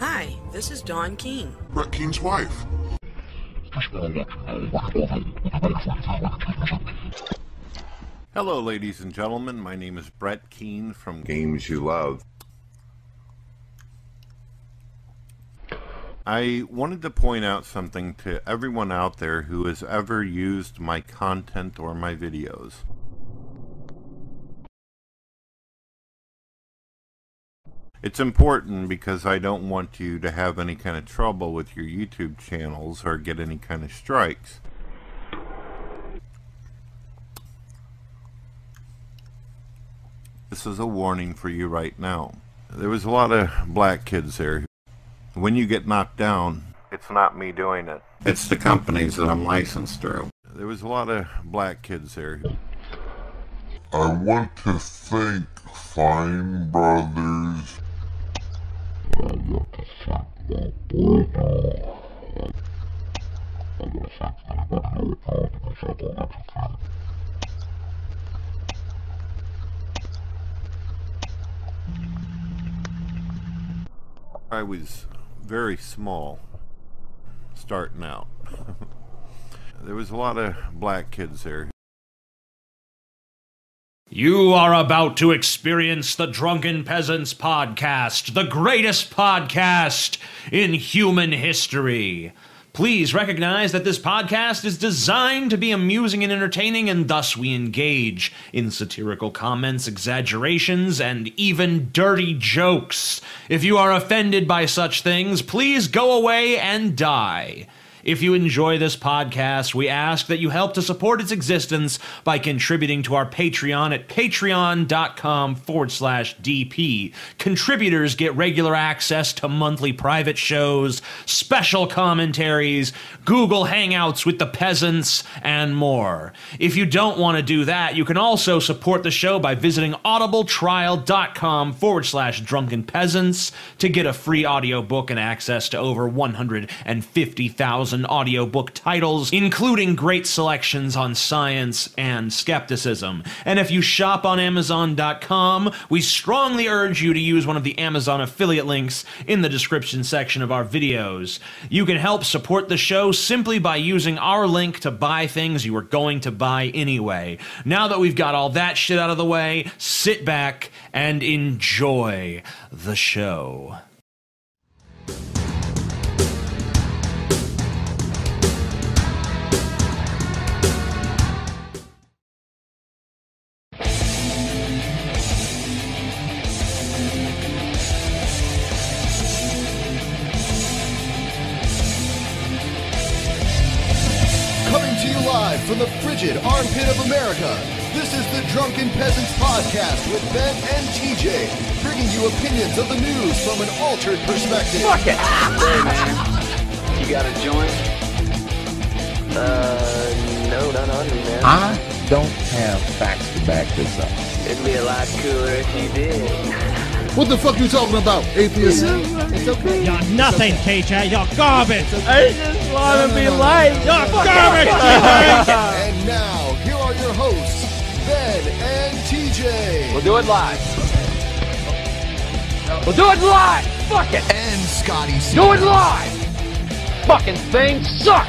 Hi, this is Don King. Brett Keene's wife. Hello, ladies and gentlemen. My name is Brett Keene from Games you love. I wanted to point out something to everyone out there who has ever used my content or my videos. It's important because I don't want you to have any kind of trouble with your YouTube channels or get any kind of strikes. This is a warning for you right now. There was a lot of black kids there. When you get knocked down, it's not me doing it. It's the companies that I'm licensed through. There was a lot of black kids there. I want to thank Fine Brothers. I was very small starting out. there was a lot of black kids there. You are about to experience the Drunken Peasants podcast, the greatest podcast in human history. Please recognize that this podcast is designed to be amusing and entertaining, and thus we engage in satirical comments, exaggerations, and even dirty jokes. If you are offended by such things, please go away and die. If you enjoy this podcast, we ask that you help to support its existence by contributing to our Patreon at patreon.com forward slash DP. Contributors get regular access to monthly private shows, special commentaries, Google Hangouts with the peasants, and more. If you don't want to do that, you can also support the show by visiting audibletrial.com forward slash drunken peasants to get a free audiobook and access to over 150,000 audiobook titles, including great selections on science and skepticism. And if you shop on Amazon.com, we strongly urge you to use one of the Amazon affiliate links in the description section of our videos. You can help support the show simply by using our link to buy things you were going to buy anyway. Now that we've got all that shit out of the way, sit back and enjoy the show. Coming to you live from the frigid armpit of America, this is the Drunken Peasants Podcast with Ben and TJ, bringing you opinions of the news from an altered perspective. Fuck it! You got a joint? Uh, no, not on me, man. I don't have facts to back this up. It'd be a lot cooler if you did. What the fuck you talking about, atheist? It's okay. You're nothing, TJ. You're garbage. I just want be light. You're garbage. TJ. And now, here are your hosts, Ben and TJ. We'll do it live. We'll do it live! Fuck it. And Scotty C. Do it live. Fucking thing sucks.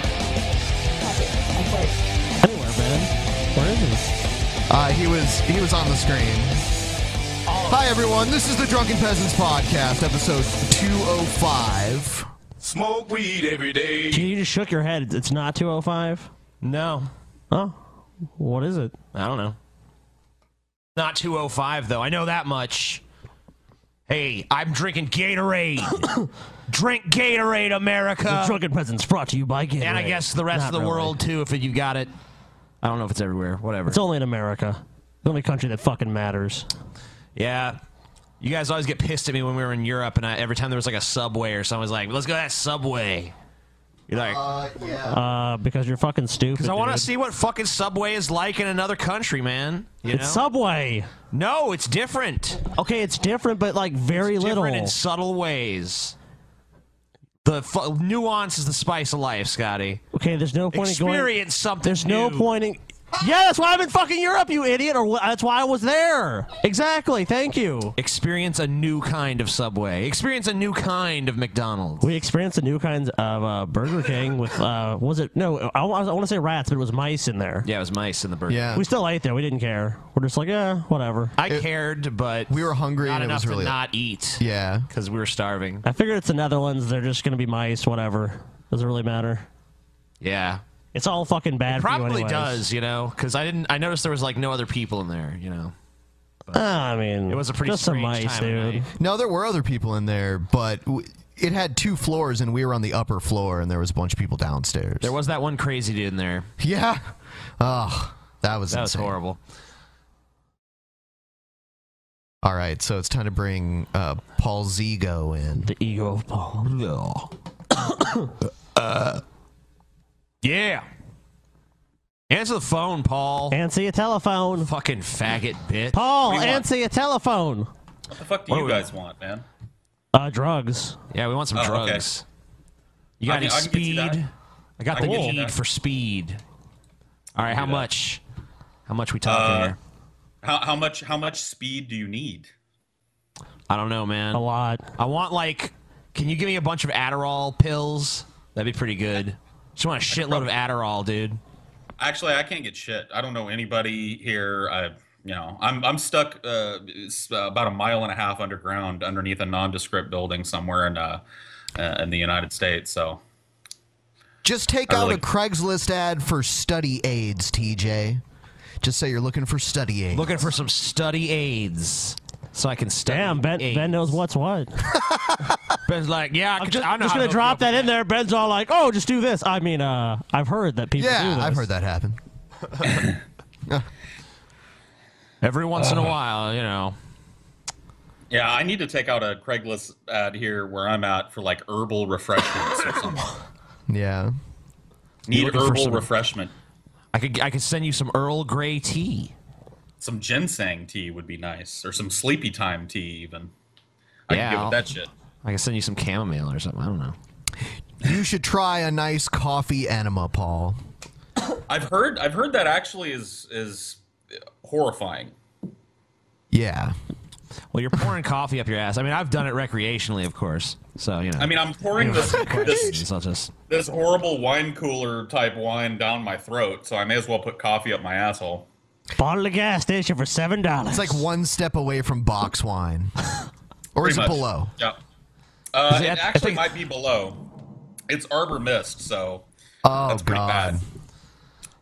Anywhere, man. Where is this? Uh, he was he was on the screen. Hi everyone, this is the Drunken Peasants Podcast, episode 205. Smoke weed every day. You just shook your head. It's not 205? No. Oh. What is it? I don't know. Not 205, though. I know that much. Hey, I'm drinking Gatorade. Drink Gatorade, America. the Drunken Peasants brought to you by Gatorade. and I guess the rest Not of the really. world, too, if you got it. I don't know if it's everywhere. Whatever. It's only in America. The only country that fucking matters. Yeah. You guys always get pissed at me when we were in Europe, and I, every time there was like a subway or someone was like, let's go to that subway. You're like, Uh, because you're fucking stupid. Because I want to dude. see what fucking Subway is like in another country, man. You It's know? Subway. No, it's different. Okay, it's different, but like very little. Different in subtle ways. The fu- nuance is the spice of life, Scotty. Okay, there's no point in going. Experience something There's no new. point in. Yeah, that's why I'm in fucking Europe, you idiot. Or wh- that's why I was there. Exactly. Thank you. Experience a new kind of Subway. Experience a new kind of McDonald's. We experienced a new kind of uh, Burger King with uh, was it no? I, want to say rats, but it was mice in there. Yeah, it was mice in the burger. We still ate there. We didn't care. We're just like, yeah, whatever. I cared, but we were hungry not and it enough was really to not eat. Yeah. because we were starving. I figured it's the Netherlands. They're just gonna be mice. Whatever. Does it really matter? Yeah, It's all fucking bad. for you probably anyways. does. You know, because I didn't. I noticed there was like no other people in there. You know. Ah, I mean, It was a pretty just some strange mice, time of dude. No, there were other people in there, but w- it had two floors and we were on the upper floor and there was a bunch of people downstairs. There was that one crazy dude in there. Yeah. Oh, that was That was insane. horrible. All right, so it's time to bring uh, Paul Zigo in. The ego of Paul. Uh. Yeah. Answer the phone, Paul. Answer your telephone. Fucking faggot bitch. Paul, What do you want? answer your telephone. What the fuck do What do you we- guys want, man? Uh, drugs. Yeah, we want some Oh, okay. drugs. You got I mean, any I can get you speed? that. I got I the can get you need that. for speed. All right, how do that. much? How much we talking Uh, here? How, how much how much speed do you need? I don't know, man. A lot. I want like, can you give me a bunch of Adderall pills? That'd be pretty good. Just want a shitload of Adderall, dude. Actually, I can't get shit. I don't know anybody here. I you know I'm I'm stuck uh, s- uh, about a mile and a half underground underneath a nondescript building somewhere in uh, uh in the United States. So Just take I out really- a Craigslist ad for study aids, TJ. Just say you're looking for study aids. Looking for some study aids, so I can study. Damn, Ben. Ben knows what's what. Ben's like, yeah, I, I'm could, just, I know how to just gonna hook you drop up. that in there. Ben's all like, "Oh, just do this." I mean, uh, I've heard that people do yeah, this. I've heard that happen. Every Uh, once in a while, Uh, you know. yeah, I need to take out a Craigslist ad here where I'm at for like herbal refreshments or something. Yeah. You Need looking for herbal some- refreshment. I could I could send you some Earl Grey tea. Some ginseng tea would be nice, or some sleepy time tea even. I Yeah, can give I'll- it that shit. I could send you some chamomile or something. I don't know. You should try a nice coffee enema, Paul. I've heard I've heard that actually is is horrifying. Yeah. Well, you're pouring coffee up your ass. I mean, I've done it recreationally, of course. So you know. I mean, I'm pouring You know, this questions, this I'll just- this horrible wine cooler type wine down my throat, so I may as well put coffee up my asshole. Bottle of gas station for seven dollars. It's like one step away from box wine. or is Pretty it much. below? Yeah. Uh, Is it- it I- I actually think- might be below. It's Arbor Mist, so Oh, that's pretty bad.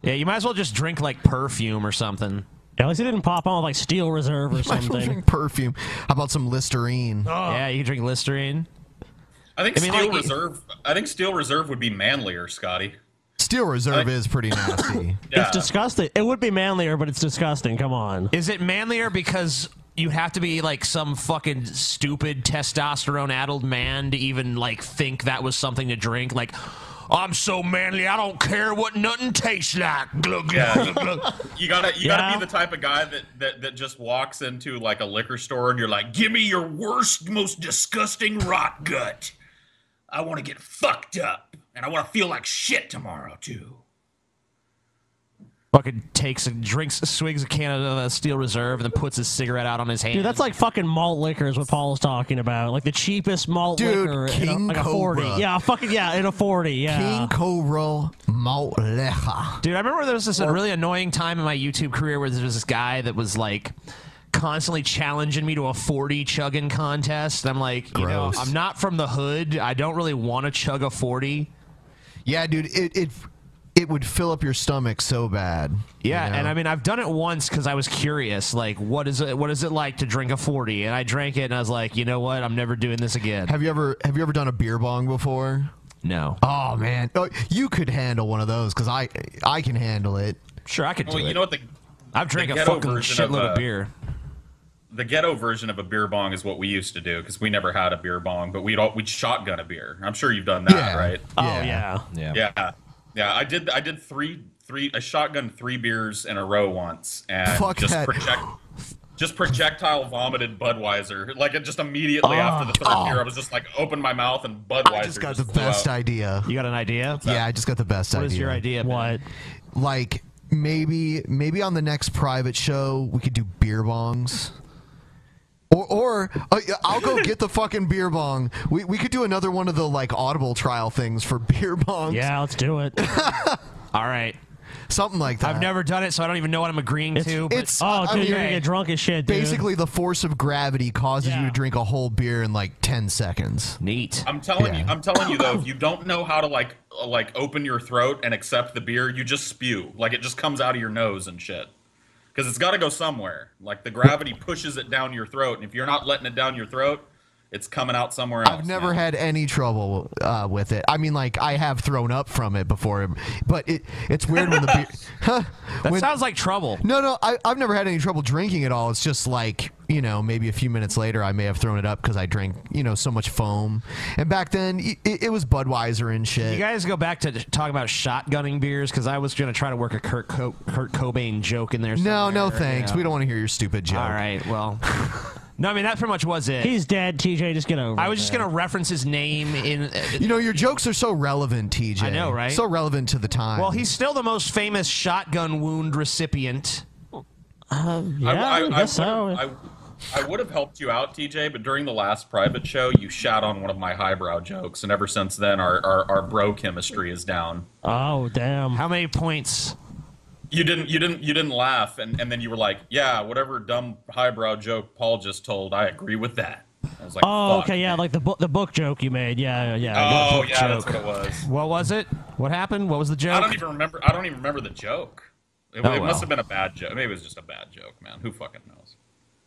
Yeah, you might as well just drink like perfume or something. At least it didn't pop on with like Steel Reserve or Might as well something. drink perfume. How about some Listerine? Yeah, you can drink Listerine. I think I mean, Steel like- Reserve. I think Steel Reserve would be manlier, Scotty. Steel Reserve is pretty nasty. Yeah. It's disgusting. It would be manlier, but it's disgusting. Come on. Is it manlier because you have to be like some fucking stupid testosterone-addled man to even like think that was something to drink? Like, I'm so manly, I don't care what nothing tastes like. Glug, glug, glug, glug. You gotta you gotta Yeah. be the type of guy that, that that just walks into like a liquor store and you're like, give me your worst, most disgusting rot gut. I want to get fucked up, and I want to feel like shit tomorrow too. Fucking takes and drinks, swigs a can of uh, Steel Reserve, and then puts his cigarette out on his hand. Dude, that's like fucking malt liquor is what Paul's talking about. Like the cheapest malt Dude, liquor, in a- King like a forty. Cobra. Yeah, fucking yeah, in a forty. Yeah, King Cobra Malt Lecha. Dude, I remember there was this really annoying time in my YouTube career where there was this guy that was like constantly challenging me to a 40 chugging contest. And I'm like, you know, Gross. I'm not from the hood. I don't really want to chug a 40. Yeah, dude, it it it would fill up your stomach so bad. Yeah, you know? and I mean, I've done it once because I was curious, like, what is it? What is it like to drink a forty? And I drank it, and I was like, you know what? I'm never doing this again. have you ever have you ever done a beer bong before? No. Oh man, oh, you could handle one of those because I I can handle it. Sure, I could Well, Oh, you know what the I've drank a fucking shitload of beer. The ghetto version of a beer bong is what we used to do because we never had a beer bong, but we'd all, we'd shotgun a beer. I'm sure you've done that, right? Oh yeah. Yeah. yeah, yeah. I did. I did three, three. I shotgun three beers in a row once, and Fuck just that. project, just projectile vomited Budweiser. Like it just immediately after the third beer, I was just like, open my mouth and Budweiser. Oh. I just got the flew best out. idea. You got an idea? Yeah, I just got the best idea. What is your idea? What? Like maybe maybe on the next private show we could do beer bongs. Or, or uh, I'll go get the fucking beer bong. We, we could do another one of the like audible trial things for beer bongs. Yeah, let's do it. All right. Something like that. I've never done it, so I don't even know what I'm agreeing to. But it's- Oh, I dude, you're mean, gonna get drunk as shit, Basically, the force of gravity causes you to drink a whole beer in like ten seconds. Neat. I'm telling you, Yeah. I'm telling you though, if you don't know how to like uh, like open your throat and accept the beer, you just spew. Like it just comes out of your nose and shit. Cuz it's got to go somewhere. Like the gravity pushes it down your throat, and if you're not letting it down your throat, it's coming out somewhere else. I've never had any trouble uh, with it. I mean, like I have thrown up from it before, but it it's weird when the beer. Huh, that when- sounds like trouble. No, no, I, I've never had any trouble drinking at all. It's just like you know, maybe a few minutes later, I may have thrown it up because I drank you know so much foam. And back then, y- it, it was Budweiser and You shit. guys go back to talking about shotgunning beers because I was going to try to work a Kurt, Co- Kurt Cobain joke in there. No, no, somewhere. thanks. Yeah. We don't want to hear your stupid joke. All right, well. No, I mean that pretty much was it. He's dead, TJ. Just get over. I it, was just man. gonna reference his name in. uh, You know, your jokes are so relevant, TJ. I know, right? So relevant to the time. Well, he's still the most famous shotgun wound recipient. Uh, I- I, I would've- I, I would have helped you out, TJ, but during the last private show, you shat on one of my highbrow jokes, and ever since then, our our, our bro chemistry is down. Oh damn! How many points? You didn't you didn't you didn't laugh, and, and then you were like, yeah, whatever dumb highbrow joke Paul just told, I agree with that. I was like, oh, fuck. okay, yeah, like the book, the book joke you made. Yeah, yeah, yeah. Oh book yeah, joke. that's what it was. What was it? What happened? What was the joke? I don't even remember. I don't even remember the joke. It, Oh, it well. must have been a bad joke. Maybe it was just a bad joke, man. Who fucking knows?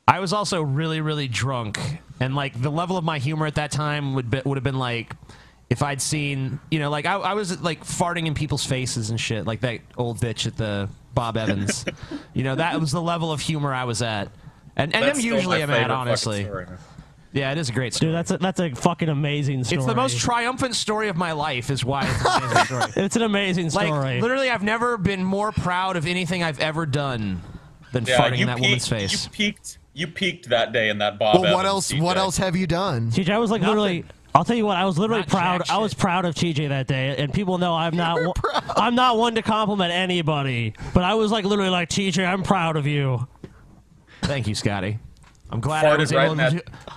I was also really, really drunk, and like the level of my humor at that time would be, would have been like if I'd seen, you know, like I, I was like farting in people's faces and shit, like that old bitch at the Bob Evans. you know, that was the level of humor I was at, and and That's them still usually my I'm favorite at fucking honestly. story, man. Yeah, it is a great story. Dude, that's a, that's a fucking amazing story. It's the most triumphant story of my life, is why it's an amazing story. It's an amazing story. Like literally, I've never been more proud of anything I've ever done than Yeah, farting you in that peaked- woman's face. You peaked. You peaked that day in that Bob. well, Evans what else? DJ. What else have you done? TJ, I was like literally. I'll tell you what, I was literally Not proud. jack I was proud of TJ that day, and people know I'm not. one- I'm not one to compliment anybody, but I was like literally like TJ, I'm proud of you. Thank you, Scotty. I'm glad I Farted was right able in to. that- do-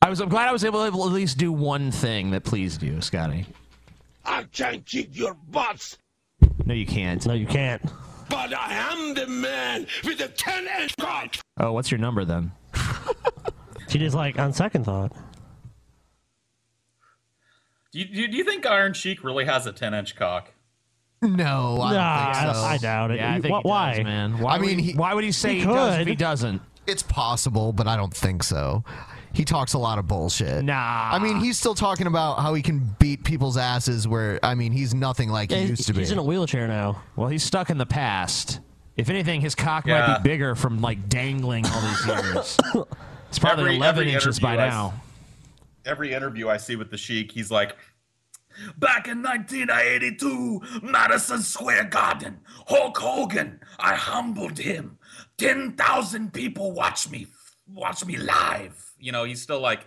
I was. I'm glad I was able to at least do one thing that pleased you, Scotty. I can kick your butts, No, you can't. No, you can't. but I am the man with the ten inch cock. Oh, what's your number then? TJ's like on second thought. Do you, do you- do you think Iron Sheik really has a ten-inch cock? No, I Nah, don't think so. I, I doubt it. Yeah, I You- think wh- he why? does, man. Why I would mean, he, he- why would he say he he, does if he could. doesn't? It's possible, but I don't think so. He talks a lot of bullshit. Nah. I mean, he's still talking about how he can beat people's asses. Where I mean, he's nothing like Yeah, he he's- used to be. He's in a wheelchair now. Well, he's stuck in the past. If anything, his cock might Yeah. be bigger from like dangling all these years. it's probably Every- 11 every inches by interview I now. Every interview I see with the Sheik, he's like, "Back in 1982, Madison Square Garden, Hulk Hogan, I humbled him. Ten thousand people watch me, watch me live. You know, he's still like."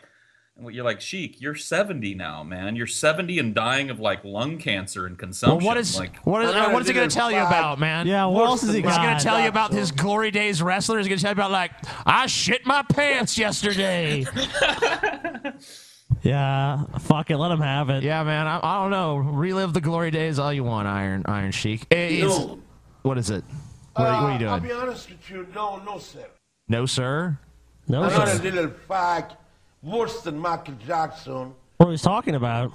And you're like, Sheik, you're 70 now, man. You're 70 and dying of like lung cancer and Well, consumption. what is like, what is, what is he going to tell you about, man? Yeah, what else is he He's going got? to tell you about his glory days wrestler. He's going to tell you about like I shit my pants yesterday. Yeah, fuck it, let him have it. Yeah, man. I, I don't know. Relive the glory days all you want, Iron Iron Sheik. It You is- know- what is it? What, are, you- what are you Uh, I'll doing? be honest with you. No, no, sir. No, sir. No, I'm not a little fuck worse than Michael Jackson. What are we talking about?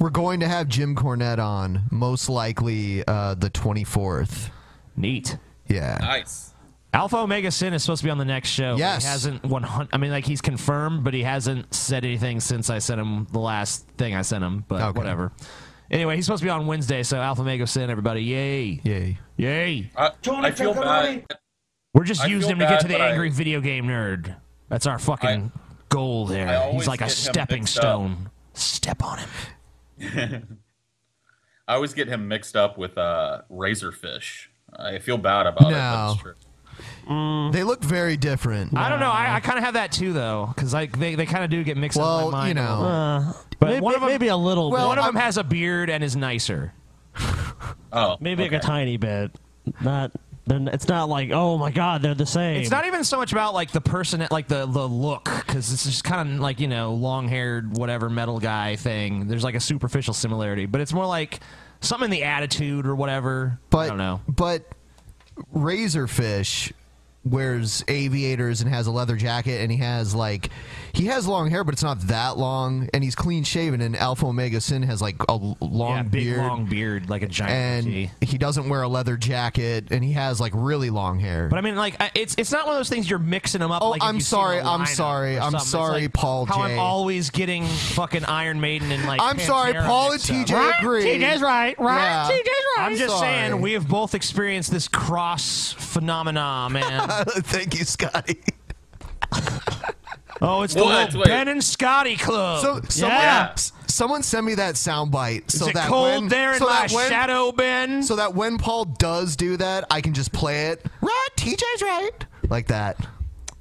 We're going to have Jim Cornette on, most likely uh, the 24th. Neat. Yeah. Nice. Alpha Omega Sin is supposed to be on the next show. but Yes. He hasn't 100. I mean, like, he's confirmed, but he hasn't said anything since I sent him the last thing I sent him, but whatever. Anyway, he's supposed to be on Wednesday, so Alpha Omega Sin, everybody. Yay. Yay. Yay. I, Uh, I feel bad. We're just I feel using him to get bad, to the but I- angry video game nerd. That's our fucking goal I there. always He's like a get him stepping mixed up. stone. Step on him. I always get him mixed up with uh, Razorfish. I feel bad about it. but No. it's true. Mm. They look very different. I don't know. I, I kind of have that too, though, because like they, they kind of do get mixed up Well, in my mind. you a know. little bit. Uh, but maybe, one of 'em- maybe a little well, bit. one of them has a beard and is nicer. Oh, maybe like a tiny bit. Not. They're, n- it's not like oh my god, they're the same. It's not even so much about like the person, like the the look, because it's just kind of like you know long haired whatever metal guy thing. There's like a superficial similarity, but it's more like something in the attitude or whatever. But I don't know. But Razorfish wears aviators and has a leather jacket and he has like he has long hair but it's not that long and he's clean shaven and Alpha Omega Sin has like a l- long yeah, big beard long beard, like a giant. and goatee. he doesn't wear a leather jacket and he has like really long hair. But I mean, like, I- it's it's not one of those things you're mixing them up. Oh, like, if I'm you see sorry, the I'm lineup or sorry, I'm something. It's sorry, like Paul How I'm J. always getting fucking Iron Maiden and like. I'm sorry, Pantera Paul and mixed up. TJ Right? agree. TJ's right, right? Yeah. TJ's right. I'm just Sorry. saying we have both experienced this cross phenomena, man. Thank you, Scotty. oh, it's the What? little Wait. Ben and Scotty club. So someone, yeah. s- someone send me that soundbite so it that cold when, there in so my that when, shadow, Ben? So that when Paul does do that, I can just play it. Right, TJ's right, like that.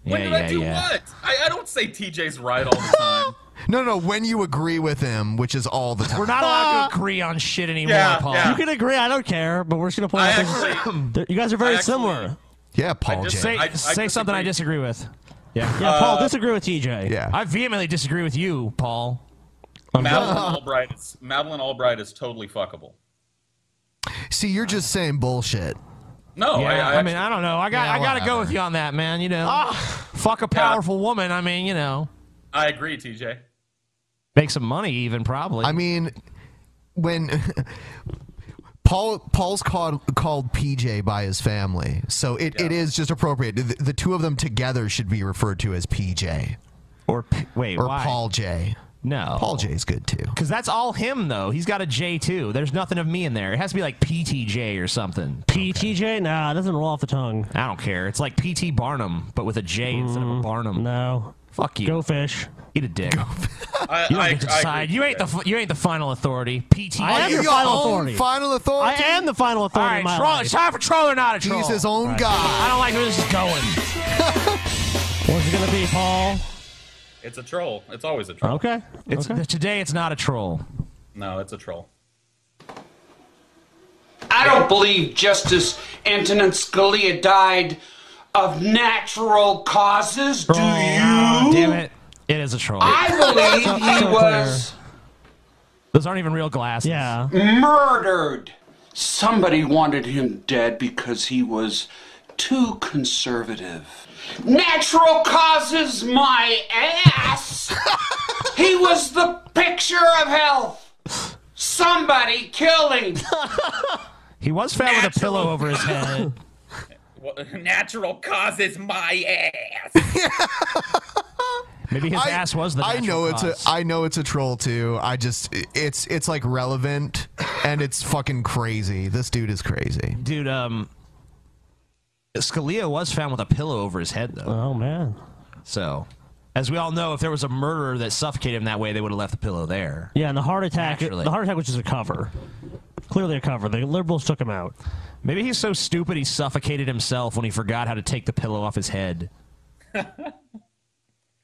When did I do what? I, I don't say TJ's right all the time. No, no, when you agree with him, which is all the time. We're not allowed to agree on shit anymore, Oh, Yeah, Paul. yeah. You can agree. I don't care. But we're just gonna point I out this- actually- you guys are very I actually- similar. Yeah, Paul dis- J. Say, I- Uh, I say something I disagree with. Yeah, Yeah, Paul, disagree with TJ. Yeah. I vehemently disagree with you, Paul. Madeline Albright is Madeline Albright is totally fuckable. See, you're just saying bullshit. No, yeah, I, I, mean, I don't know. I got, Yeah, I got to go whatever. with you on that, man. You know, Ah. fuck a powerful woman. I mean, you know, I agree, TJ. make some money even probably. I mean, when Paul Paul's called called PJ by his family, so it, it is just appropriate. The, the two of them together should be referred to as PJ or P- wait, or why? Paul J. No, Paul J is good too. because that's all him though. He's got a J too. There's nothing of me in there. It has to be like PTJ or something. PTJ, nah, it doesn't roll off the tongue. Mm-hmm. I don't care. It's like PT Barnum, but with a J instead of a Barnum. No, Fuck you. go fish. Eat a dick. I, You don't I, get to I agree, decide. You ain't the TJ. f- you ain't the final authority. PT. I am You're the your final own authority. Final I authority. am the final All authority. right, in my troll. life. It's time for troll or not a troll. He's his own Right. guy. I don't like where this is going. What's it gonna be, Paul? It's a troll. It's always a troll. Okay. It's okay. today. It's not a troll. No, it's a troll. I don't believe Justice Antonin Scalia died of natural causes. Oh, Do you? Damn it! It is a troll. I believe he was Those aren't even real glasses. Yeah. murdered. Somebody wanted him dead because he was too conservative. Natural causes, my ass. he was the picture of health. Somebody killed him. He was found with a pillow over his head. Well, natural causes my ass. Maybe his ass was the. I natural know it's cause. a I know it's a troll too. I just it's it's like relevant and it's fucking crazy. This dude is crazy. dude. Um, Scalia was found with a pillow over his head, though. Oh man. So, as we all know, if there was a murderer that suffocated him that way, they would have left the pillow there. Yeah, and the heart attack. Naturally. The heart attack was just a cover. Clearly a cover. The liberals took him out. Maybe he's so stupid he suffocated himself when he forgot how to take the pillow off his head. So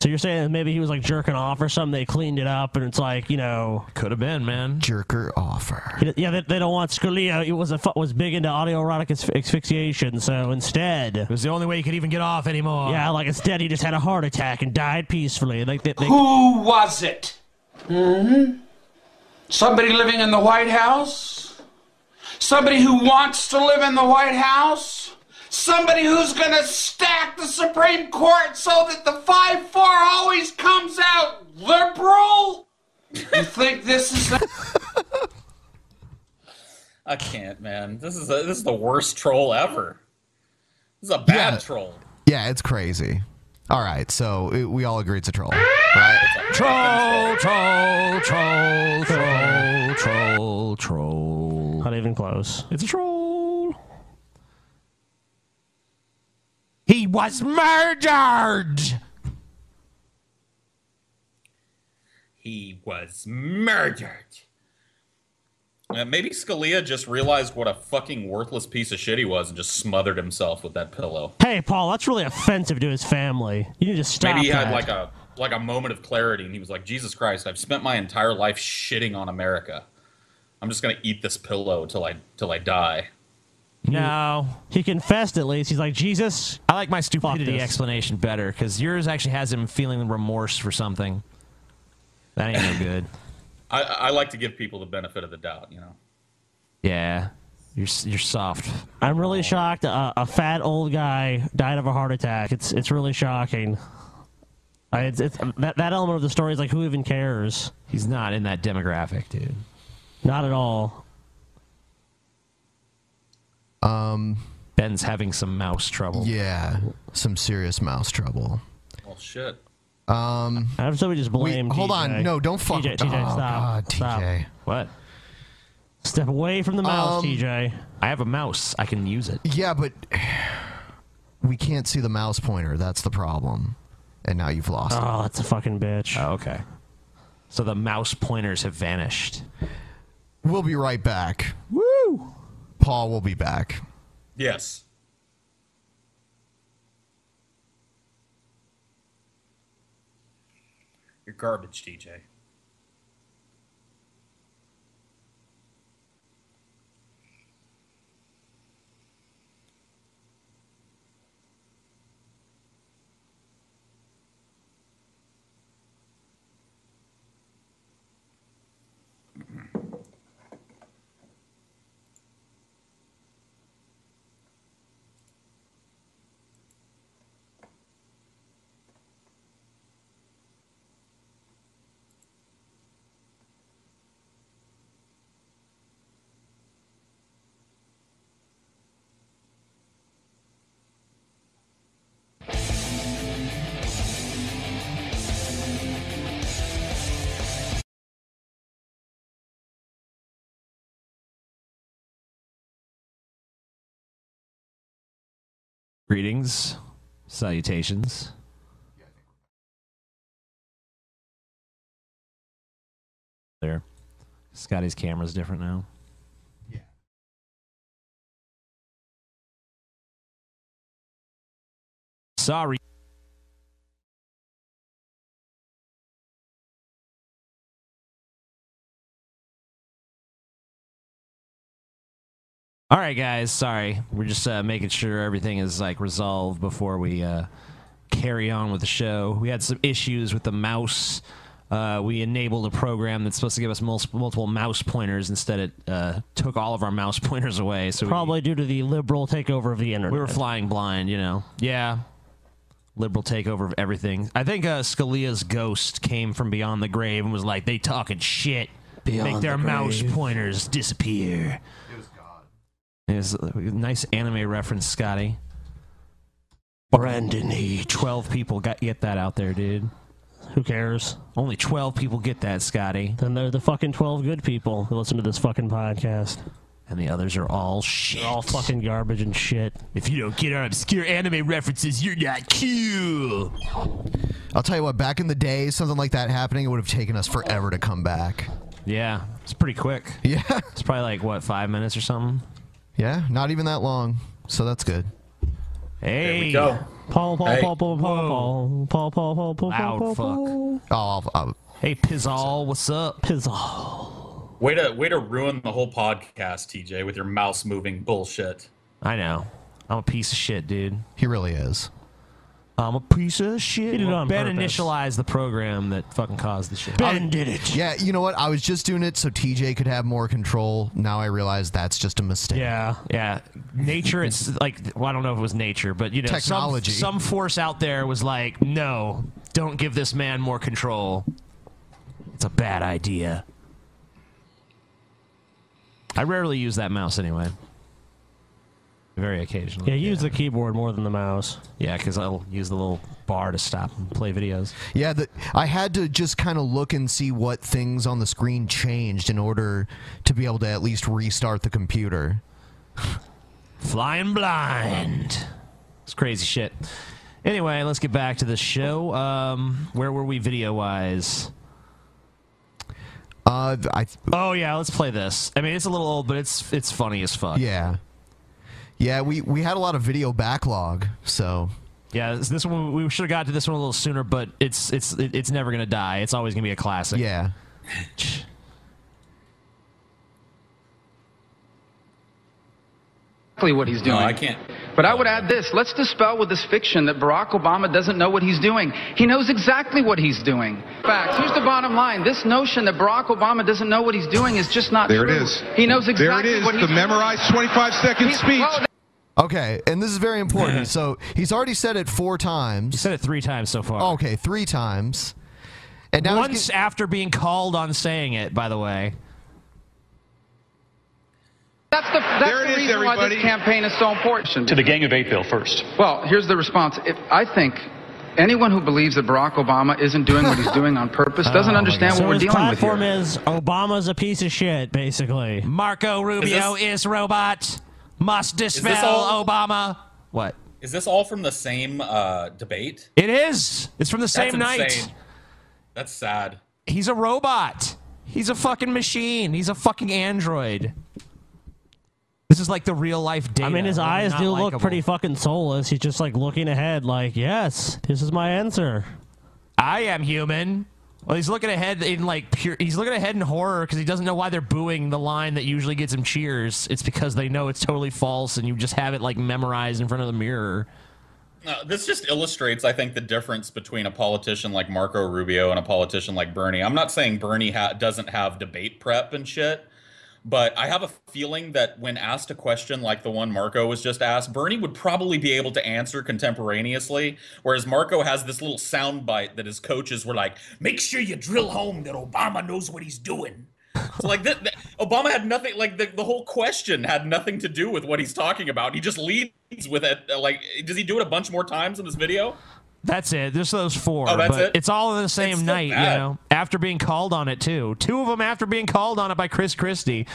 So you're saying that maybe he was like jerking off or something? They cleaned it up, and it's like you know, could have been man jerker offer. Yeah, they, they don't want Scalia. It was a fu- was big into autoerotic as- asphyxiation, so instead it was the only way he could even get off anymore. Yeah, like instead he just had a heart attack and died peacefully. Like they, they, Who was it? Mm-hmm. hmm Somebody living in the White House? Somebody who wants to live in the White House? Somebody who's going to stack the Supreme Court so that the 5 4 always comes out liberal? You think this is. I can't, man. This is a, this is the worst troll ever. This is a bad troll. Yeah, it's crazy. All right, so it, we all agree it's a troll. Right? Troll, troll, troll, troll, troll, troll. Not even close. It's a troll. He was murdered. He was murdered. Uh, maybe Scalia just realized what a fucking worthless piece of shit he was and just smothered himself with that pillow. Hey, Paul, that's really offensive to his family. You need to stop. Maybe he that. had like a like a moment of clarity and he was like, Jesus Christ, I've spent my entire life shitting on America. I'm just gonna eat this pillow till I till I die. no. He confessed at least. He's like Jesus. I like my stupidity this. explanation better because yours actually has him feeling remorse for something. That ain't no good. I, I like to give people the benefit of the doubt, you know. Yeah, you're s- you're soft. I'm really shocked. A, a fat old guy died of a heart attack. It's it's really shocking. I, it's, it's, that that element of the story is like who even cares? He's not in that demographic, dude. Not at all. Um, Ben's having some mouse trouble. Yeah, some serious mouse trouble. Well, shit. Um, I have somebody just blame. hold on, TJ. no, don't fuck. TJ, with- TJ, oh, stop. God, stop. TJ. What? Step away from the mouse, Um, TJ. I have a mouse. I can use it. Yeah, but we can't see the mouse pointer. That's the problem. And now you've lost. Oh, that's a fucking bitch. Oh, okay. So the mouse pointers have vanished. it. We'll be right back. Woo! Paul will be back. Yes. You're garbage, DJ. Greetings, salutations. There, Scotty's camera's different now. Yeah. Sorry. All right, guys. Sorry, we're just uh, making sure everything is like resolved before we uh, carry on with the show. We had some issues with the mouse. Uh, we enabled a program that's supposed to give us mul- multiple mouse pointers. Instead, it uh, took all of our mouse pointers away. So we, Probably due to the liberal takeover of the internet. we were flying blind, you know. Yeah. Liberal takeover of everything. I think uh, Scalia's ghost came from beyond the grave and was like, they talking shit. Make Beyond their the mouse grave." pointers disappear. It was God. a nice anime reference, Scotty. Brandon Heat. 12 people got get that out there, dude. Who cares? Only 12 people get that, Scotty. Then they're the fucking twelve good people who listen to this fucking podcast. And the others are all shit. They're all fucking garbage and shit. If you don't get our obscure anime references, you're not cool. I'll tell you what, back in the day, something like that happening, it would have taken us forever to come back. Yeah, it's pretty quick. Yeah. It's probably like, what, five minutes or something? Yeah, not even that long. So that's good. Hey. There we go. Paul, Paul, Hey. Paul, Paul, Paul, Paul, Paul, Paul, Paul, Paul, Loud Paul, fuck. Paul. Oh, hey, Pizzall, what's up? Pizzall. Way to way to ruin the whole podcast, TJ, with your mouse moving bullshit. I know. I'm a piece of shit, dude. He really is. I'm a piece of shit. He did it on ben purpose. initialized the program that fucking caused the shit. Yeah, you know what? I was just doing it so TJ could have more control. Now I realize that's just a mistake. Yeah. Yeah. Nature, it's like, well, I don't know if it was nature, but, you know, some- Technology. Some, force out there was like, no, don't give this man more control. It's a bad idea. I rarely use that mouse anyway. Very occasionally. Yeah, use the keyboard more than the mouse. Yeah, because I'll use the little bar to stop and play videos. Yeah, the, I had to just kind of look and see what things on the screen changed in order to be able to at least restart the computer. Flying blind. It's crazy shit. Anyway, let's get back to the show. Um, where were we video wise? Uh, I. oh yeah, let's play this. I mean, it's a little old, but it's it's funny as fuck. Yeah. Yeah, we, we had a lot of video backlog, so. Yeah, this, this one we should have got to this one a little sooner, but it's it's it- it's never gonna die. It's always gonna be a classic. Yeah. exactly what he's doing. No, I can't. But I would add this let's dispel with this fiction that Barack Obama doesn't know what he's doing. He knows exactly what he's doing. Facts. Here's the bottom line this notion that Barack Obama doesn't know what he's doing is just not There true. it is. He knows exactly There it is, what he's the memorized 25 second He's- speech. well, Okay, and this is very important. so he's already said it four times. He said it three times so far. Okay, three times. And now he's Once after being called on saying it, by the way. That's the, that's There it the is, reason why everybody. this campaign is so important. To the gang of Apeville first. Well, here's the response. If, I think anyone who believes that Barack Obama isn't doing what he's doing on purpose Oh, doesn't understand so what we're his dealing with here. platform is Obama's a piece of shit, basically. Marco Rubio is, robot. Must dispel all- Obama. What? Is this all from the same uh, debate? It is. It's from the That's same night. insane. That's sad. He's a robot. He's a fucking machine. He's a fucking android. This is like the real life data. I mean, his They're eyes not do likable. look pretty fucking soulless. He's just like looking ahead, like, yes, this is my answer. I am human. Well, he's looking ahead in like pure. He's looking ahead in horror because he doesn't know why they're booing the line that usually gets him cheers. It's because they know it's totally false, and you just have it like memorized in front of the mirror. Uh, this just illustrates, I think, the difference between a politician like Marco Rubio and a politician like Bernie. I'm not saying Bernie ha- doesn't have debate prep and shit, but I have a feeling that when asked a question like the one Marco was just asked, Bernie would probably be able to answer contemporaneously, whereas Marco has this little soundbite that his coaches were like, "Make sure you drill home that Obama knows what he's doing." So like that, that- Obama had nothing. Like the, the whole question had nothing to do with what he's talking about. He just leads with it. uh, Like, does he do it a bunch more times in this video? That's it. Just those four. Oh, that's but it? It's all in the same night, bad. you know. After being called on it too. Two of them after being called on it by Chris Christie,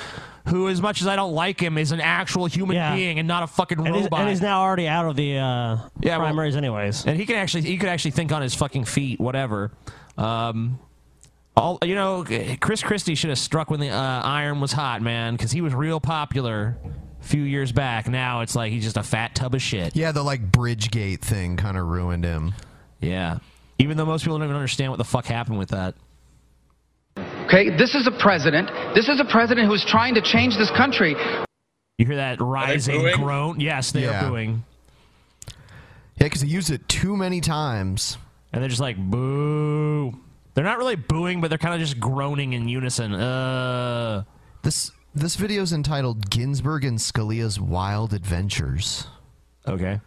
who, as much as I don't like him, is an actual human Yeah. being and not a fucking And he's, robot. and he's now already out of the uh, Yeah, well- primaries, anyways. and he can actually he could actually think on his fucking feet, whatever. Um, all you know, Chris Christie should have struck when the uh, iron was hot, man, because he was real popular a few years back. Now it's like he's just a fat tub of shit. Yeah, the like Bridgegate thing kind of ruined him. Yeah, even though most people don't even understand what the fuck happened with that. Okay, this is a president. This is a president who is trying to change this country. You hear that rising booing? groan? Yes, they Yeah. are booing. Yeah, because he used it too many times. And they're just like, boo. They're not really booing, but they're kind of just groaning in unison. Uh. This this video is entitled Ginsburg and Scalia's Wild Adventures. Okay.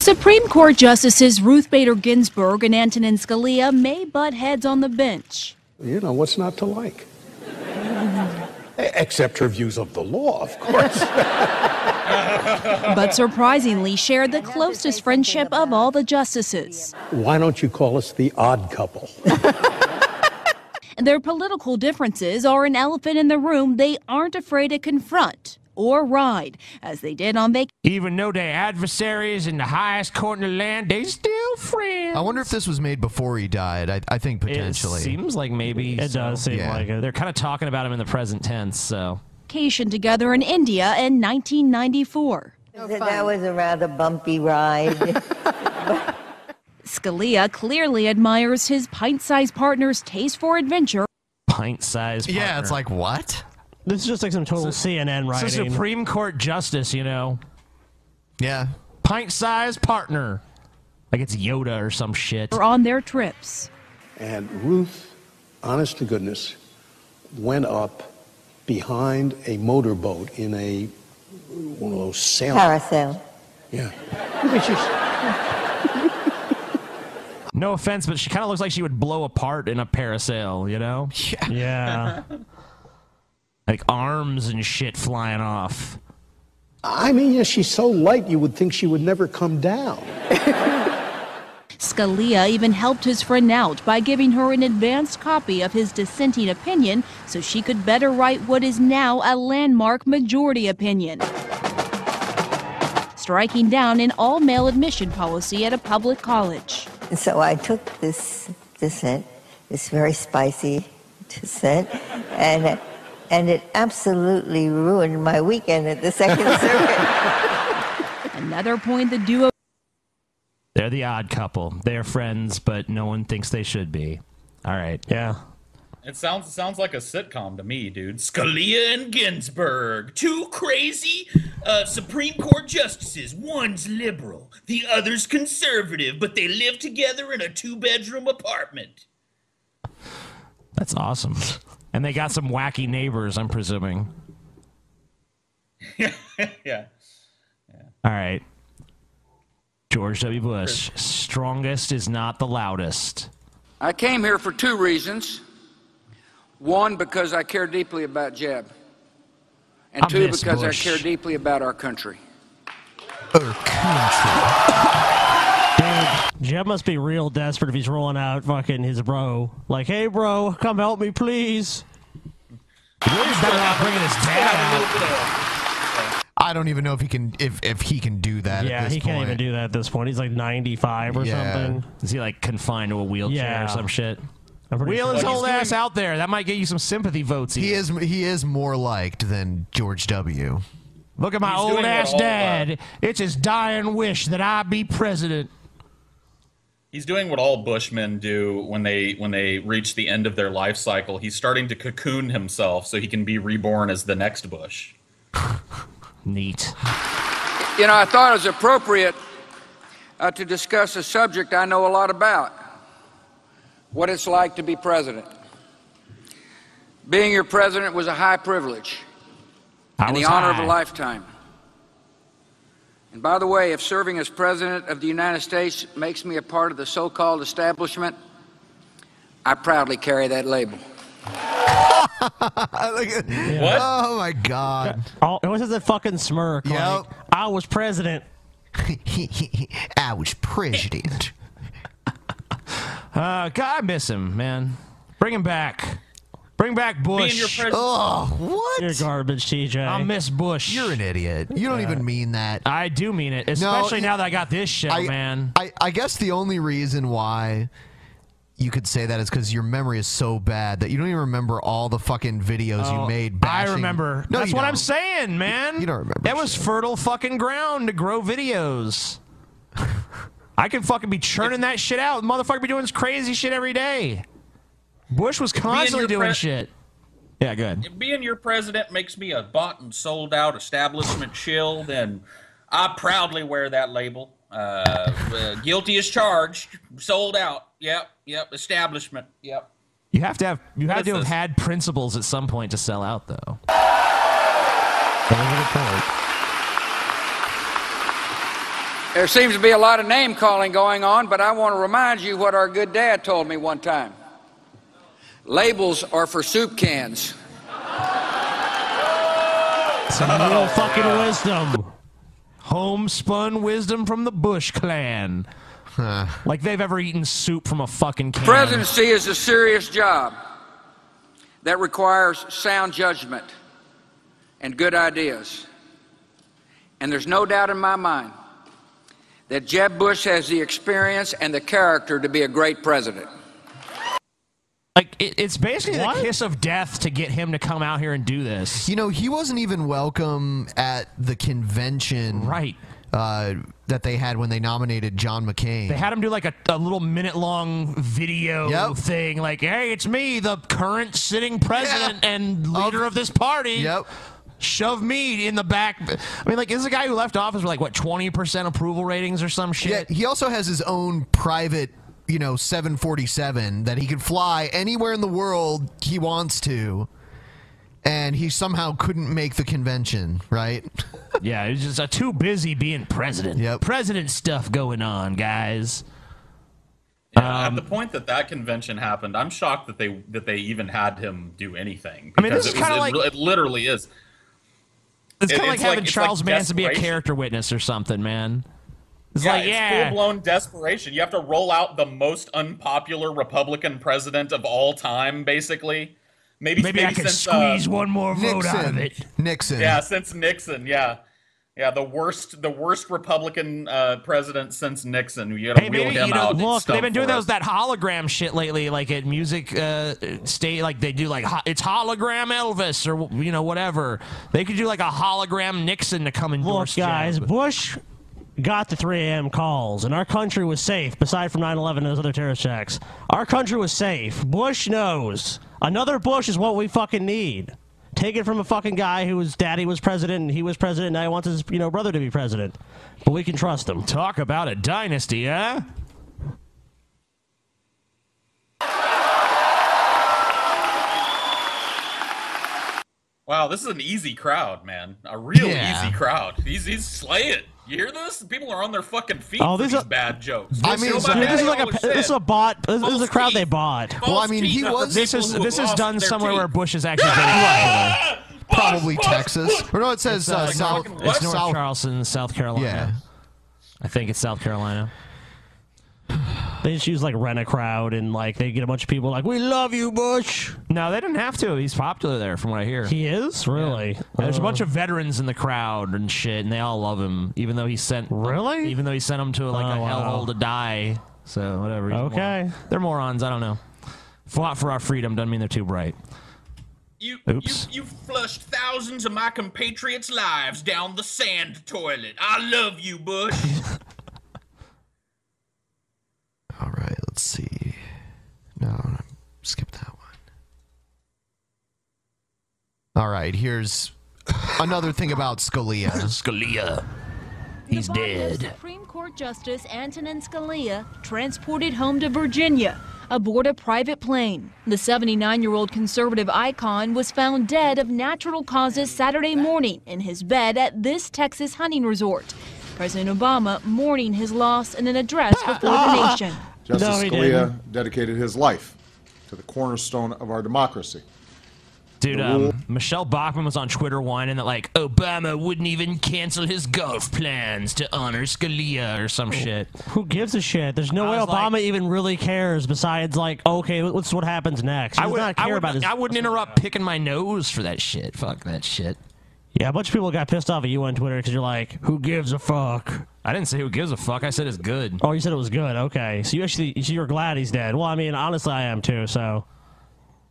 Supreme Court Justices Ruth Bader Ginsburg and Antonin Scalia may butt heads on the bench. You know, what's not to like? Except E, her views of the law, of course. But surprisingly, shared the closest friendship of all the justices. Why don't you call us the odd couple? Their political differences are an elephant in the room they aren't afraid to confront or ride, as they did on vacation. Even though they're adversaries in the highest court in the land, they still friends. I wonder if this was made before he died. I, I think potentially. It seems like maybe. It does seem Yeah. like it. They're kind of talking about him in the present tense, so. together in India in 1994. that was a rather bumpy ride. Scalia clearly admires his pint sized partner's taste for adventure. Pint sized. Yeah, it's like, what? This is just like some total CNN It's writing. a Supreme Court justice, you know. Yeah. Pint sized partner. Like it's Yoda or some shit. Or on their trips. And Ruth, honest to goodness, went up behind a motorboat in a one of those sailings. Carousel. Yeah. Look at you. No offense, but she kind of looks like she would blow apart in a parasail, you know? Yeah. like arms and shit flying off. I mean, yeah, she's so light you would think she would never come down. Scalia even helped his friend out by giving her an advanced copy of his dissenting opinion so she could better write what is now a landmark majority opinion. Striking down an all male admission policy at a public college. And so I took this dissent, this very spicy dissent, and and it absolutely ruined my weekend at the Second Circuit. Another point the duo They're the odd couple. They're friends, but no one thinks they should be. All right. Yeah. It sounds sounds like a sitcom to me, dude. Scalia and Ginsburg, two crazy uh, Supreme Court justices. One's liberal, the other's conservative, but they live together in a two-bedroom apartment. That's awesome. And they got some wacky neighbors, I'm presuming. yeah. All right. George W. Bush, strongest is not the loudest. I came here for two reasons. One, because I care deeply about Jeb. And I two, miss because Bush. I care deeply about our country. Jeb must be real desperate if he's rolling out fucking his bro. Like, hey, bro, come help me, please. bringing his I don't even know if he can if if he can do that. yeah, at this he can't even do that at this point. He's like 95 or Yeah. something. Is he like confined to a wheelchair yeah. or some shit? I'm pretty Wheel sure. his whole ass out there. That might get you some sympathy votes. He is he is more liked than George W. Look at my He's old doing it ass all, uh, dad. It's his dying wish that I be president. He's doing what all Bushmen do when they when they reach the end of their life cycle. He's starting to cocoon himself so he can be reborn as the next Bush. Neat. You know, I thought it was appropriate uh, to discuss a subject I know a lot about what it's like to be president. Being your president was a high privilege I and the was honor of high. a lifetime. And by the way, if serving as president of the United States makes me a part of the so called establishment, I proudly carry that label. What? Oh my god. Oh, it was just a fucking smirk. Like, I was president. I was president. Uh, God, I miss him, man. Bring him back. Bring back Bush. your president- Oh, what? You're garbage, TJ. I miss Bush. You're an idiot. You don't even mean that. I do mean it, especially now that I got this show, I, man. I, I guess the only reason why you could say that is because your memory is so bad that you don't even remember all the fucking videos Oh, you made. I Bashing. remember. No, That's you what don't. I'm saying, man. You don't remember. That was fertile fucking ground to grow videos. I can fucking be churning that shit out. Motherfucker be doing this crazy shit every day. Bush was and constantly your doing pre- shit. Yeah, good. Being your president makes me a bought and sold out establishment shield, and I proudly wear that label. Uh, uh, guilty as charged, sold out. Yep, yep. Establishment. Yep. You have to have you have is to have this? had principles at some point to sell out, though. That was a good point. There seems to be a lot of name calling going on, but I want to remind you what our good dad told me one time. Labels are for soup cans. Some real fucking wisdom. Homespun wisdom from the Bush clan. Like they've ever eaten soup from a fucking can. Presidency is a serious job that requires sound judgment and good ideas. And there's no doubt in my mind that Jeb Bush has the experience and the character to be a great president. Like it, it's basically What? the kiss of death to get him to come out here and do this. You know, he wasn't even welcome at the convention, right? Uh, that they had when they nominated John McCain. They had him do like a, a little minute long video thing, like, "Hey, it's me, the current sitting president and leader of, this party." Yep. Shove me in the back. I mean, like, this is a guy who left office with like what twenty percent approval ratings or some shit. Yeah, he also has his own private, you know, 747 that he can fly anywhere in the world he wants to. And he somehow couldn't make the convention, right? Yeah, it's just uh, too busy being president. President stuff going on, guys. Um, Yeah, at the point that that convention happened, I'm shocked that they that they even had him do anything. I mean, because this is it was- kinda it like- li- it literally is. It's It- kind of like it's having like- it's like Charles Manson be a desperation. character witness or something, man. It's yeah, like, yeah, full blown desperation. You have to roll out the most unpopular Republican president of all time, basically. Maybe Maybe I can since, squeeze uh, one more vote out of it. Nixon. Yeah, since Nixon. Yeah, yeah, the worst, the worst Republican uh, president since Nixon. You got to Hey, wheel maybe him you know, out. and look, stump they've been doing for those it. that hologram shit lately, like at music uh, state, like they do like ho- it's hologram Elvis or you know whatever. They could do like a hologram Nixon to come Look, endorse. guys, Bush got the 3 a.m. calls, and our country was safe, aside from 9 11 and those other terrorist attacks. Our country was safe. Bush knows. Another Bush is what we fucking need. Take it from a fucking guy whose daddy was president and he was president, and now he wants his you know brother to be president. But we can trust him. Talk about a dynasty, huh? Wow, this is an easy crowd, man. A real Yeah. easy crowd. He's he's slaying. You hear this? People are on their fucking feet Oh, for this these is a- bad jokes. I mean, Nobody this is knows like a what this is a bot. This, this is a crowd they bought. Well, I mean, he False teeth. was- This is People who this is lost done their somewhere teeth. where Bush is actually. Getting Probably Texas. Or no, it says It's, uh, uh, like South. North- it's North South- Charleston, South Carolina. Yeah. I think it's South Carolina. They just use like rent a crowd and like they get a bunch of people like we love you, Bush. No, they didn't have to. He's popular there, from what I hear. He is really. There's a bunch Uh, of veterans in the crowd and shit, and they all love him, even though he sent really, even though he sent him to like a Oh, wow. hellhole to die. So whatever. he's a Okay. moron. they're morons. I don't know. Fought for our freedom doesn't mean they're too bright. You, Oops. You, you flushed thousands of my compatriots' lives down the sand toilet. I love you, Bush. All right, let's see. No, no, skip that one. All right, here's another thing about Scalia. Scalia. He's Nevada's Supreme Court Justice Antonin Scalia transported home to Virginia aboard a private plane. The 79 year old conservative icon was found dead of natural causes Saturday morning in his bed at this Texas hunting resort. President Obama mourning his loss in an address before the nation. Justice No, he Scalia didn't. dedicated his life to the cornerstone of our democracy. Dude, The rule- um, Michelle Bachman was on Twitter whining that like Obama wouldn't even cancel his golf plans to honor Scalia or Oh. some shit. Who gives a shit? There's no I way was like- Obama even really cares. Besides, like, okay, what's what happens next? He I does would not I care would about his. I wouldn't interrupt picking my nose for that shit. Fuck that shit. yeah, a bunch of people got pissed off at you on Twitter because you're like, who gives a fuck? I didn't say who gives a fuck. I said it's good. Oh, you said it was good. Okay, so you actually so you're glad he's dead. Well, I mean, honestly, I am too. So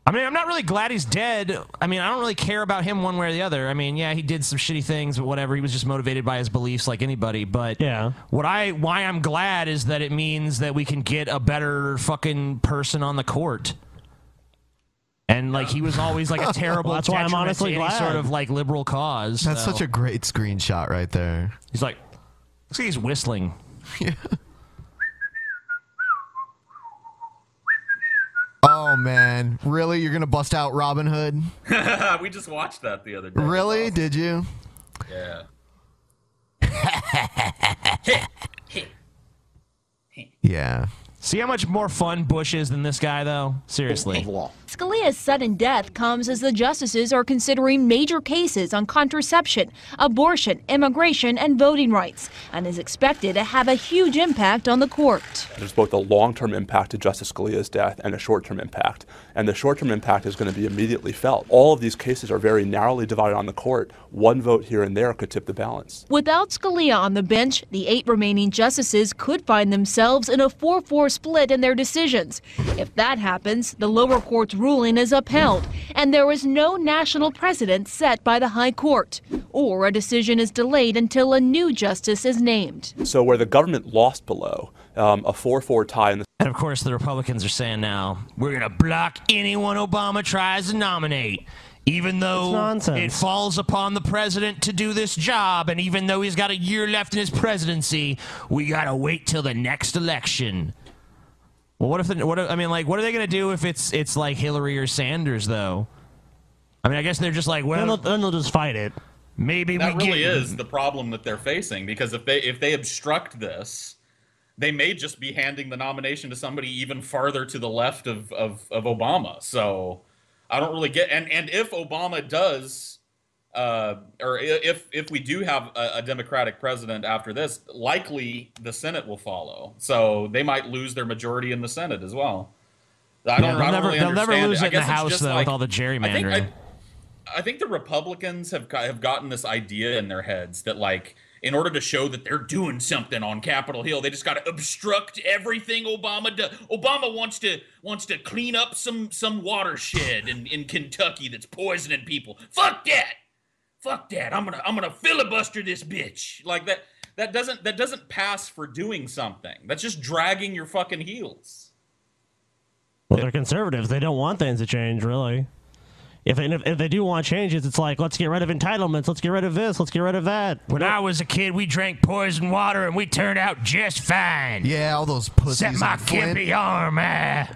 I mean, I'm not really glad he's dead. I mean, I don't really care about him one way or the other. I mean, yeah, he did some shitty things, but whatever. He was just motivated by his beliefs, like anybody. But yeah, what I why I'm glad is that it means that we can get a better fucking person on the court. And like he was always like a terrible. Well, that's why I'm detriment to honestly any glad. sort of like liberal cause. That's so. such a great screenshot right there. He's like, looks like he's whistling. Oh man, really? You're gonna bust out Robin Hood? we just watched that the other day. Really? Did you? Yeah. Yeah. See how much more fun Bush is than this guy, though. Seriously. Scalia's sudden death comes as the justices are considering major cases on contraception, abortion, immigration, and voting rights, and is expected to have a huge impact on the court. There's both a long term impact to Justice Scalia's death and a short term impact. And the short term impact is going to be immediately felt. All of these cases are very narrowly divided on the court. One vote here and there could tip the balance. Without Scalia on the bench, the eight remaining justices could find themselves in a 4 4 split in their decisions. If that happens, the lower court's ruling is upheld, and there is no national precedent set by the High Court, or a decision is delayed until a new justice is named. So, where the government lost below, um, a 4 4 tie in the And of course, the Republicans are saying now we're going to block anyone Obama tries to nominate, even though it falls upon the president to do this job, and even though he's got a year left in his presidency, we got to wait till the next election. Well, what if the, what? If, I mean, like, what are they going to do if it's it's like Hillary or Sanders though? I mean, I guess they're just like, well, Then they'll, then they'll just fight it. maybe that we really get is the problem that they're facing because if they if they obstruct this they may just be handing the nomination to somebody even farther to the left of of, of obama so i don't really get and and if obama does uh, or i- if if we do have a, a democratic president after this likely the senate will follow so they might lose their majority in the senate as well i don't, I Yeah, they'll don't never- really they'll never understand it. lose I it in the guess it's House, just though, with all the I think- I- gerrymandering. I think the Republicans have got- have gotten this idea in their heads that like in order to show that they're doing something on Capitol Hill, they just got to obstruct everything Obama does. Obama wants to wants to clean up some some watershed in, in Kentucky that's poisoning people. Fuck that. Fuck that. I'm gonna I'm gonna filibuster this bitch. Like that that doesn't that doesn't pass for doing something. That's just dragging your fucking heels. Well, they're conservatives. They don't want things to change, really. If they, if, if they do want changes, it's like, let's get rid of entitlements. Let's get rid of this. Let's get rid of that. When I was a kid, we drank poison water and we turned out just fine. Yeah, all those pussies. Set my in Flint. gimpy arm, ah.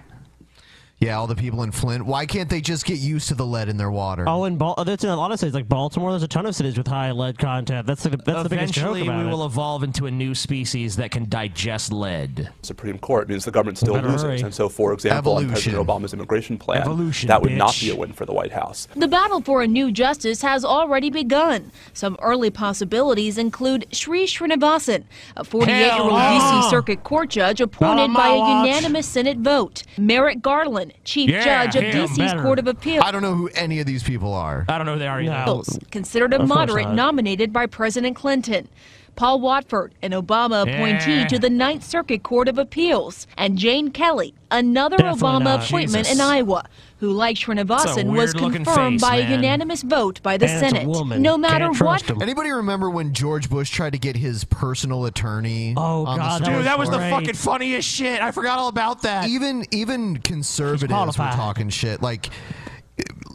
Yeah, all the people in Flint. Why can't they just get used to the lead in their water? Oh, in, Bal- that's in a lot of cities, like Baltimore, there's a ton of cities with high lead content. That's the, that's the biggest joke Eventually, about we it. will evolve into a new species that can digest lead. Supreme Court means the government still Better loses. hurry. And so, for example, on President Obama's immigration plan, Evolution, that would not bitch. be a win for the White House. The battle for a new justice has already begun. Some early possibilities include Sri Srinivasan, a 48 year Hell old no. DC Circuit Court judge appointed my by a watch. unanimous Senate vote. Merrick Garland, chief Yeah, judge of him DC's better. Court of Appeals. I don't know who any of these people are. I don't know who they are either. Considered Of a course moderate not. nominated by President Clinton. Paul Watford, an Obama appointee Yeah. to the Ninth Circuit Court of Appeals, and Jane Kelly, another Definitely Obama not. appointment Jesus. in Iowa, who, like That's a Srinivasan, was weird-looking confirmed face, by man. a unanimous vote by the Senate. No matter what Anybody remember when George Bush tried to get his personal attorney? Oh God, that Dude, was that was the great. fucking funniest shit. I forgot all about that. Even even conservatives were qualified. talking shit like.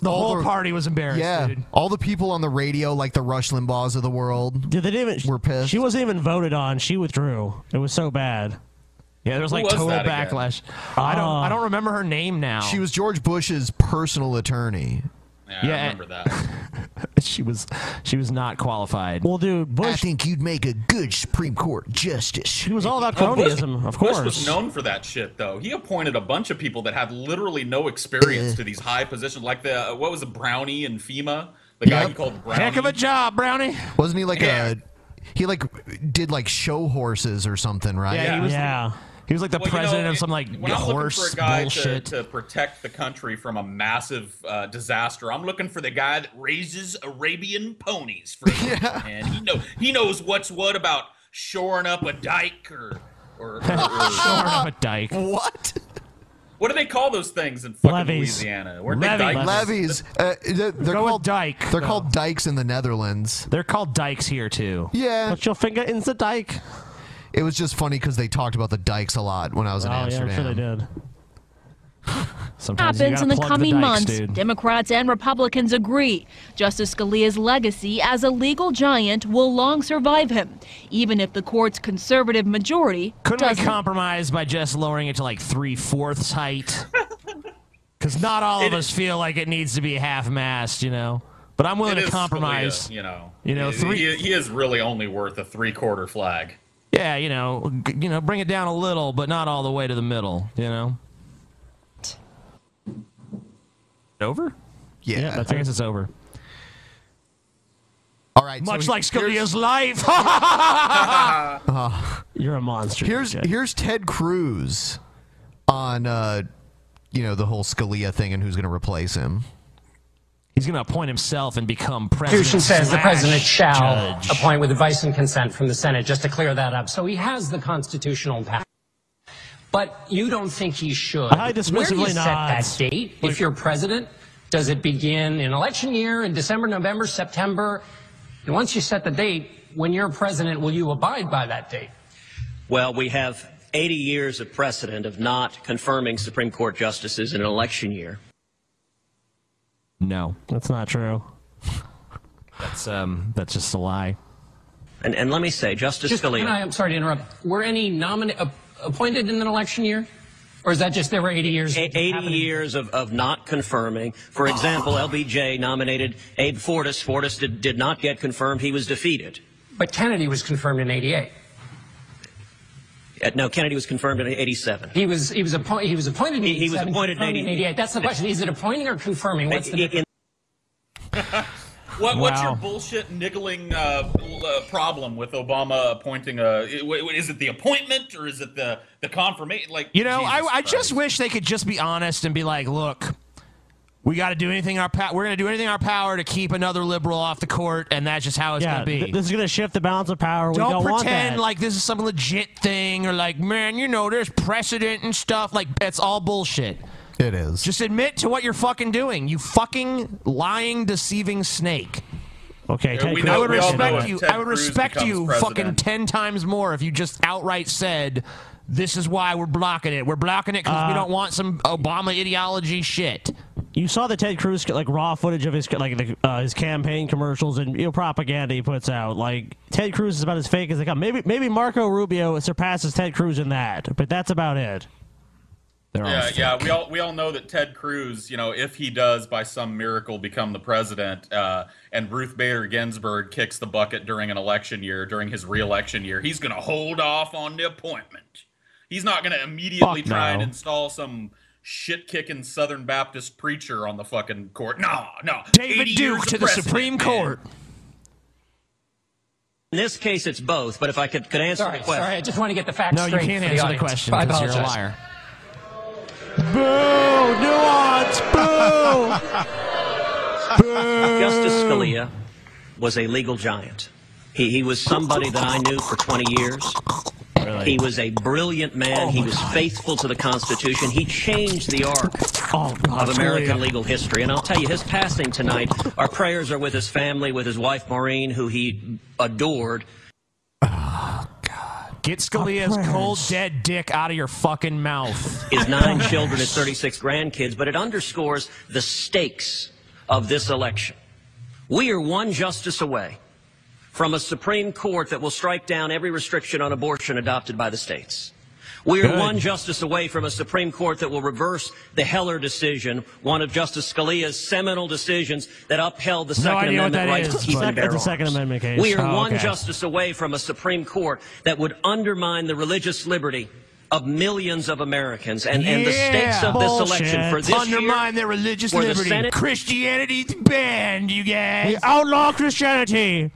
The all whole party was embarrassed, Yeah, dude. all the people on the radio, like the Rush Limbaughs of the world, Dude, they didn't even, were pissed. She wasn't even voted on. She withdrew. It was so bad. Yeah, there was like total backlash. I don't. I don't remember her name now. Uh, She was George Bush's personal attorney. Yeah, I remember that. she was. She was not qualified. Well, dude, Bush. I think you'd make a good Supreme Court justice. He was all about Well, Bush- cronyism, of Bush course. was known for that shit, though. He appointed a bunch of people that had literally no experience to these high positions, like the uh, what was it, Brownie and FEMA, the guy he called Brownie. Heck of a job, Brownie. Wasn't he like a? He like did like show horses or something, right? Yeah, he was. He was like the Well, you know, president of it- some like when I'm looking for horse a guy to, bullshit. to protect the country from a massive uh, disaster, I'm looking for the guy that raises Arabian ponies for you. And he know he knows what's what about shoring up a dike or or, or- Shoring up a dike. What? What do they call those things in fucking Levees. Louisiana? Weren't they dikes? Levees. Uh, they're they're called dike. They're called dikes in the Netherlands. They're called dikes here too. Yeah. Put your finger in the dike. It was just funny because they talked about the dikes a lot when I was in Oh, yeah, I'm sure Amsterdam. they did. Sometimes you happens gotta in the plug coming dikes, months, dude. Democrats and Republicans agree. Justice Scalia's legacy as a legal giant will long survive him, even if the court's conservative majority Couldn't we doesn't. compromise by just lowering it to like three fourths height? Because not all of us feel like it needs to be half mast, you know. But I'm willing It to is compromise. Scalia, you know, You know, He- three- He, he is really only worth a three-quarter flag. Yeah, you know, g- you know, bring it down a little, but not all the way to the middle, you know. Over? Yeah, I guess it's over. All right. Much so like he- Scalia's here's- life. Ah. You're a monster. Here's here's Ted Cruz on uh, you know the whole Scalia thing and who's going to replace him. He's going to appoint himself and become president. Constitution says the slash president shall judge. appoint with advice and consent from the Senate, just to clear that up. So he has the constitutional power. But you don't think he should. I Where do you dismissively set that nods. date Like- if you're president? Does it begin in election year, in December, November, September? And once you set the date, when you're president, will you abide by that date? Well, we have 80 years of precedent of not confirming Supreme Court justices in an election year. No, that's not true. That's um, that's just a lie. And, and let me say, Justice Just- Scalia. and I, am sorry to interrupt. Were any nomin- ap- appointed in an election year? Or is that just there were 80 years? A- 80 years of, of not confirming. For example, LBJ nominated Abe Fortas. Fortas did, did not get confirmed. He was defeated. But Kennedy was confirmed in 88. Uh, no, Kennedy was confirmed in 87. He was he was appointed he was appointed in He- he was 87, appointed in confirmed 88. That's the question. Is it appointing or confirming? What's the Uh, in- difference? What, What's Wow. your bullshit niggling uh, bl- uh, problem with Obama appointing a? i- w- Is it the appointment or is it the the confirmation? Like You know, Jesus I, I Christ. just wish they could just be honest and be like, look, we got to do anything in our power. We're going to do anything in our power to keep another liberal off the court, and that's just how it's yeah, going to be. th- this is going to shift the balance of power. we don't don't want pretend that. like this is some legit thing or like, man, you know, there's precedent and stuff. Like, that's all bullshit. It is. Just admit to what you're fucking doing, you fucking lying, deceiving snake. Okay, I Ted Cruz. would respect if you. Ted I would Cruz respect becomes you president. fucking ten times more if you just outright said, "This is why we're blocking it. We're blocking it because we Uh, don't want some Obama ideology shit." You saw the Ted Cruz like raw footage of his like the, uh, his campaign commercials and you know propaganda he puts out. Like Ted Cruz is about as fake as they come. Maybe maybe Marco Rubio surpasses Ted Cruz in that, but that's about it. Yeah, yeah. We all we all know that Ted Cruz, you know, if he does by some miracle become the president, uh, and Ruth Bader Ginsburg kicks the bucket during an election year, during his reelection year, he's going to hold off on the appointment. He's not going to immediately Fuck try and no. install some shit kicking Southern Baptist preacher on the fucking court. No, no. David 80 years Duke of to the precedent, Supreme man. Court. In this case, it's both. But if I could, could answer Sorry, the question. sorry. I just want to get the facts No, you straight. can't for answer the audience. question I 'cause you're a apologize. liar. Boo! Nuance. Boo! Boo! Justice Scalia was a legal giant. He, he was somebody that I knew for 20 years. He was a brilliant Oh man. he was faithful to the Constitution. He changed the arc Oh, God, of American Scalia. legal history. And I'll tell you, his passing tonight, our prayers are with his family, with his wife Maureen, who he adored. Get Scalia's cold dead dick out of your fucking mouth. his nine children, his 36 grandkids, but it underscores the stakes of this election. We are one justice away from a Supreme Court that will strike down every restriction on abortion adopted by the states. We are Good. one justice away from a Supreme Court that will reverse the Heller decision, one of Justice Scalia's seminal decisions that upheld the No Second idea what Amendment that right is, to keep but- and bear That's a Second arms. Amendment case. We are Oh, one okay. justice away from a Supreme Court that would undermine the religious liberty of millions of Americans and, and the stakes Yeah. of this election for this undermine year, their religious for the liberty. Senate- Christianity's banned, you guys. We outlaw Christianity.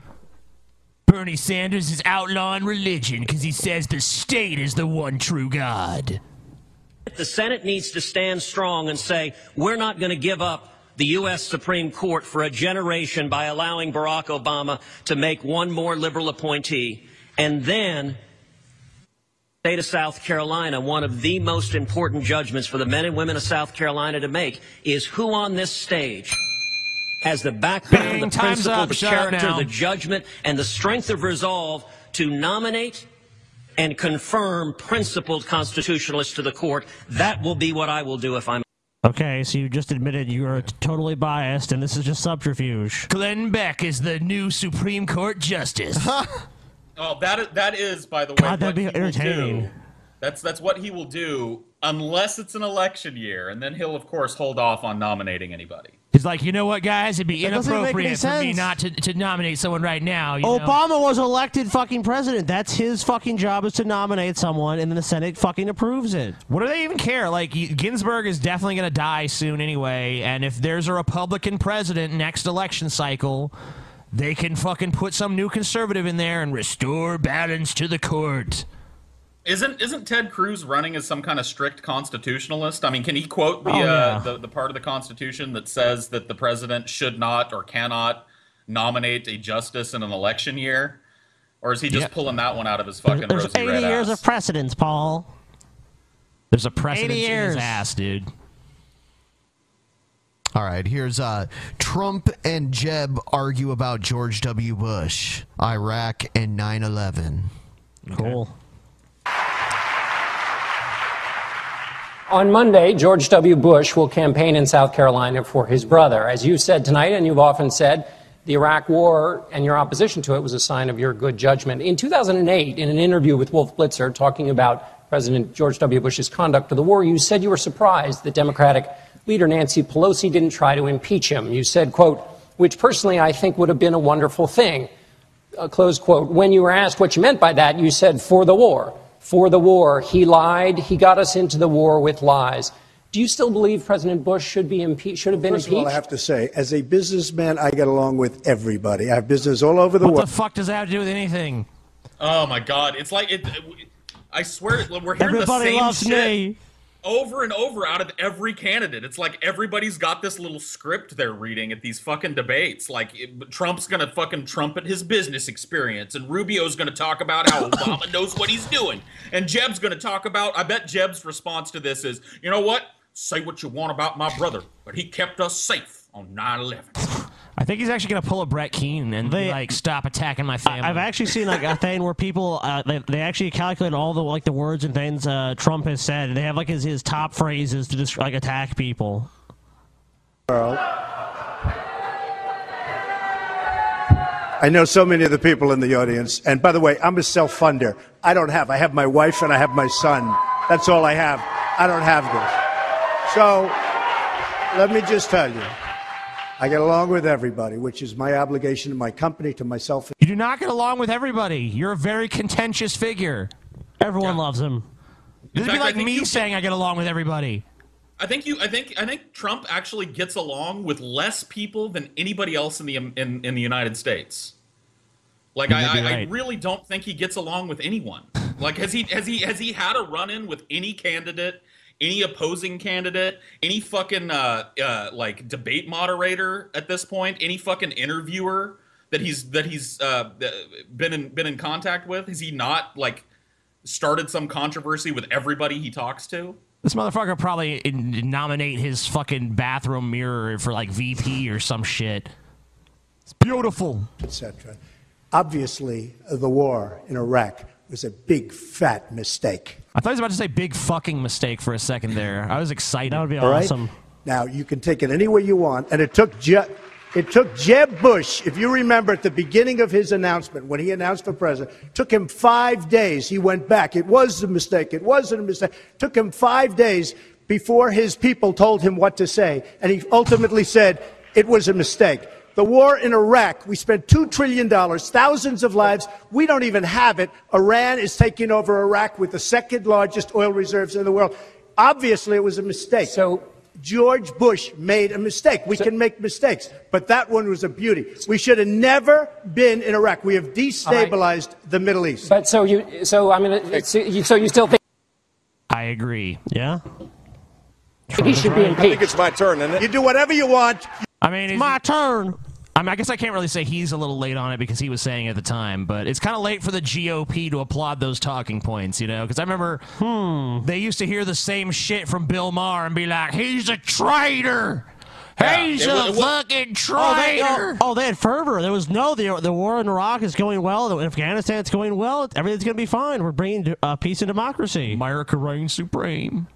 Bernie Sanders is outlawing religion because he says the state is the one true God. The Senate needs to stand strong and say, we're not going to give up the U.S. Supreme Court for a generation by allowing Barack Obama to make one more liberal appointee. And then, state of South Carolina, one of the most important judgments for the men and women of South Carolina to make is who on this stage has the background, Bing, the time's principle, up. the Shut up character, now. the judgment, and the strength of resolve to nominate and confirm principled constitutionalists to the court. That will be what I will do if I'm. Okay, so you just admitted you are totally biased, and this is just subterfuge. Glenn Beck is the new Supreme Court Justice. Oh, that is, that is by the way. God, what that'd be he will do. entertaining. That's that's what he will do unless it's an election year, and then he'll of course hold off on nominating anybody. He's like, you know what, guys? It'd be That doesn't even make any inappropriate for me sense. not to, to nominate someone right now. Oh, You know? Obama was elected fucking president. That's his fucking job is to nominate someone, and then the Senate fucking approves it. What do they even care? Like you- Ginsburg is definitely going to die soon anyway, and if there's a Republican president next election cycle, they can fucking put some new conservative in there and restore balance to the court. Isn't isn't Ted Cruz running as some kind of strict constitutionalist? I mean, can he quote the Oh, uh, yeah. the, the part of the Constitution that says that the president should not or cannot nominate a justice in an election year? Or is he just pulling that one out of his fucking There's rosy 80 red years ass? of precedence, Paul. There's a 80 precedent in years. his ass, dude. All right, here's uh, Trump and Jeb argue about George W. Bush, Iraq, and 9 11. Cool. On Monday, George W. Bush will campaign in South Carolina for his brother. As you said tonight, and you've often said, the Iraq War and your opposition to it was a sign of your good judgment. In 2008, in an interview with Wolf Blitzer talking about President George W. Bush's conduct of the war, you said you were surprised that Democratic leader Nancy Pelosi didn't try to impeach him. You said, quote, which personally I think would have been a wonderful thing uh, close quote. When you were asked what you meant by that, you said, for the war. For the war. He lied. He got us into the war with lies. Do you still believe President Bush should be impe- should have been First of impeached? all, I have to say, as a businessman, I get along with everybody. I have business all over the What world. the fuck does that have to do with anything? Oh my god, it's like it. I swear, we're hearing Everybody the same loves shit me. over and over out of every candidate. It's like everybody's got this little script they're reading at these fucking debates. Like it- Trump's gonna fucking trumpet his business experience, and Rubio's gonna talk about how Obama knows what he's doing, and Jeb's gonna talk about. I bet Jeb's response to this is, you know what? Say what you want about my brother, but he kept us safe on 9-11. I think he's actually going to pull a Brett Keene and be like stop attacking my family. I've actually seen like a thing where people uh, they, they actually calculate all the like the words and things uh, Trump has said, and they have like his, his top phrases to just like attack people. world. I know so many of the people in the audience. And by the way, I'm a self funder. I don't have. I have my wife and I have my son. That's all I have. I don't have this. So let me just tell you I get along with everybody, which is my obligation to my company, to myself. You do not get along with everybody. You're a very contentious figure. Everyone loves him. This would be fact, I like think me saying I get along with everybody. I think you. I think. I think Trump actually gets along with less people than anybody else in the um, in, in the United States. Like You I, may be I, I right. really don't think he gets along with anyone. Like has he has he has he had a run in with any candidate, any opposing candidate, any fucking uh, uh, like debate moderator at this point, any fucking interviewer that he's that he's uh, been in been in contact with? Has he not like started some controversy with everybody he talks to? This motherfucker probably in- nominate his fucking bathroom mirror for like VP or some shit. It's beautiful. etc. Obviously, the war in Iraq was a big fat mistake. I thought he was about to say big fucking mistake for a second there. I was excited. That would be All right? Now you can take it any way you want, and it took Je- it took Jeb Bush, if you remember at the beginning of his announcement when he announced for president, took him five days. He went back. It was a mistake. It wasn't a mistake. Took him five days before his people told him what to say, and he ultimately said it was a mistake. The war in Iraq, we spent $2 trillion, thousands of lives. We don't even have it. Iran is taking over Iraq with the second largest oil reserves in the world. Obviously, it was a mistake. So George Bush made a mistake. We can make mistakes, but that one was a beauty. We should have never been in Iraq. We have destabilized the Middle East. But so you so I mean uh, so you, so you still think I agree. Yeah. he should be impeached? it's my turn, isn't it? You do whatever you want. I mean, it's my turn. I mean, I guess I can't really say he's a little late on it because he was saying at the time, but it's kind of late for the GOP to applaud those talking points, you know? Because I remember they used to hear the same shit from Bill Maher and be like, he's a traitor. He's Yeah, it wa- a it wa- fucking Oh, they, traitor. oh, oh, they had fervor. There was no the the war in Iraq is going well. the- Afghanistan it's going well. Everything's gonna be fine. We're bringing uh, peace and democracy. America reigns supreme.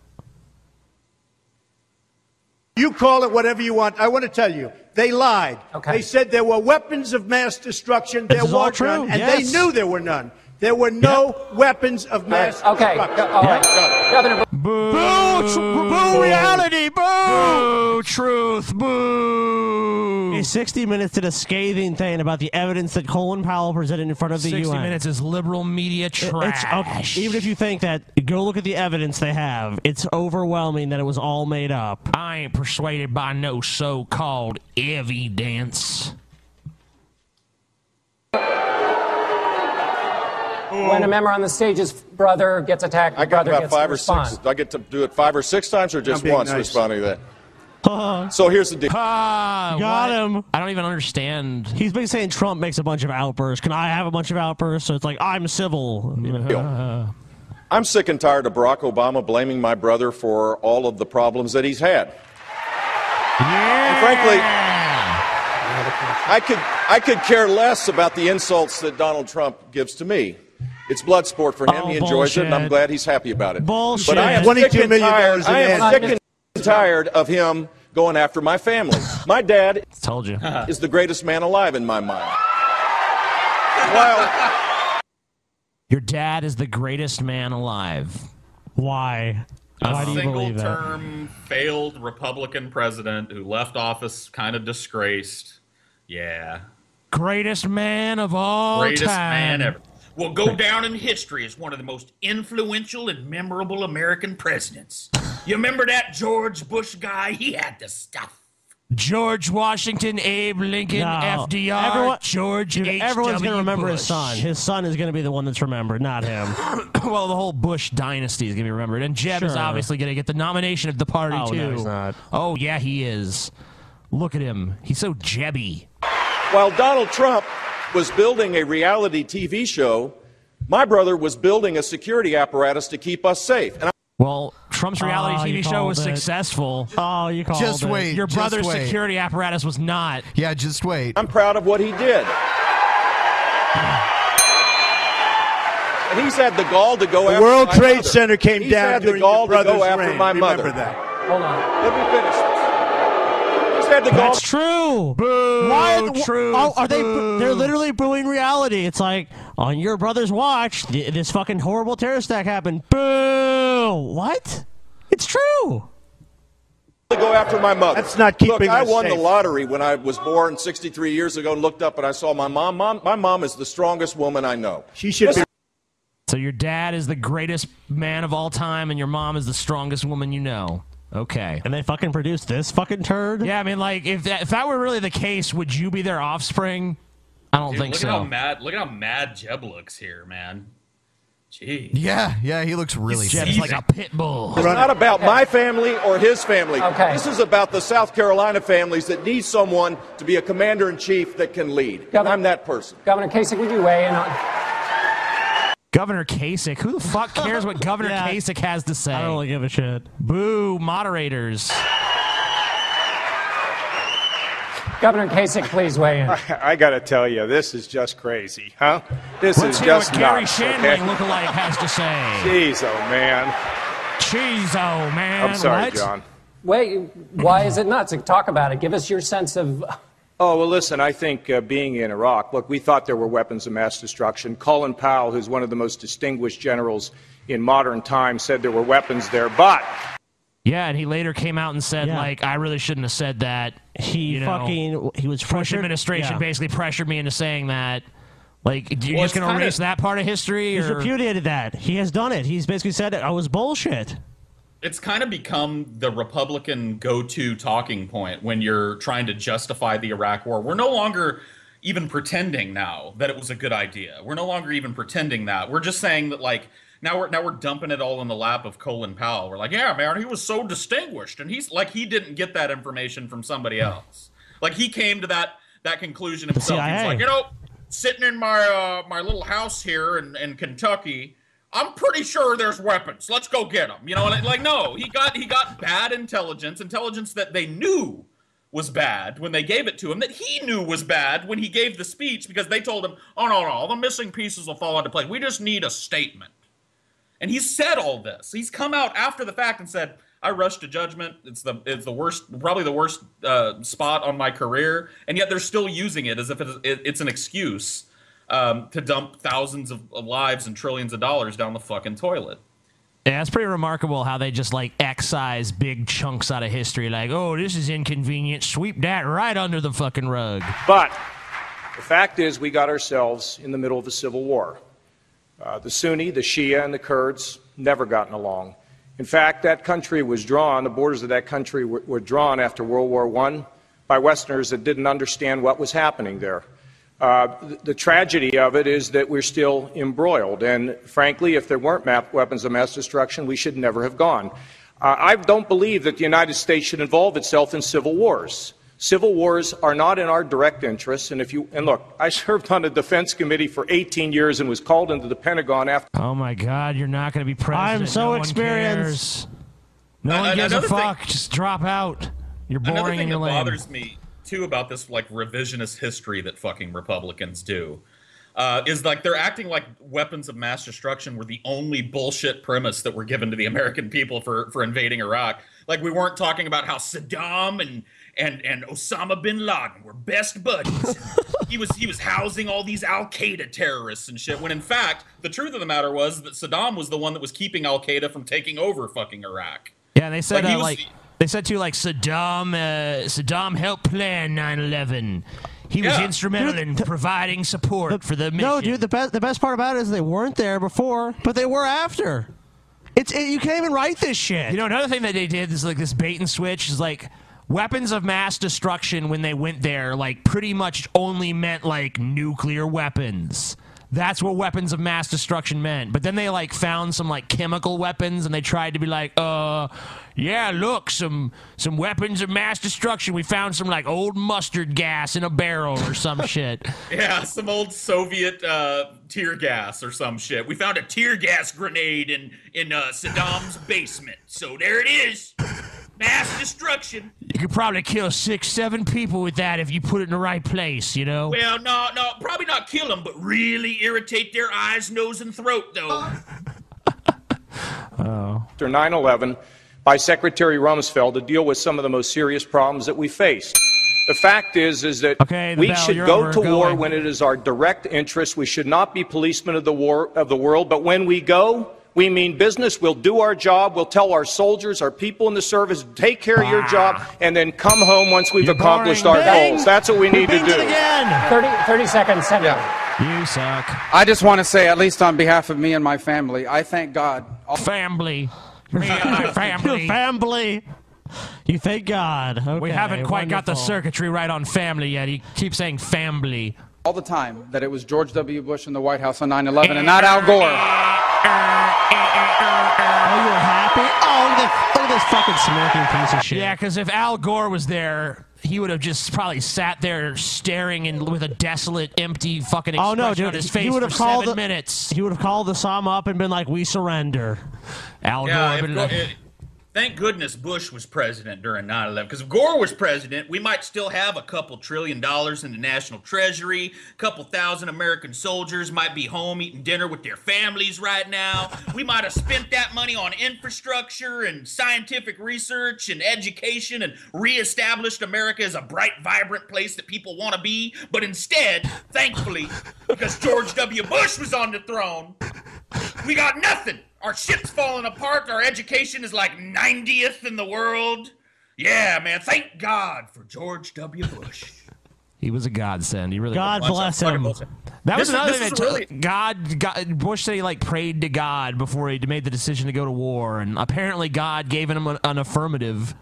You call it whatever you want. I want to tell you, they lied. They said there were weapons of mass destruction. There is all were true, none, and yes. they knew there were none. There were no weapons of mass Okay. destruction. All right. Governor Boo. Boo, boo reality, boo! truth, boo! 60 Minutes did a scathing thing about the evidence that Colin Powell presented in front of the 60 UN. Minutes is liberal media It- trash. It's, okay, even if you think that, go look at the evidence they have. It's overwhelming that it was all made up. I ain't persuaded by no so-called evidence. When a member on the stage's brother gets attacked, I the got brother about gets five to or respond. six. I get to do it five or six times, or just being once nice. responding to Uh-huh. that. so here's the deal. Ah, Got what? him. I don't even understand. He's been saying Trump makes a bunch of outbursts. Can I have a bunch of outbursts? So it's like, I'm civil. I'm sick and tired of Barack Obama blaming my brother for all of the problems that he's had. And frankly, I could I could care less about the insults that Donald Trump gives to me. It's blood sport for him. Oh, he enjoys it, and I'm bullshit. glad he's happy about it. Bullshit. But I am sick 22 and million tired. dollars in I am ads. sick and tired of him going after my family. My dad told you is the greatest man alive in my mind. While Your dad is the greatest man alive. Why? Why a do you single believe that? term failed Republican president who left office kind of disgraced. Yeah. Greatest man of all Greatest time. man ever. Will go down in history as one of the most influential and memorable American presidents. You remember that George Bush guy? He had the stuff. George Washington, Abe Lincoln, No. FDR, Everyone- George Dude, H. everyone's W. gonna remember his Bush. son. His son is going to be the one that's remembered, not him. well, the whole Bush dynasty is going to be remembered, and Jeb is Sure. obviously going to get the nomination of the party Oh, too. no, he's not. Oh yeah, he is. Look at him. He's so jebby. While Donald Trump was building a reality TV show, my brother was building a security apparatus to keep us safe. And I- Well, Trump's reality Oh, you TV show was called it. successful. Oh, you called Just it. wait, Your just brother's wait. security apparatus was not. Yeah, just wait. I'm proud of what he did. And he's had the gall to go The after World my Trade mother. Center came he's down had the during gall your to go brother's after reign. my mother. Remember that. Hold on. Let me finish this. He's had the gall That's true. Boo, Why are the, truth, oh, are they? They're literally booing reality. It's like on your brother's watch, th- this fucking horrible terrorist attack happened. Boo! What? It's true. to go after my mother. That's not Look, keeping I us won safe. the lottery when I was born 63 years ago and looked up and I saw my mom. mom my mom is the strongest woman I know. She should be. So your dad is the greatest man of all time, and your mom is the strongest woman you know. Okay. And they fucking produced this fucking turd. Yeah, I mean, like if that, if that were really the case, would you be their offspring? I don't Dude, think look so. at how mad look at how mad Jeb looks here, man. Jeez. Yeah, yeah, he looks really Jeb's sick. like a pit bull. It's not about my family or his family. This is about the South Carolina families that need someone to be a commander in chief that can lead. And I'm that person. Governor Kasich, would you weigh in on? Governor Kasich. Who the fuck cares what Governor Kasich has to say? I don't really give a shit. Boo, moderators. Governor Kasich, please weigh in. I gotta tell you, this is just crazy, huh? This Let's is hear just what Gary nuts. Shandling okay? lookalike has to say. Jeez, oh man. Jeez, oh man. I'm sorry, what? John. Wait, why is it nuts? Talk about it. Give us your sense of. uh, Oh, well, listen, I think uh, being in Iraq, look, we thought there were weapons of mass destruction. Colin Powell, who's one of the most distinguished generals in modern times, said there were weapons there, but. Yeah, and he later came out and said, Yeah. like, I really shouldn't have said that. He You know, fucking he was Bush pressured. administration yeah. basically pressured me into saying that. Like, you're Well, just it's gonna kinda- erase that part of history? He's Or? repudiated that. He has done it. He's basically said it. I was bullshit. It's kind of become the Republican go to talking point when you're trying to justify the Iraq war. We're no longer even pretending now that it was a good idea. We're no longer even pretending that. We're just saying that, like, now we're now we're dumping it all in the lap of Colin Powell. We're like, yeah, man, he was so distinguished, and he's like, he didn't get that information from somebody else. Like, he came to that that conclusion himself. He's CIA. like, you know, sitting in my uh, my little house here in, in Kentucky. I'm pretty sure there's weapons. Let's go get them. You know, like, like no, he got he got bad intelligence, intelligence that they knew was bad when they gave it to him, that he knew was bad when he gave the speech because they told him, oh no, no, all the missing pieces will fall into place. We just need a statement. And he said all this. He's come out after the fact and said, "I rushed to judgment. It's the it's the worst, probably the worst uh, spot on my career." And yet they're still using it as if it is, it, it's an excuse um, to dump thousands of of lives and trillions of dollars down the fucking toilet. Yeah, it's pretty remarkable how they just like excise big chunks out of history. Like, oh, this is inconvenient. Sweep that right under the fucking rug. But the fact is, we got ourselves in the middle of a civil war. Uh, the Sunni, the Shia, and the Kurds never gotten along. In fact, that country was drawn, the borders of that country were, were drawn after World War I by Westerners that didn't understand what was happening there. Uh, the, the tragedy of it is that we're still embroiled, and frankly, if there weren't map, weapons of mass destruction, we should never have gone. Uh, I don't believe that the United States should involve itself in civil wars. Civil wars are not in our direct interests, and if you and look, I served on the Defense Committee for 18 years and was called into the Pentagon after. Oh my God, you're not going to be president. I'm so No one experienced. cares. No one Uh, gives a another thing- fuck. Just drop out. You're Another thing boring and that you're lame. bothers me too about this like revisionist history that fucking Republicans do uh, is like they're acting like weapons of mass destruction were the only bullshit premise that were given to the American people for for invading Iraq. Like we weren't talking about how Saddam and and and Osama bin Laden were best buddies. he was he was housing all these Al Qaeda terrorists and shit. When in fact, the truth of the matter was that Saddam was the one that was keeping Al Qaeda from taking over fucking Iraq. Yeah, they Like, said like, he uh, was like they said to like Saddam. Uh, Saddam helped plan 9/11. He was Yeah. instrumental Dude, in providing support for the mission. No, dude, the best the best part about it is they weren't there before, but they were after. It's it, you can't even write this shit. You know, another thing that they did is like this bait and switch is like weapons of mass destruction when they went there, like pretty much only meant like nuclear weapons. That's what weapons of mass destruction meant. But then they like found some like chemical weapons and they tried to be like, uh, yeah, look, some some weapons of mass destruction. We found some like old mustard gas in a barrel or some shit. Yeah, some old Soviet uh, tear gas or some shit. We found a tear gas grenade in in uh, Saddam's basement. So there it is, mass destruction. You could probably kill six, seven people with that if you put it in the right place, you know? Well, no, no, probably not kill them, but really irritate their eyes, nose, and throat, though. Oh. after 9 11 by Secretary Rumsfeld to deal with some of the most serious problems that we face. The fact is, is that the we bell, should you're go over, to go war away. when it is our direct interest. We should not be policemen of the war of the world, but when we go, we mean business. We'll do our job. We'll tell our soldiers, our people in the service, take care of your job, and then come home once we've accomplished our Bing! goals. That's what we need to Bing do. it again. 30, 30 seconds. Senator. You suck. I just want to say, at least on behalf of me and my family, I thank God. Family. Me and my family. family. You thank God. we haven't quite got the circuitry right on family yet. He keeps saying family. all the time that it was George W. Bush in the White House on 9 11 and not Al Gore. Oh, you're happy? Oh, look at, this, look at this fucking smirking piece of shit. Yeah, because if Al Gore was there, he would have just probably sat there staring and with a desolate, empty fucking expression Oh no, dude! on his face he would for have called seven the, minutes. He would have called the Somme up and been like, "We surrender." Al Yeah, Gore. if been Go- like- eh, thank goodness Bush was president during 9 11. Because if Gore was president, we might still have a couple trillion dollars in the national treasury. A couple thousand American soldiers might be home eating dinner with their families right now. We might have spent that money on infrastructure and scientific research and education and reestablished America as a bright, vibrant place that people want to be. But instead, thankfully, because George W. Bush was on the throne, we got nothing. Our ship's falling apart. Our education is like 90th in the world. Yeah, man. Thank God for George W. Bush. He was a godsend. He really. God was. bless him. That was This is- another this thing. is That really- God, God, Bush said he like prayed to God before he made the decision to go to war, and apparently God gave him an, an affirmative.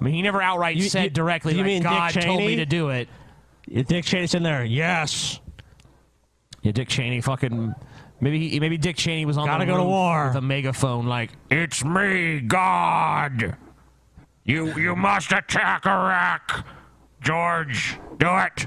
I mean, he never outright You- said you- directly you like, mean Dick God told Cheney?" me to do it. Dick Cheney's in there. Yes. Yeah, Dick Cheney fucking. Maybe he, maybe Dick Cheney was on Gotta the go to roof war. with a megaphone like it's me God. You you must attack Iraq, George. Do it.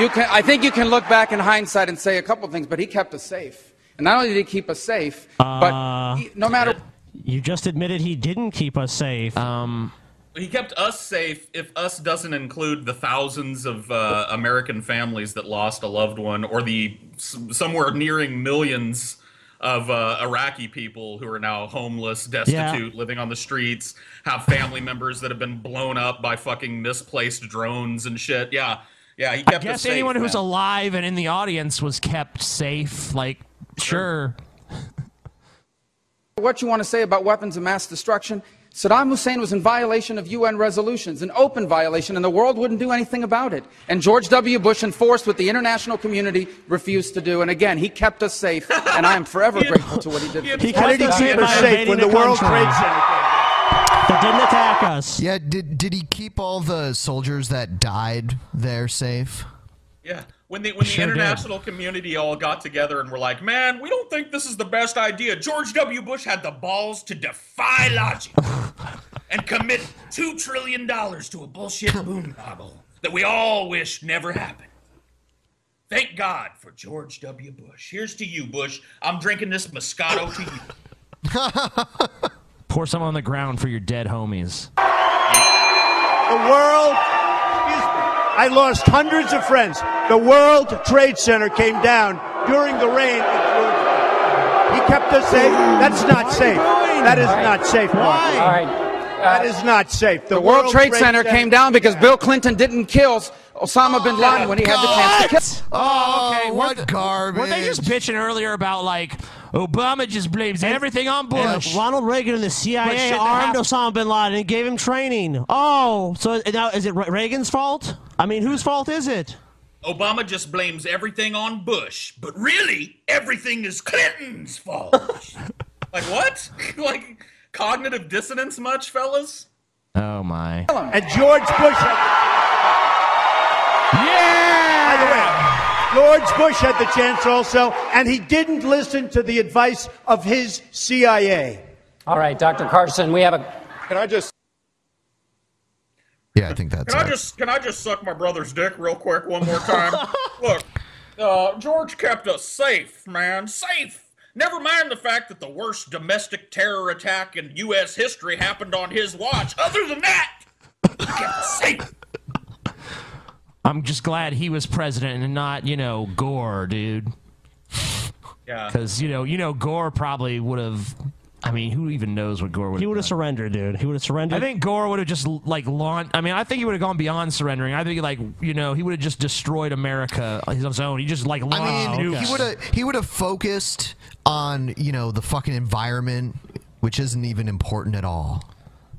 You can, I think you can look back in hindsight and say a couple things, but he kept us safe. And not only did he keep us safe, but he, no matter. Uh, You just admitted he didn't keep us safe. Um. He kept us safe if us doesn't include the thousands of uh, American families that lost a loved one or the s- somewhere nearing millions of uh, Iraqi people who are now homeless, destitute, living on the streets, have family members that have been blown up by fucking misplaced drones and shit. Yeah, yeah. He I kept us guess safe, anyone who's man. alive and in the audience was kept safe. Like, sure. What you want to say about weapons of mass destruction? Saddam Hussein was in violation of UN resolutions, an open violation, and the world wouldn't do anything about it. And George W. Bush enforced what the international community refused to do. And again, he kept us safe, and I am forever grateful to what he did. for He us. kept How did he us keep safe us by safe invading when the the world country? trade center They didn't attack us. Yeah, did did he keep all the soldiers that died there safe? Yeah. When the when the Sure did. international community all got together and were like, "Man, we don't think this is the best idea." George W. Bush had the balls to defy logic and commit two trillion dollars to a bullshit boom novel that we all wish never happened. Thank God for George W. Bush. Here's to you, Bush. I'm drinking this Moscato to you. Pour some on the ground for your dead homies. The world, excuse me, I lost hundreds of friends. The World Trade Center came down during the rain. He kept us safe. That's not safe. That is not safe, Mark. Why? All right. That is not safe. The World Trade Center came down because Bill Clinton didn't kill Osama bin Laden when he had the chance to kill. Oh, okay. what garbage. Were they just bitching earlier about like Obama just blames everything on And Bush? Ronald Reagan and the CIA shouldn't armed have- Osama bin Laden and gave him training. Oh, so now is it Re- Reagan's fault? I mean, whose fault is it? Obama just blames everything on Bush, but really, everything is Clinton's fault. like what? like cognitive dissonance, much, fellas? Oh my. And George Bush. Yeah! By the way, George Bush had the chance also, and he didn't listen to the advice of his CIA. All right, Dr. Carson, we have a. Can I just. Yeah, I think that's Can I just can I just suck my brother's dick real quick one more time? Look, uh, George kept us safe, man, safe. Never mind the fact that the worst domestic terror attack in U.S. history happened on his watch. Other than that, he kept us safe. I'm just glad he was president and not, you know, Gore, dude. Yeah. Because you know, you know, Gore probably would have. I mean, who even knows what Gore would? He would have surrendered, dude. He would have surrendered. I think Gore would have just like launched. I mean, I think he would have gone beyond surrendering. I think like you know he would have just destroyed America on his own. He just like launched. I mean, nukes. he would have he would have focused on you know the fucking environment, which isn't even important at all.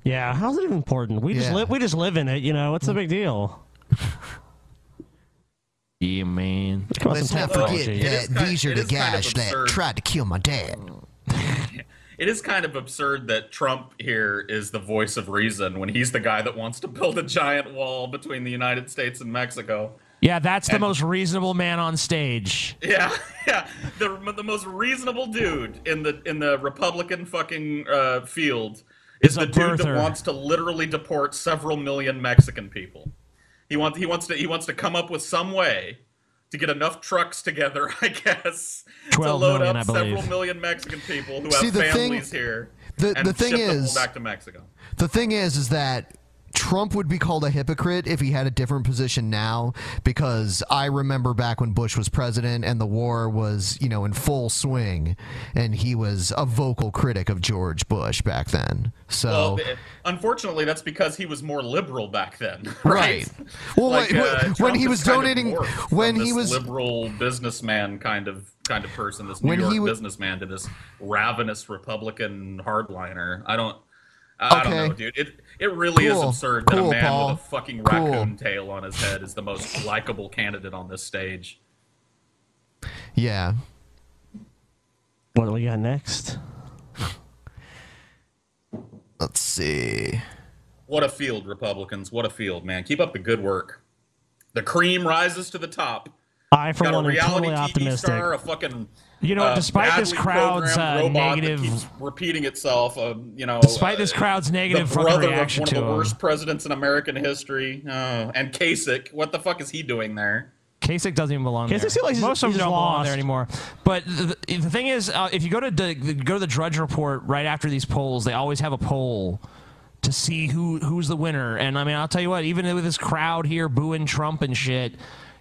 Yeah, how's it even important? We just Yeah. live. We just live in it. You know, Mm. what's the big deal? Yeah, man. Let's not forget that these are it the is kind of guys that absurd. tried to kill my dad. It is kind of absurd that Trump here is the voice of reason when he's the guy that wants to build a giant wall between the United States and Mexico. Yeah, that's the most reasonable man on stage. Yeah, yeah, the the most reasonable dude in the in the Republican fucking uh, field is Is the a dude that birther. wants to literally deport several million Mexican people. He wants he wants to he wants to come up with some way to get enough trucks together, I guess, to 12 load million, up I several believe. million Mexican people who See, have the thing- families here the- and the thing ship them all is- back to Mexico. The thing is, is that Trump would be called a hypocrite if he had a different position now, because I remember back when Bush was president and the war was, you know, in full swing, and he was a vocal critic of George Bush back then. So, Well, th- unfortunately, that's because he was more liberal back then, Right. right? Well, when- when- uh, Trump when he is was kind of donating- morphed from when he this was- liberal businessman kind of kind of person, this New When York he wa- businessman to this ravenous Republican hardliner. I don't, I, I Okay. don't know, dude. It it really is Cool. absurd that Cool, a man Paul. with a fucking Cool. raccoon tail on his head is the most likable candidate on this stage. yeah. What do we got next? Let's see. What a field, Republicans! What a field, man! Keep up the good work. The cream rises to the top. I, for Got one, a am reality totally TV optimistic. star, a fucking You know, uh, despite this badly crowd's, programmed uh, robot that negative- keeps repeating itself, um, you know, Despite uh, this crowd's negative the fucking brother reaction of one to of the him. worst presidents in American history, oh, and Kasich. What the fuck is he doing there? Kasich doesn't even belong Kasich there. seems like he's- Most of them he's don't belong lost. there anymore. But the, the the thing is, uh, if you go to the, go to the Drudge Report right after these polls, they always have a poll to see who who's the winner. And I mean, I'll tell you what, even with this crowd here booing Trump and shit,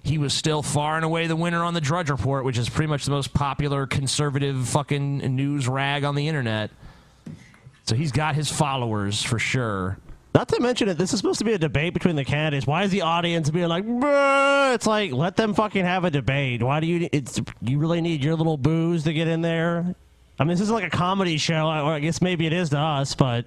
He was still far and away the winner on the Drudge Report, which is pretty much the most popular conservative fucking news rag on the internet. So he's got his followers for sure. Not to mention it, this is supposed to be a debate between the candidates. Why is the audience being like, "Bruh"? it's like, let them fucking have a debate. Why do you, it's, you really need your little booze to get in there? I mean, this is like a comedy show, or I guess maybe it is to us, but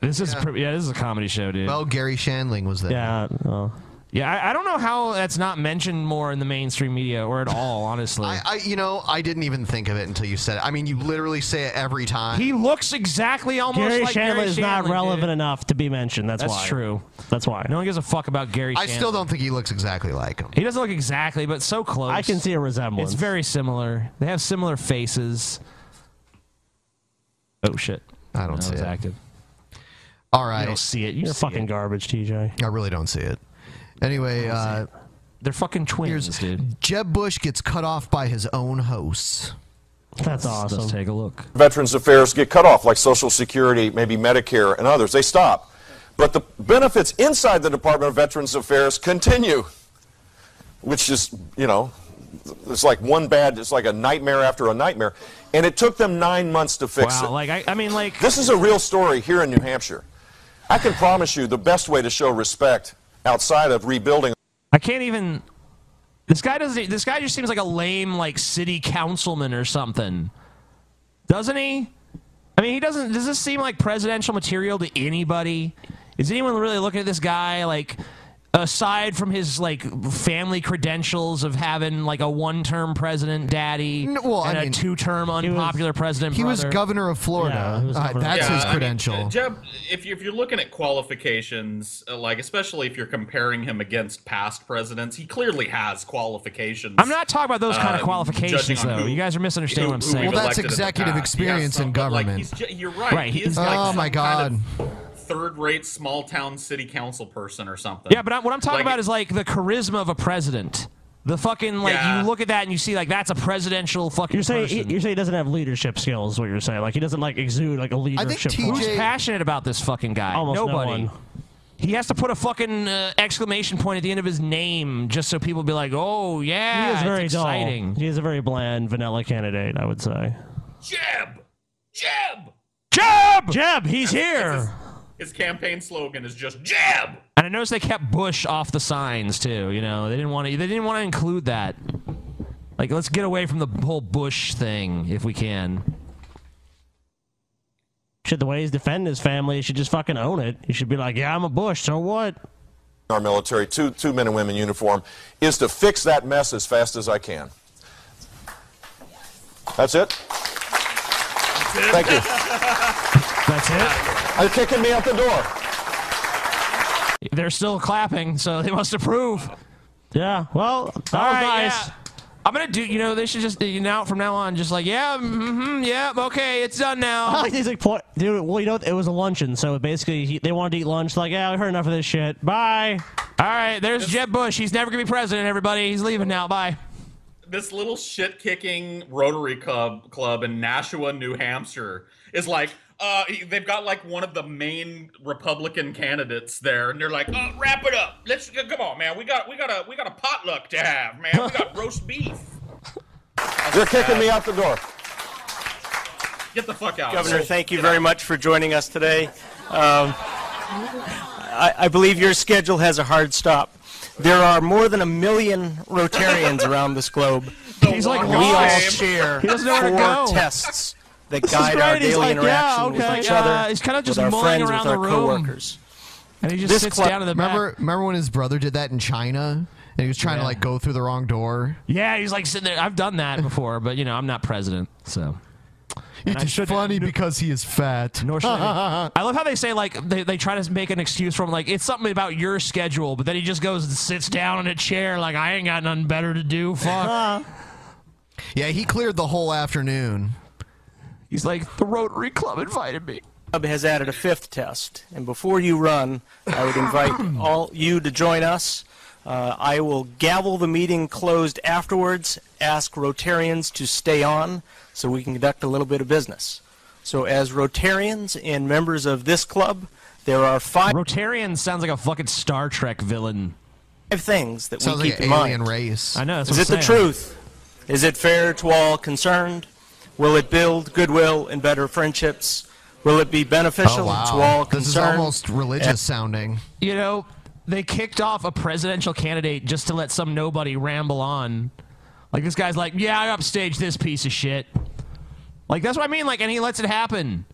this is, pre- yeah, this is a comedy show, dude. Well, Gary Shandling was there. Yeah. Yeah, I, I don't know how that's not mentioned more in the mainstream media or at all, honestly. I, you know, I didn't even think of it until you said it. I mean, you literally say it every time. he looks exactly almost Gary like Shandling Gary is not Shandling, relevant dude. enough to be mentioned. That's, That's why. true. That's why. No one gives a fuck about Gary. I still Shandling. don't think he looks exactly like him. He doesn't look exactly, but so close. I can see a resemblance. It's very similar. They have similar faces. Oh shit! I don't No, see it's it. active. All right. You don't see it. You You're see fucking it. garbage, TJ. I really don't see it. Anyway, uh, they're fucking twins, dude. Jeb Bush gets cut off by his own hosts. That's awesome. Let's take a look. Veterans Affairs get cut off, like Social Security, maybe Medicare, and others. They stop. But the benefits inside the Department of Veterans Affairs continue, which is, you know, it's like one bad, it's like a nightmare after a nightmare. And it took them nine months to fix Wow, it. like I, I mean, like This is a real story here in New Hampshire. I can promise you the best way to show respect outside of rebuilding. I can't even. This guy doesn't. This guy just seems like a lame, like city councilman or something, doesn't he? I mean, he doesn't. Does this seem like presidential material to anybody? Is anyone really looking at this guy like? Aside from his like family credentials of having like a one-term president daddy N- well, I and a mean, two-term unpopular president, He was brother. governor of Florida. Yeah, he was Uh, governor of that's Florida. his Yeah, I mean, credential. Uh, Jeb, if, you, if you're looking at qualifications, uh, like especially if you're comparing him against past presidents, he clearly has qualifications. I'm not talking about those kind of um, qualifications judging on though. who- you guys are misunderstanding who- what I'm who saying. we've elected in the past. He has some, but, like, he's ju- you're right. Right, He he- is like Oh, some my kind of third-rate small-town city council person or something. Yeah, but I, what I'm talking about is like the charisma of a president. The fucking like Yeah. you look at that and you see like that's a presidential fucking You're saying person. you're saying he doesn't have leadership skills. Is what you're saying? Like he doesn't like exude like a leadership. who's quality. passionate about this fucking guy? Almost no Nobody. one. He has to put a fucking uh, exclamation point at the end of his name just so people be like, "Oh yeah, he is very it's exciting." dull. He is a very bland vanilla candidate, I would say. Jeb, Jeb. Jeb, Jeb, he's His, here. his campaign slogan is just Jeb. And I noticed they kept Bush off the signs too. You know, they didn't want to. They didn't want to include that. Like, let's get away from the whole Bush thing if we can. Should the way he's defending his family, he should just fucking own it. He should be like, yeah, I'm a Bush, so what? our military, two, two men and women in uniform, is to fix that mess as fast as I can. That's it. Thank you. That's it. They're kicking me out the door. They're still clapping, so they must approve. Yeah. Well, that was nice. oh, I'm gonna do. You know, they should just you know from now on, just like yeah, mm-hmm, yeah, okay, it's done I now. like these like, pl- dude. Well, you know, it was a luncheon, so basically he, they wanted to eat lunch. Like, yeah, I heard enough of this shit. Bye. Ah, All right, there's Jeb Bush. He's never gonna be president. Everybody, he's leaving now. Bye. this little shit kicking Rotary Club club in Nashua, New Hampshire is like uh they've got like one of the main Republican candidates there and they're like, "Uh, wrap it up. Let's uh, come on, man. We got we got a we got a potluck to have, man. We got roast beef. They're kicking me out the door. Get the fuck out." Governor, thank you very much for joining us today. Um, I, I believe your schedule has a hard stop. There are more than a million Rotarians around this globe. He's like, we "Why?" all share He doesn't know where to go. four tests that This is guide our great. He's daily like, interaction yeah, okay, with each uh, other. he's kinda just with our mulling friends, around with our the room. coworkers. And he just This sits club- down in the back. remember, remember when his brother did that in China, and he was trying to Yeah. like go through the wrong door. Yeah, he's like sitting there. I've done that before, but you know, I'm not president, so. And I It's funny because he is fat. Nor should I, be. I love how they say like they, they try to make an excuse for him like it's something about your schedule, but then he just goes and sits down in a chair like I ain't got nothing better to do. Fuck. yeah, he cleared the whole afternoon. He's like the Rotary Club invited me. Club has added a fifth test, and before you run, I would invite all you to join us. Uh, I will gavel the meeting closed afterwards. Ask Rotarians to stay on so we can conduct a little bit of business. So, as Rotarians and members of this club, there are five. Rotarian sounds like a fucking Star Trek villain. five things that Sounds we like keep an in alien mind. race. I know, that's Is it what I'm the saying. truth? Is it fair to all concerned? Will it build goodwill and better friendships? Will it be beneficial Oh, wow. to all concerned? This is almost religious sounding. You know, they kicked off a presidential candidate just to let some nobody ramble on. Like this guy's like, yeah, I upstaged this piece of shit. Like that's what I mean. Like, and he lets it happen.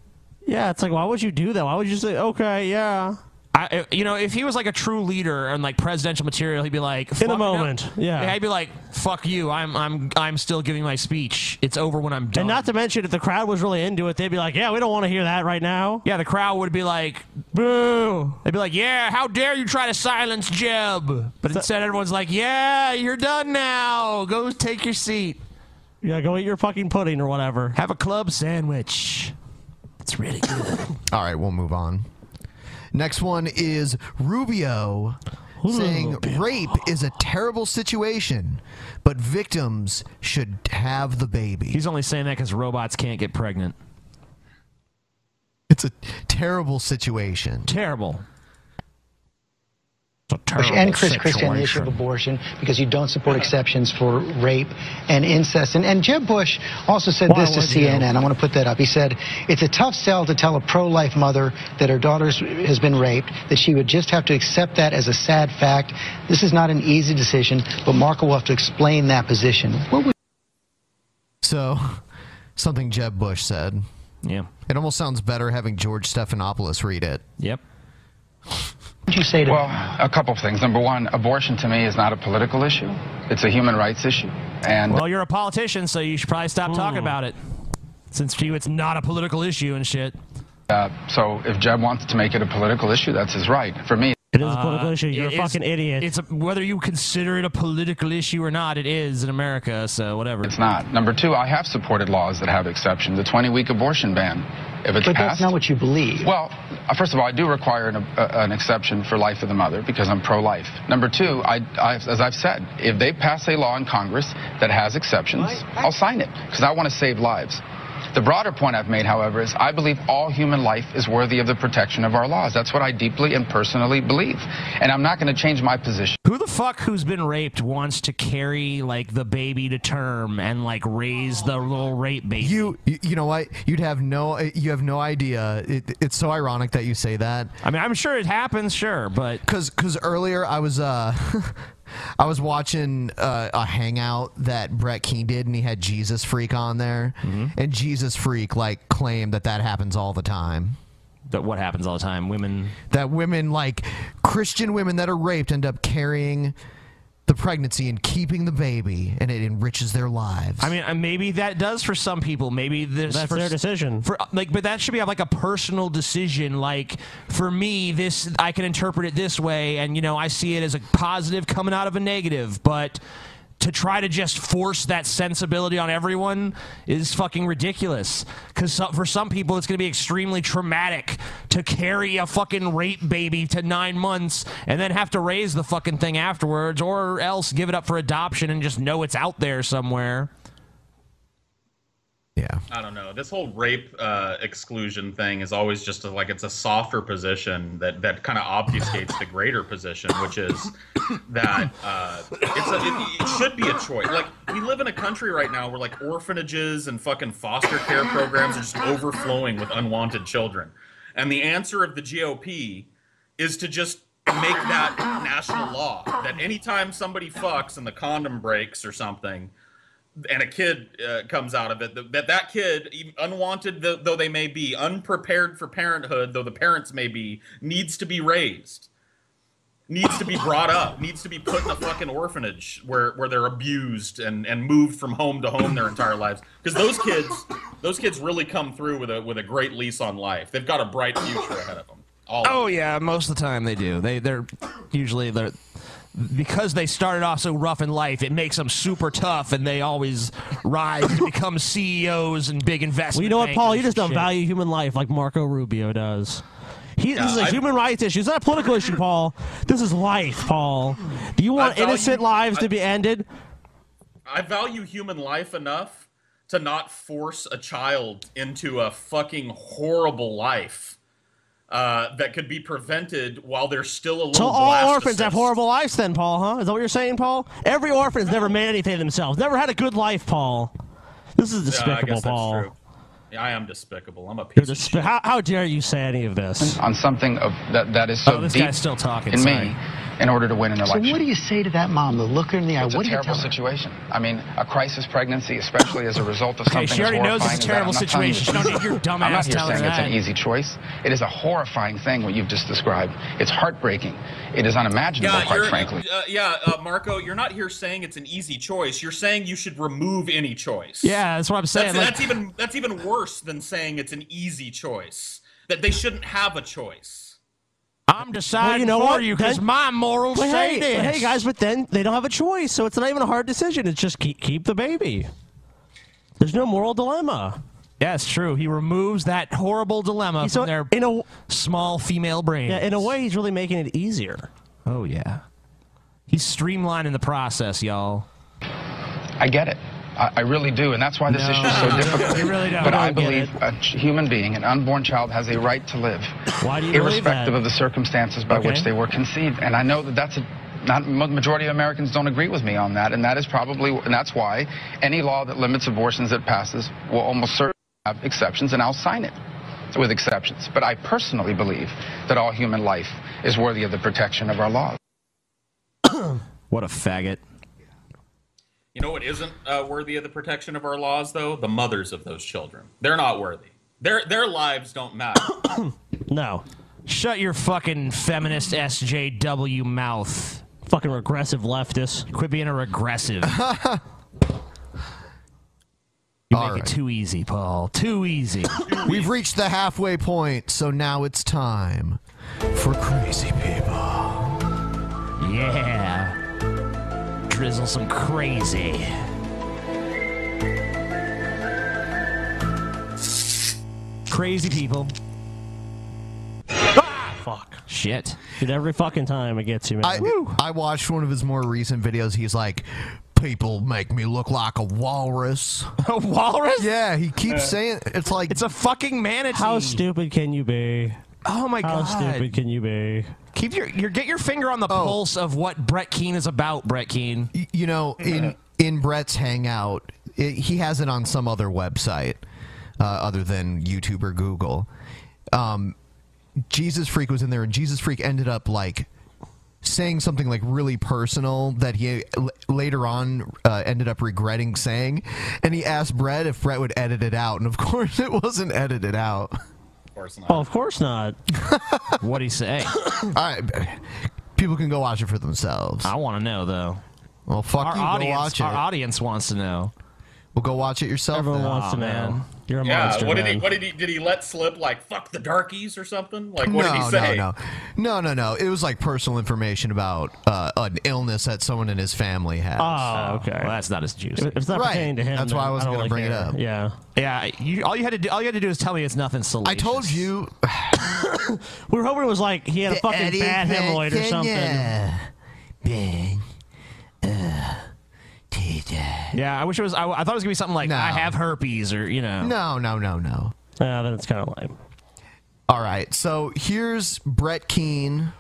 Yeah, it's like, why would you do that? Why would you say, okay, yeah? I, uh, you know, if he was like a true leader and like presidential material, he'd be like, In a "Fuck no." moment, yeah. He'd be like, "Fuck you! I'm, I'm, I'm still giving my speech. It's over when I'm done." And not to mention, if the crowd was really into it, they'd be like, yeah, we don't want to hear that right now. Yeah, the crowd would be like, boo. They'd be like, yeah, how dare you try to silence Jeb? But instead, everyone's like, yeah, you're done now. Go take your seat. Yeah, go eat your fucking pudding or whatever. Have a club sandwich. It's really good. All right, we'll move on. Next one is Rubio saying rape is a terrible situation, but victims should have the baby. He's only saying that because robots can't get pregnant. It's a terrible situation. Terrible. and Chris Christie on the issue of abortion because you don't support exceptions for rape and incest. And, and Jeb Bush also said Why this to would you? CNN. I want to put that up. He said, It's a tough sell to tell a pro life mother that her daughter has been raped, that she would just have to accept that as a sad fact. This is not an easy decision, but Marco will have to explain that position. What would So, something Jeb Bush said. Yeah. It almost sounds better having George Stephanopoulos read it. Yep. you say to Well, a couple of things. Number one, abortion to me is not a political issue. It's a human rights issue. And Well, you're a politician, so you should probably stop talking Hmm. about it. Since for you, it's not a political issue and shit. uh, so if Jeb wants to make it a political issue, that's his right. For me, Uh, It is a political issue. You're a fucking idiot. Uh, It's a, whether you consider it a political issue or not, it is in America. So whatever. it's not. Number two, I have supported laws that have exceptions. The 20 week abortion ban. If it's But passed, that's not what you believe. Well, uh, first of all, I do require an, uh, an exception for life of the mother because I'm pro-life. Number two, I, I, as I've said, if they pass a law in Congress that has exceptions, I'll sign it because I want to save lives. The broader point I've made, however, is I believe all human life is worthy of the protection of our laws. That's what I deeply and personally believe. And I'm not going to change my position. Who the fuck who's been raped wants to carry like the baby to term and like raise the little rape baby? You, you you know what? You'd have no uh, you have no idea. It, it's so ironic that you say that. I mean, I'm sure it happens, sure, but cuz cuz earlier I was uh I was watching uh, a hangout that Brett Keene did, and he had Jesus Freak on there, Mm-hmm. and Jesus Freak like claimed that that happens all the time. That what happens all the time? Women that women like Christian women that are raped end up carrying the pregnancy and keeping the baby, and it enriches their lives. I mean, uh, maybe that does for some people. Maybe there's That's for, their decision. For uh, like, but that should be like a personal decision. Like for me, this I can interpret it this way, and you know, I see it as a positive coming out of a negative. But to try to just force that sensibility on everyone is fucking ridiculous. Because for some people, it's going to be extremely traumatic to carry a fucking rape baby to nine months and then have to raise the fucking thing afterwards, or else give it up for adoption and just know it's out there somewhere. I don't know. This whole rape uh, exclusion thing is always just a, like it's a softer position that that kind of obfuscates the greater position, which is that uh, it's a, it, it should be a choice. Like we live in a country right now where like orphanages and fucking foster care programs are just overflowing with unwanted children, and the answer of the GOP is to just make that national law that anytime somebody fucks and the condom breaks or something and a kid uh, comes out of it th- that that kid even unwanted th- though they may be unprepared for parenthood though the parents may be needs to be raised needs to be brought up needs to be put in a fucking orphanage where where they're abused and and moved from home to home their entire lives because those kids those kids really come through with a with a great lease on life they've got a bright future ahead of them oh yeah, most of the time they do. They they're usually they're because they started off so rough in life, it makes them super tough, and they always rise to become CEOs and big investors. Well, you know what, Paul? You just don't value human life like Marco Rubio does. He, Yeah, this is a I- human rights issue. It's not a political issue, Paul. This is life, Paul. Do you want I value- innocent lives I- to be ended? I value human life enough to not force a child into a fucking horrible life. uh, that could be prevented while there's still a little So all blast orphans have horrible lives, then, Paul? Huh? Is that what you're saying, Paul? Every orphan has never made anything of themselves. Never had a good life, Paul. This is Yeah, I despicable, guess that's Paul. true. Yeah, I am despicable. I'm a piece You're despi- how, how dare you say any of this? on something of, that, that is so Oh, this deep guy's still talking, in sorry. me in order to win an So election. what do you say to that mom? The look her in the eye. it's what a do you terrible tell her? situation. I mean, a crisis pregnancy, especially as a result of Okay, something. she as already knows horrifying it's a as that. I'm terrible not telling you situation. this. She don't need your dumb I'm not ass here telling her saying it's an that. easy choice. It is a horrifying thing what you've just described. It's heartbreaking. It is unimaginable, Yeah, quite you're, frankly. uh, yeah, uh, Marco, you're not here saying it's an easy choice. You're saying you should remove any choice. Yeah, that's what I'm saying, That's, like- that's even that's even worse than saying it's an easy choice. That they shouldn't have a choice. I'm deciding Well, you know for what? you because Then- my morals But say hey, this. hey guys, but then they don't have a choice, so it's not even a hard decision. It's just keep keep the baby. There's no moral dilemma. Yeah, it's true. He removes that horrible dilemma He's from a- their small female brain. Yeah, in a way, he's really making it easier. Oh yeah. He's streamlining the process, y'all. I get it. I, I really do, and that's why this No, issue is so you don't. difficult. You really don't. But I I don't believe get a ch- human being, an unborn child, has a right to live, Why do you believe that? irrespective of the circumstances by Okay. which they were conceived. And I know that that's a not mo- majority of Americans don't agree with me on that, and that is probably and that's why any law that limits abortions that passes will almost certainly have exceptions, and I'll sign it with exceptions. But I personally believe that all human life is worthy of the protection of our laws. What a faggot. You know what isn't uh, worthy of the protection of our laws, though? The mothers of those children. They're not worthy. Their their lives don't matter. No. Shut your fucking feminist SJW mouth. Fucking regressive leftist. Quit being a regressive. You make it too easy, Paul. Too easy. We've reached the halfway point, so now it's time for crazy Ah. people. Yeah. Drizzle some crazy. Crazy people. Fuck. Shit. Dude, every fucking time it gets you, man. I, I watched one of his more recent videos. He's like, people make me look like a walrus. A walrus? Yeah, he keeps saying it's like it's a fucking manatee. How stupid can you be? Oh my How god. stupid can you be? Keep your, your get your finger on the Oh. pulse of what Brett Keene is about, Brett Keene. you know in in Brett's Hangout, it, he has it on some other website uh, other than YouTube or Google. Um, Jesus Freak was in there, and Jesus Freak ended up like saying something like really personal that he l- later on uh, ended up regretting saying, and he asked Brett if Brett would edit it out, and of course it wasn't edited out. Of course not. of course not. What'd he say? All right, people can go watch it for themselves. I want to know though. Well, fuck Our you. audience- go watch it. our audience wants to know. Well, go watch it yourself. Everyone then. wants to know. You're a Oh, yeah. monster. what did man. he? What did he? Did he let slip like "fuck the darkies" or something? Like what no, did he say? No, no, no, no, no. It was like personal information about uh, an illness that someone in his family has. Oh, okay. Well, that's not as juicy. If it's not right. pertaining to him, That's why then I wasn't don't going really to bring care. it up. Yeah. Yeah, you, all you had to do, all you had to do is tell me it's nothing salacious. I told you. We were hoping it was like he had a The fucking Eddie bad Van hemorrhoid or something. Kenya. uh, Yeah, I wish it was. I, I thought it was gonna be something like I have herpes or you know. No, no, no, no. Yeah, Ah, then it's kind of lame. All right. So here's Brett Keene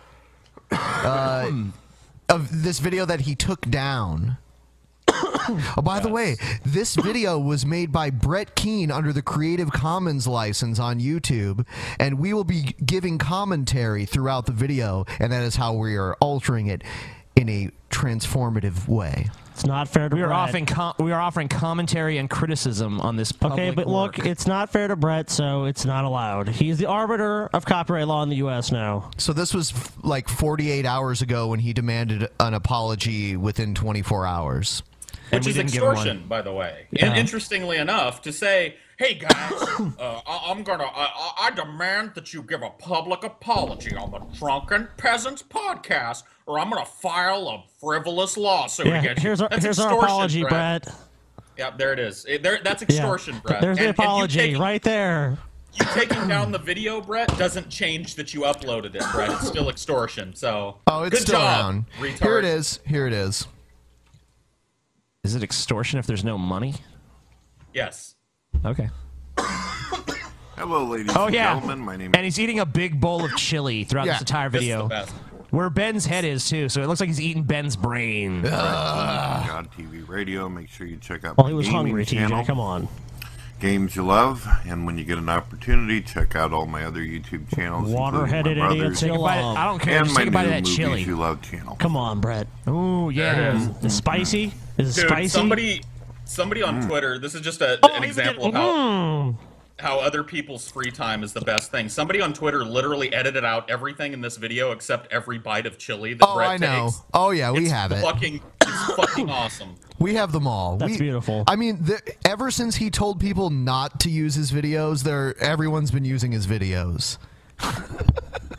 uh, of this video that he took down. oh, by the way, this video was made by Brett Keene under the Creative Commons license on YouTube, and we will be giving commentary throughout the video, and that is how we are altering it in a transformative way. It's not fair to We are Brett. offering com- we are offering commentary and criticism on this. Public Okay, but work. look, it's not fair to Brett, so it's not allowed. He's the arbiter of copyright law in the U.S. now. So this was f- like 48 hours ago when he demanded an apology within 24 hours. Which is extortion, by the way. Yeah. And interestingly enough, to say, "Hey guys, uh, I, I'm gonna, I, I I demand that you give a public apology on the Drunken Peasants podcast, or I'm gonna file a frivolous lawsuit Yeah, against you." here's our- That's here's our extortion, apology, Brett. Brett. Yep, there it is. Eh, There, that's Yeah, extortion, th- Brett. There's And- the and you apology taking- right there. you taking down the video, Brett, doesn't change that you uploaded it, Brett. It's still extortion. So, Oh, it's good still job, around. retard. Here it is. Here it is. Is it extortion if there's no money? Yes. Okay. Hello, ladies Oh, and yeah. gentlemen. My name And he's eating a big bowl of chili throughout Yeah, this entire that's video. the best. Where Ben's head is, too, so it looks like he's eating Ben's brain. is Ugh. God TV Radio. Make sure you check out Well, my he was gaming hungry, channel, TJ. Come on. Games You Love. And when you get an opportunity, check out all my other YouTube channels. Water-headed including my idiots brothers, you love. I don't care, And just my take a bite of new that Movies chili. You Love channel. Come on, Brett. Ooh, yeah. Is it spicy? Is it Dude, spicy? Oh, somebody, somebody Mm. on Twitter. This is just a, an example of how Mm. how other people's free time is the best thing. Somebody on Twitter literally edited out everything in this video except every bite of chili that Oh, Brett I know. takes. Oh, yeah, we It's have it. Fucking, it's fucking awesome. We have them all. That's beautiful. I mean, the, ever since he told people not to use his videos, they're, everyone's been using his videos.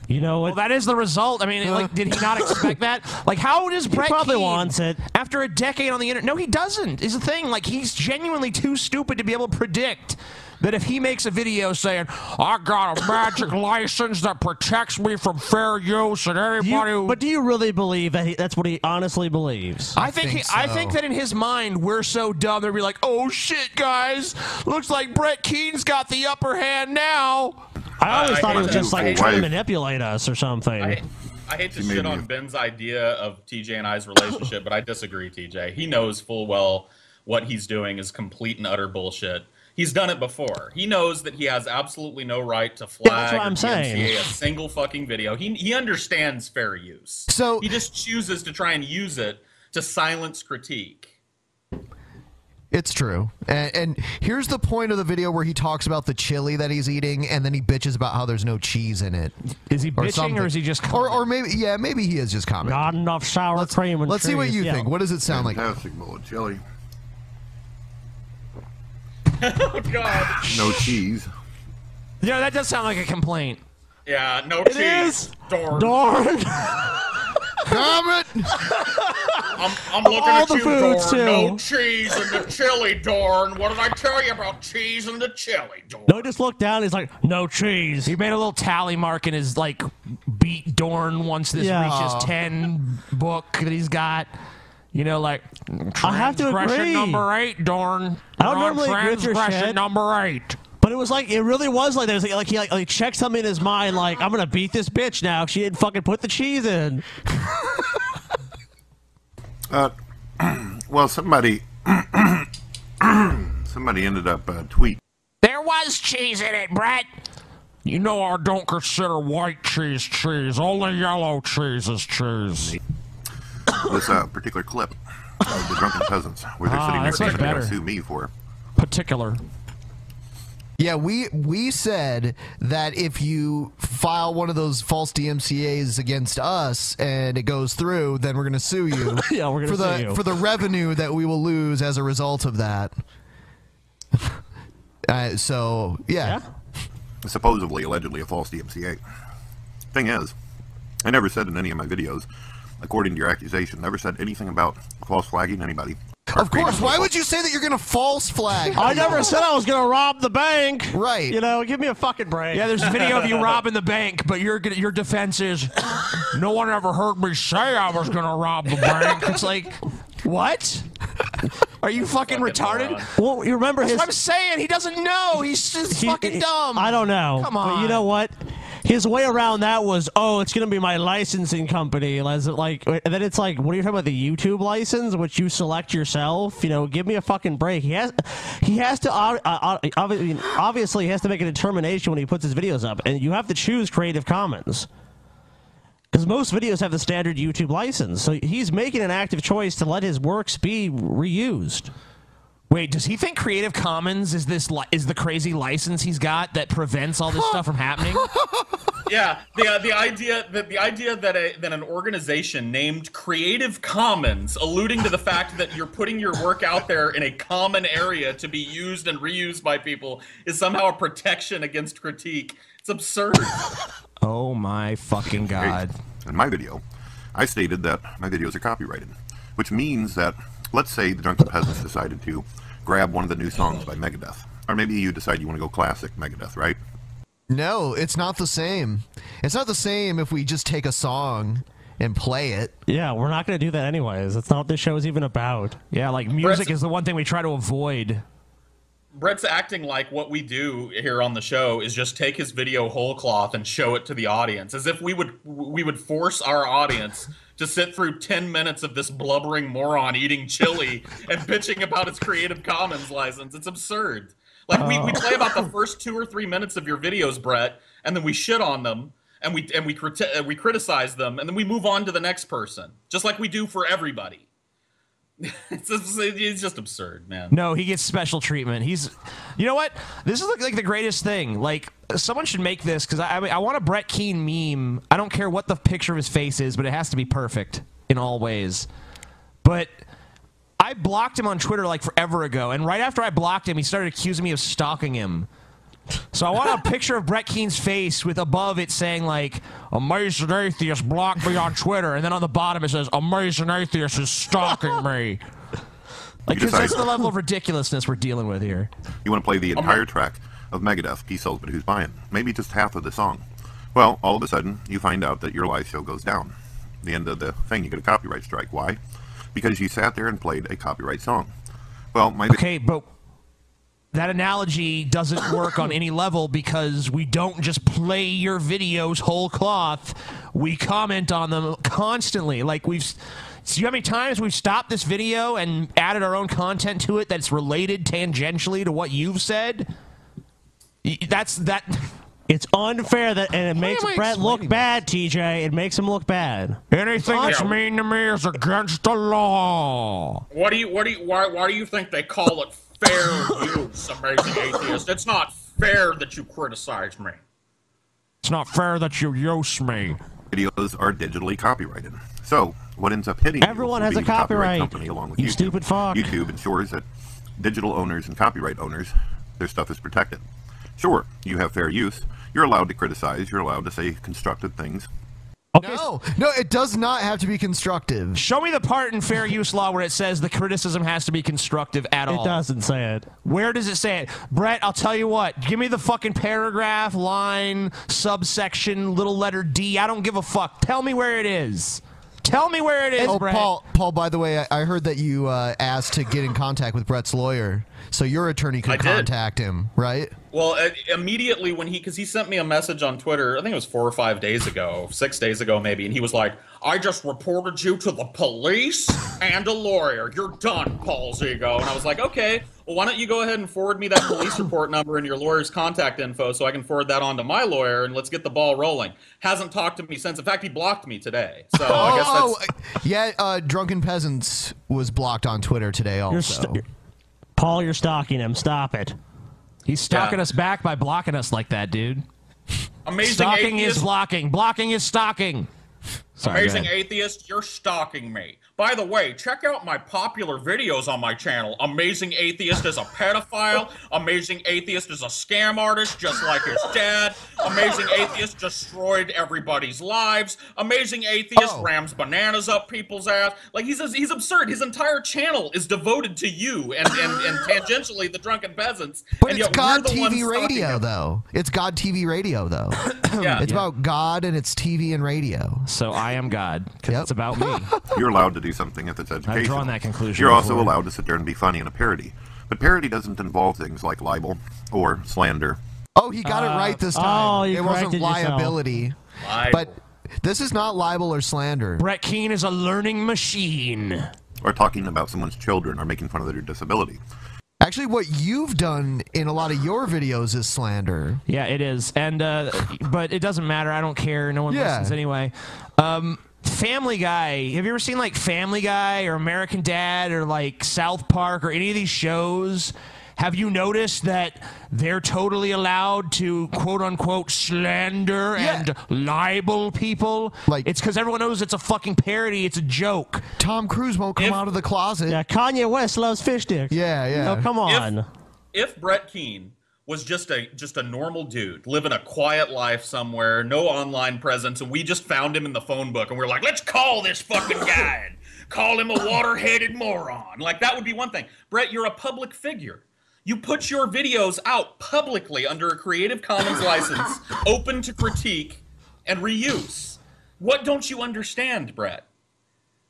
You know what? Well, that is the result. I mean, like, did he not expect that? Like, how does Brett probably Keane, wants it. after a decade on the internet? No, he doesn't. Is the thing like he's genuinely too stupid to be able to predict that if he makes a video saying, "I got a magic license that protects me from fair use," and Do everybody, you, but do you really believe that he, that's what he honestly believes? I think, he, I think that in his mind we're so dumb they'd be like, "Oh shit, guys, looks like Brett Keane's got the upper hand now." I always I- thought I he was just like think- trying to Wife. manipulate us or something. I, I hate to He made shit me- on Ben's idea of TJ and I's relationship, but I disagree, TJ. He knows full well what he's doing is complete and utter bullshit. He's done it before. He knows that he has absolutely no right to flag that's what or I'm saying. DMCA a single fucking video. He he understands fair use. So he just chooses to try and use it to silence critique. It's true. And, and here's the point of the video where he talks about the chili that he's eating, and then he bitches about how there's no cheese in it. Is he bitching, or is he just Or, or maybe, yeah, maybe he is just commenting. Not enough sour cream. And Let's see what cheese, you yeah. think. What does it sound like? Fantastic bowl of chili. Oh god. No cheese. Yeah, that does sound like a complaint. Yeah, Uh, no It cheese. is. Darn. Darn. Comment. I'm, I'm Of looking all at the you, Dorn. foods, too. No cheese in the chili, Dorn. What did I tell you about cheese in the chili, Dorn? No, he just looked down. He's like, no cheese. He made a little tally mark in his like beat Dorn once this Yeah. reaches ten book that he's got. You know, like I have to transgression agree. number eight, Dorn. I don't We're on normally agree with your transgression shit. number eight. But it was like it really was like there was like, like he like, like checked something in his mind like I'm gonna beat this bitch now. 'cause She didn't fucking put the cheese in. Uh, well, somebody somebody ended up uh, tweet. There was cheese in it, Brett. You know I don't consider white cheese cheese. Only yellow cheese is cheese. this uh, particular clip of the drunken peasants where they're Ah, sitting next that's to each much other and better. sue me for. Particular. Yeah, we we said that if you file one of those false DMCA's against us and it goes through, then we're going to sue you. Yeah, we're gonna for the sue you. for the revenue that we will lose as a result of that. Uh, so yeah. supposedly, allegedly, a false DMCA. Thing is, I never said in any of my videos, according to your accusation, never said anything about false flagging anybody. Of course. Why would you say that you're going to false flag? I never said I was gonna rob the bank. Right. You know, give me a fucking break. Yeah, there's a video of you robbing the bank, but your your defense is no one ever heard me say I was gonna rob the bank. It's like, what? Are you fucking, retarded? Well, you remember That's his what I'm saying. He doesn't know. He's just He- fucking he- dumb. I don't know. Come But you on. know what? His way around that was, oh, it's gonna be my licensing company. As it like, and then it's like, what are you talking about? The YouTube license, which you select yourself. You know, give me a fucking break. He has, he has to. Uh, uh, obvi- I mean, obviously, he has to make a determination when he puts his videos up, and you have to choose Creative Commons. Because most videos have the standard YouTube license, so he's making an active choice to let his works be reused. Wait, does he think Creative Commons is this li- is the crazy license he's got that prevents all this stuff from happening? yeah, the uh, the idea that the idea that a, that an organization named Creative Commons, alluding to the fact that you're putting your work out there in a common area to be used and reused by people, is somehow a protection against critique. It's absurd. Oh my fucking god. In my video, I stated that my videos are copyrighted, which means that, let's say the Drunken Peasants decided to grab one of the new songs by Megadeth. Or maybe you decide you want to go classic Megadeth, right? No, it's not the same. It's not the same if we just take a song and play it. Yeah, we're not gonna do that anyways. That's not what this show is even about. Yeah, like music is the one thing we try to avoid. Brett's acting like what we do here on the show is just take his video whole cloth and show it to the audience, as if we would we would force our audience to sit through ten minutes of this blubbering moron eating chili and bitching about his Creative Commons license. It's absurd. Like we, we play about the first two or three minutes of your videos, Brett, and then we shit on them and we and we criti- uh, we criticize them and then we move on to the next person, just like we do for everybody. it's, just, it's just absurd, man. No, he gets special treatment. He's, you know what? This is like, like the greatest thing. Like someone should make this because I, I, mean, I want a Brett Keen meme. I don't care what the picture of his face is, but it has to be perfect in all ways. But I blocked him on Twitter like forever ago, and right after I blocked him, he started accusing me of stalking him. So I want a picture of Brett Keen's face with above it saying like "Amazing Atheist blocked me on Twitter," and then on the bottom it says "Amazing Atheist is stalking me." Like, You 'cause that's decide- the level of ridiculousness we're dealing with here. You want to play the I'm entire not- track of Megadeth, He Sells But Who's Buying? Maybe just half of the song. Well, all of a sudden, you find out that your live show goes down. The end of the thing, you get a copyright strike. Why? Because you sat there and played a copyright song. Well, my okay, but That analogy doesn't work on any level because we don't just play your videos whole cloth. We comment on them constantly. Like we've, see how many times we've stopped this video and added our own content to it that's related tangentially to what you've said. Y- That's that. It's unfair that and it makes am I Brett look explaining bad, TJ. It makes him look bad. Anything that's mean to me is against the law. What do you what do you why why do you think they call it fair use, amazing atheist? It's not fair that you criticize me. It's not fair that you use me. videos are digitally copyrighted. So, what ends up hitting you Everyone will has be a the copyright. copyright. company along with You YouTube. stupid fuck. YouTube ensures that digital owners and copyright owners, their stuff is protected. Sure, you have fair use. You're allowed to criticize. You're allowed to say constructed things. No, no, it does not have to be constructive. Show me the part in fair use law where it says the criticism has to be constructive at all. It doesn't say it. Where does it say it? Brett, I'll tell you what. Give me the fucking paragraph, line, subsection, little letter D. I don't give a fuck. Tell me where it is. Tell me where it is, oh, Brett. Paul, Paul. By the way, I, I heard that you uh, asked to get in contact with Brett's lawyer, so your attorney I could did. contact him, right? Well, uh, immediately when he, because he sent me a message on Twitter, I think it was four or five days ago, six days ago maybe, and he was like, I just reported you to the police and a lawyer. You're done, Paul Zigo. And I was like, okay, well, why don't you go ahead and forward me that police report number and your lawyer's contact info so I can forward that on to my lawyer and let's get the ball rolling. Hasn't talked to me since. In fact, he blocked me today. So I guess that's. oh, oh, yeah. Uh, Drunken peasants was blocked on Twitter today. Also, Paul, you're stalking him. Stop it. He's stalking us back by blocking us like that, dude. Amazing Stalking is atheist. blocking. Blocking is stalking. Sorry, go Amazing ahead. Atheist, you're stalking me. By the way, check out my popular videos on my channel. Amazing Atheist is a pedophile. Amazing Atheist is a scam artist, just like his dad. Amazing Atheist destroyed everybody's lives. Amazing Atheist Oh. rams bananas up people's ass. Like, he's, he's absurd. His entire channel is devoted to you and, and, and tangentially the drunken peasants. But and it's yet we're God the ones TV stalking radio, him. though. It's God TV radio, though. Yeah. it's about God and it's TV and radio. So I am God because it's about me. Hmm. You're allowed to do something if it's educational. drawn that conclusion You're also before. allowed to sit there and be funny in a parody. But parody doesn't involve things like libel or slander. Oh, he got it right this Uh, time. oh, you it wasn't corrected yourself. liability. Libel. But this is not libel or slander. Brett Keene is a learning machine. Or talking about someone's children or making fun of their disability. Actually, what you've done in a lot of your videos is slander. Yeah, it is, and uh, but it doesn't matter. I don't care. No one Yeah. listens anyway. Um, Family Guy. Have you ever seen like Family Guy or American Dad or like South Park or any of these shows? Have you noticed that they're totally allowed to quote unquote slander and libel people? Like it's because everyone knows it's a fucking parody. It's a joke. Tom Cruise won't come out of the closet. Yeah, Kanye West loves fish dicks. Yeah, yeah. No, come on. if Brett Keene was just a just a normal dude living a quiet life somewhere, no online presence, and we just found him in the phone book and we are like, let's call this fucking guy and call him a water-headed moron. Like that would be one thing. Brett, you're a public figure. You put your videos out publicly under a Creative Commons license, open to critique and reuse. What don't you understand, Brett?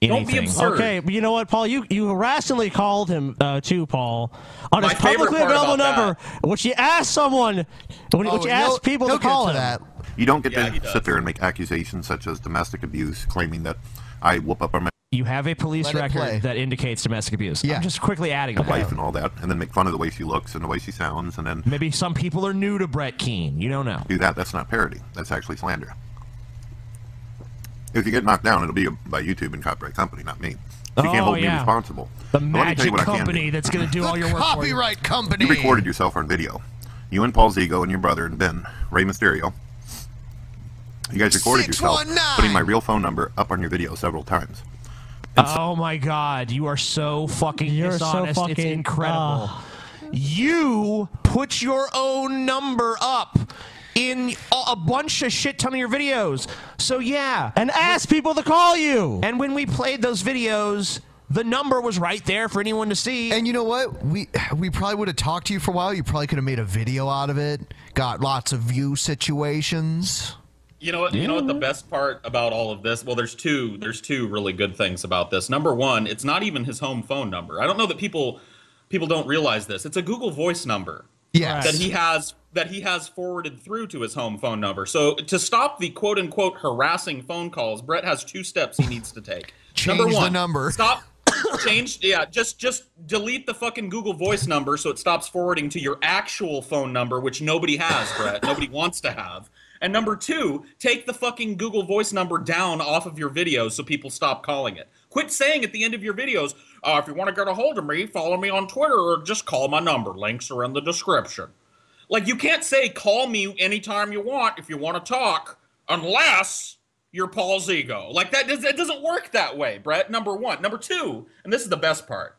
anything. Okay, but you know what, Paul? You you harassingly called him uh, too, Paul, on My his favorite publicly part available about number, which you asked someone, which Oh, you he'll- asked people he'll to get call to him. that. You don't get to sit there and make accusations such as domestic abuse, claiming that I whoop up on my You have a police Let it play. record that indicates domestic abuse. I'm just quickly adding that. wife and all that, and then make fun of the way she looks and the way she sounds, and then Maybe some people are new to Brett Keene. You don't know. do that. That's not parody. That's actually slander. If you get knocked down, it'll be by YouTube and copyright company, not me. So you Oh, can't hold yeah. me responsible. The But let me tell magic you what I can do. company that's going to do all your work for you. Copyright company. You recorded yourself on video. You and Paul Zigo and your brother and Ben, Ray Mysterio. You guys recorded yourself 619. putting my real phone number up on your video several times. Oh my God, you are so fucking You're so dishonest. it's fucking- incredible. ah. you put your own number up in a a bunch of shit ton of your videos. So yeah, and ask people to call you. And when we played those videos, the number was right there for anyone to see. And you know what? We we probably would have talked to you for a while. You probably could have made a video out of it. Got lots of view situations. You know what? You know what the best part about all of this? Well, there's two. There's two really good things about this. Number one, it's not even his home phone number. I don't know that people people don't realize this. It's a Google Voice number. Yes. That he has that he has forwarded through to his home phone number. So to stop the quote unquote harassing phone calls, Brett has two steps he needs to take. Change number the one, number. Stop. Change. Yeah. Just just delete the fucking Google Voice number so it stops forwarding to your actual phone number, which nobody has, Brett. nobody wants to have. And number two, take the fucking Google Voice number down off of your videos so people stop calling it. Quit saying at the end of your videos, uh, if you want to get a hold of me, follow me on Twitter or just call my number. Links are in the description. Like, you can't say, call me anytime you want if you want to talk, unless you're Paul Zigo. Like, that, does, that doesn't work that way, Brett, number one. Number two, and this is the best part.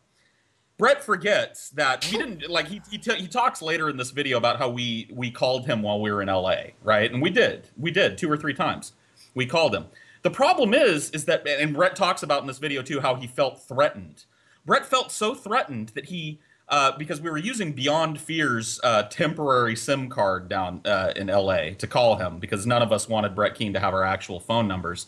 Brett forgets that he didn't like he he, t- he talks later in this video about how we we called him while we were in LA, right? And we did. We did two or three times. We called him. The problem is is that and Brett talks about in this video too how he felt threatened. Brett felt so threatened that he uh, because we were using Beyond Fear's uh, temporary SIM card down uh, in LA to call him because none of us wanted Brett Keene to have our actual phone numbers.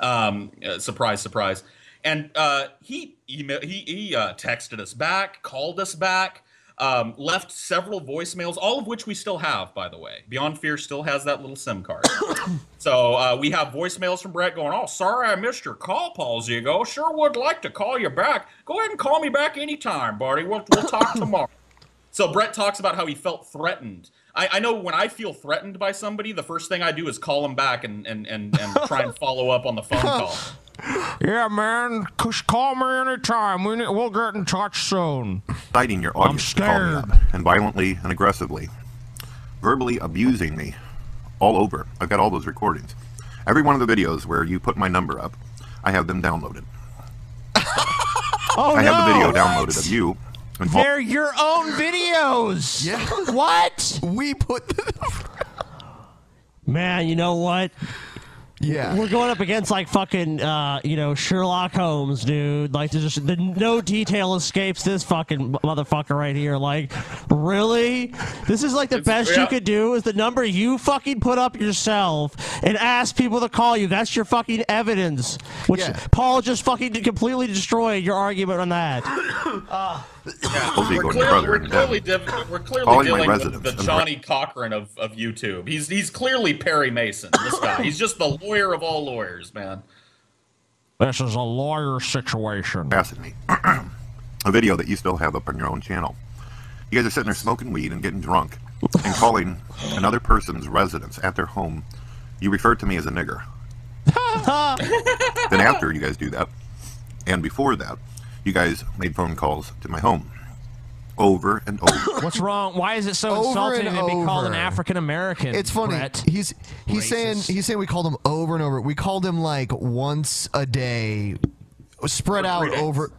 Um, uh, surprise, surprise. And uh, he email, he, he uh, texted us back, called us back, um, left several voicemails, all of which we still have, by the way. Beyond Fear still has that little SIM card. so uh, we have voicemails from Brett going, "Oh, sorry I missed your call, Paul Zigo. Sure would like to call you back. Go ahead and call me back anytime, buddy. We'll, we'll talk tomorrow." So Brett talks about how he felt threatened. I, I know when I feel threatened by somebody, the first thing I do is call him back and and, and, and try and follow up on the phone call. Yeah, man. Just call me anytime. We we'll get in touch soon. Citing your audience to call me up and violently and aggressively, verbally abusing me all over. I've got all those recordings. Every one of the videos where you put my number up, I have them downloaded. Oh I have the no. video downloaded of you and Paul They're your own videos. Yeah. What? We put. Man, you know what? Yeah. We're going up against like fucking, uh, you know, Sherlock Holmes, dude. Like, there's just the, no detail escapes this fucking motherfucker right here. Like, really? This is like the best yeah. you could do is the number you fucking put up yourself and ask people to call you. That's your fucking evidence. Which Yeah. Paul just fucking completely destroyed your argument on that. Zigo and your Clearly- brother we're and clearly, Ben. div- we're clearly Calling my dealing with residence the and re- Johnny Cochran of, of YouTube. He's he's clearly Perry Mason. This guy. he's just the lawyer of all lawyers, man. This is a lawyer situation. Passing me. a video that you still have up on your own channel. You guys are sitting there smoking weed and getting drunk and calling another person's residence at their home. You refer to me as a nigger. then after you guys do that, and before that, you guys made phone calls to my home over and over. What's wrong? Why is it so Over insulting to and be called an over. African American? It's funny. He's he's saying he's saying we called him over and over. We called him like once a day, spread For out three days. over.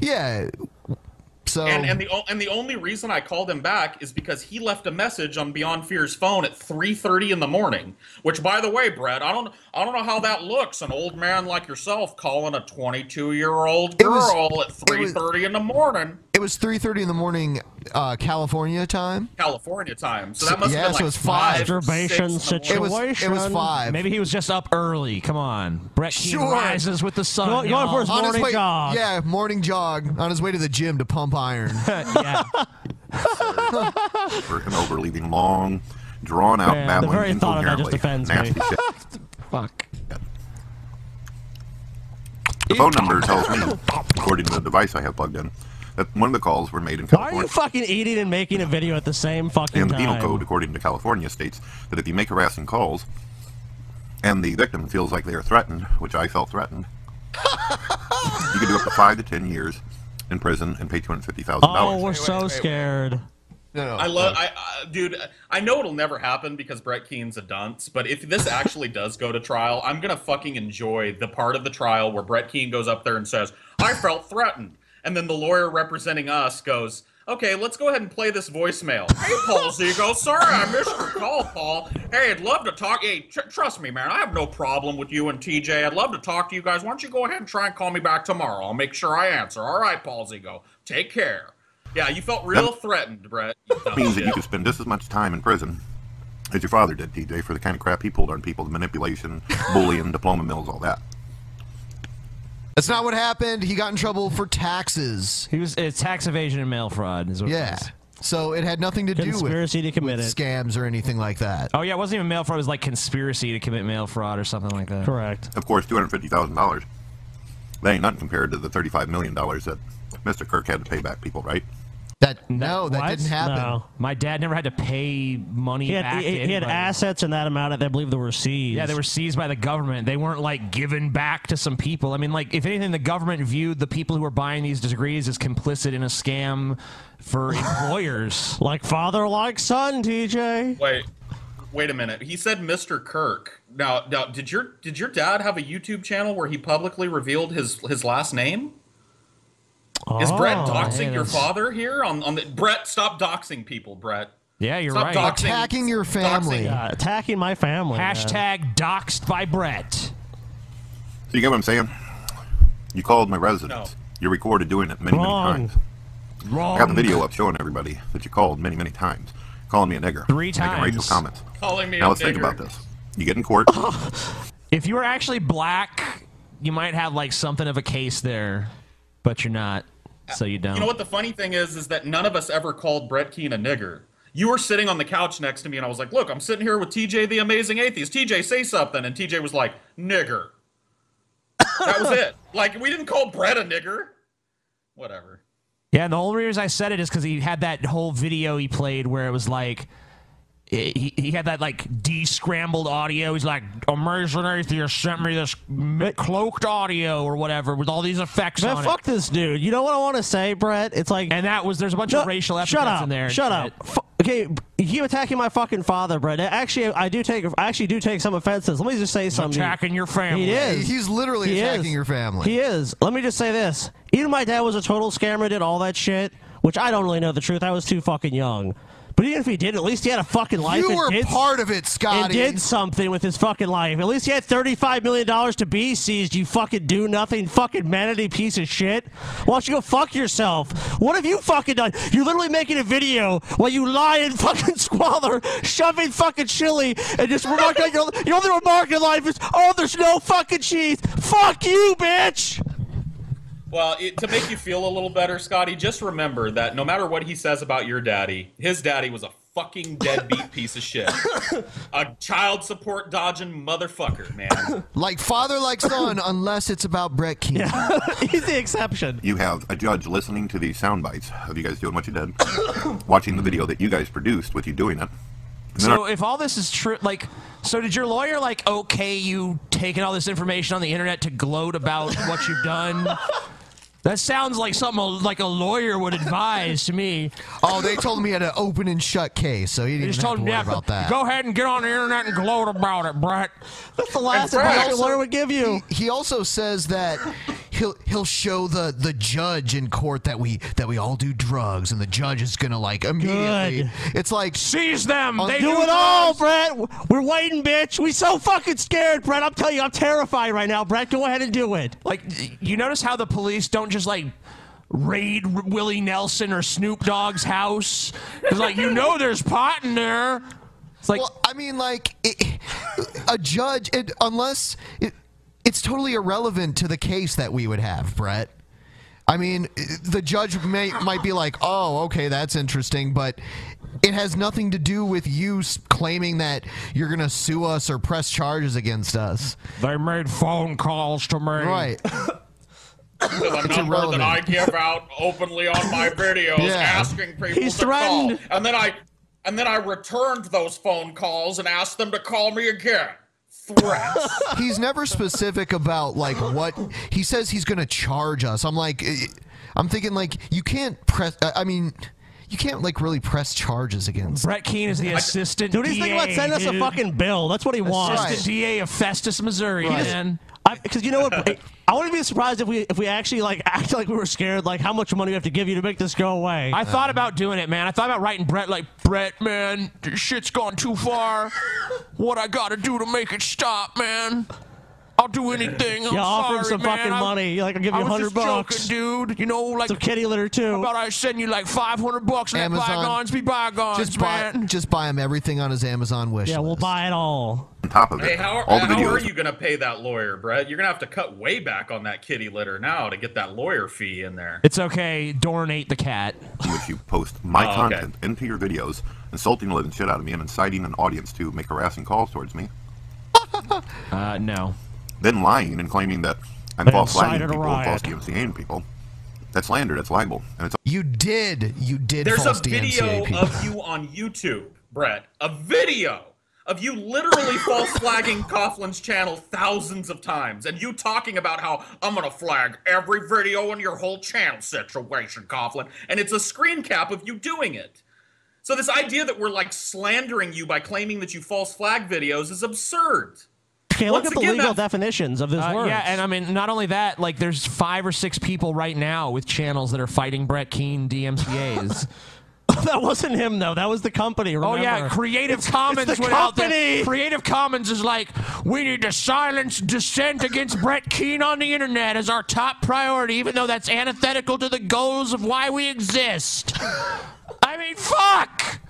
Yeah. So and and the o- and the only reason I called him back is because he left a message on Beyond Fear's phone at 3:30 in the morning. Which, by the way, Brett, I don't I don't know how that looks. An old man like yourself calling a 22 year old It was- girl at it was- 3:30 in the morning. it was three thirty in the morning uh, California time? California time. So that must yeah, have been so like it's five. six in Masturbation the morning. situation. Maybe he was just up early. Come on, Brett Keane Sure. rises with the sun. Go- y'all. on his way- Yeah, morning jog on his way to the gym to pump iron. for him over leaving long, drawn out Man, the babbling very thought of that just incoherently. offends me. nasty shit. Fuck. The phone number tells me, according to the device I have plugged in, that one of the calls were made Why in are California. you fucking eating and making a video at the same fucking And the penal time? code, according to California, states that if you make harassing calls and the victim feels like they are threatened, which I felt threatened, you could do up to five to ten years in prison and pay two hundred fifty thousand Oh, dollars. we're so scared. I love, I, I, dude. I know it'll never happen because Brett Keene's a dunce. But if this actually does go to trial, I'm gonna fucking enjoy the part of the trial where Brett Keene goes up there and says, "I felt threatened," and then the lawyer representing us goes. Okay, let's go ahead and play this voicemail. Hey, Paul Zigo, sorry I missed your call, Paul. Hey, I'd love to talk. Hey, tr- trust me, man, I have no problem with you and TJ. I'd love to talk to you guys. Why don't you go ahead and try and call me back tomorrow? I'll make sure I answer. All right, Paul Zigo, take care. Yeah, you felt real threatened, Brett. you dumb That means that shit. you could spend just as much time in prison as your father did, TJ, for the kind of crap he pulled on people, the manipulation, bullying, diploma mills, all that. That's not what happened. He got in trouble for taxes. He was it's tax evasion and mail fraud. Is what It Yeah. was. So it had nothing to do with, Conspiracy to commit with it. scams or anything like that. Oh yeah, it wasn't even mail fraud. It was like conspiracy to commit mail fraud or something like that. Correct. Of course, two hundred fifty thousand dollars. That ain't nothing compared to the thirty-five million dollars that Mr. Kirk had to pay back people, right? That no, that didn't happen. No. My dad never had to pay money He had, back. he, to he had anybody. assets in that amount that I believe they were seized. Yeah, they were seized by the government. They weren't like given back to some people. I mean, like if anything, the government viewed the people who were buying these degrees as complicit in a scam for employers. like father, like son, TJ. Wait, wait a minute. He said Mr. Kirk. Now, now, did your did your dad have a YouTube channel where he publicly revealed his his last name? Is Brett Oh, doxing hey, your that's- father here? On on the Brett, stop doxing people, Brett. Yeah, you're Stop right. doxing- Attacking your family. Yeah, attacking my family. man. Hashtag doxed by Brett. So you get what I'm saying? You called my residence. You recorded doing it many, Wrong. many times. I got the video up showing everybody that you called many, many times, calling me a nigger, Three making racial times. comments. Calling me a now let's think nigger. about this. You get in court. If you were actually black, you might have like something of a case there, but you're not, so you don't. You know what the funny thing is is that none of us ever called Brett Keene a nigger. You were sitting on the couch next to me, and I was like, "Look, I'm sitting here with TJ, the amazing atheist. TJ, say something." And TJ was like, "Nigger." That was it. Like we didn't call Brett a nigger. Whatever. Yeah, and the only reason I said it is because he had that whole video he played where it was like. He, he had that like de-scrambled audio. He's like, "Amazing atheist sent me this mi- cloaked audio or whatever with all these effects Man, on fuck it." this dude. You know what I want to say, Brett? It's like, and that was there's a bunch of racial shut epithets up, in there. and Shut shit. up. F- okay, you keep attacking my fucking father, Brett. Actually, I do take. I actually do take some offenses. Let me just say something. attacking your family. He is. He's literally He attacking is. your family. He is. Let me just say this. Even my dad was a total scammer. Did all that shit, which I don't really know the truth. I was too fucking young. But even if he did, at least he had a fucking life. You and were did- part of it, And Scotty. did something with his fucking life. At least he had $35 million to be seized, you fucking do nothing, fucking manatee piece of shit. Why don't you go fuck yourself? What have you fucking done? You're literally making a video while you lie and fucking squalor, shoving fucking chili, and just remark on your, your only remark in life is, oh, there's no fucking cheese. Fuck you, bitch! Well, it, to make you feel a little better, Scotty, just remember that no matter what he says about your daddy, his daddy was a fucking deadbeat piece of shit, a child support dodging motherfucker, man. Like father, like son, unless it's about Brett Keane. He's the exception. You have a judge listening to these sound bites of you guys doing what you did, watching the video that you guys produced with you doing it. And then So if all this is true, like, so did your lawyer like okay you taking all this information on the internet to gloat about what you've done? That sounds like something a, like a lawyer would advise to me. Oh, they told him he had an open and shut case, so he They didn't just told him, even have to worry yeah, about that. go ahead and get on the internet and gloat about it, Brett. That's the last And Brett- advice your lawyer would give you. He, he also says that he'll he'll show the the judge in court that we that we all do drugs, and the judge is gonna like immediately. It's like seize them. Oh, do, it all, Brett. We're waiting, bitch. We so fucking scared, Brett. I'm telling you, I'm terrified right now, Brett. Go ahead and do it. Like, you notice how the police don't just like raid Willie Nelson or Snoop Dogg's house. It's like you know there's pot in there. It's like well, I mean, like it, a judge, it, unless it, it's totally irrelevant to the case that we would have, Brett. I mean, i- the judge may might be like, "Oh, okay, that's interesting," but it has nothing to do with you s- claiming that you're going to sue us or press charges against us. They made phone calls to me. Right. To the It's number that irrelevant. I give out openly on my videos, Yeah. asking people He's to threatened. call, and then I, and then I returned those phone calls and asked them to call me again. Threats. he's never specific about like what he says he's going to charge us. I'm like, eh, I'm thinking like you can't press. I I mean, you can't like really press charges against. Brett Keene is the assistant. Dude, he's thinking about DA, sending us a dude. fucking bill. That's what he wants. Assistant DA of Festus, Missouri, man. Because you know what? I wouldn't be surprised if we if we actually like act like we were scared. Like how much money we have to give you to make this go away. I thought about doing it, man. I thought about writing Brett like, Brett, man, this shit's gone too far. What I gotta do to make it stop, man? I'll do anything. I'm Yeah, offer him sorry, some man. fucking I- money. Like, I'll give I you was 100 just bucks. joking, dude. You know, like Some kitty litter too. How about I send you like 500 bucks and let Amazon. bygones be bygones, Just buy, man? just buy him everything on his Amazon wish. Yeah, we'll buy it all. On top of Hey, how, how are you going to pay that lawyer, Brett? You're going to have to cut way back on that kitty litter now to get that lawyer fee in there. It's okay. Dornate the cat. in which you post my Oh, okay. content into your videos, insulting the living shit out of me, and inciting an audience to make harassing calls towards me. uh, no. Then lying and claiming that I'm They false flagging incited a people and false riot. DMCAing people. That's slander. That's libel. And it's you did. You did. There's a false video DMCA people. of you on YouTube, Brett. A video of you literally false flagging Coughlin's channel thousands of times, and you talking about how I'm gonna flag every video in your whole channel situation, Coughlin, and it's a screen cap of you doing it. So this idea that we're like slandering you by claiming that you false flag videos is absurd. Okay, Once look at the again, legal that- definitions of this Uh, word. yeah, and I mean, not only that, like there's five or six people right now with channels that are fighting Brett Keene DMCA's. that wasn't him though. That was the company. Remember? Oh yeah, Creative It's- it's Commons the went out there- company! Creative Commons is like, we need to silence dissent against Brett Keene on the internet as our top priority, even though that's antithetical to the goals of why we exist. I mean, fuck,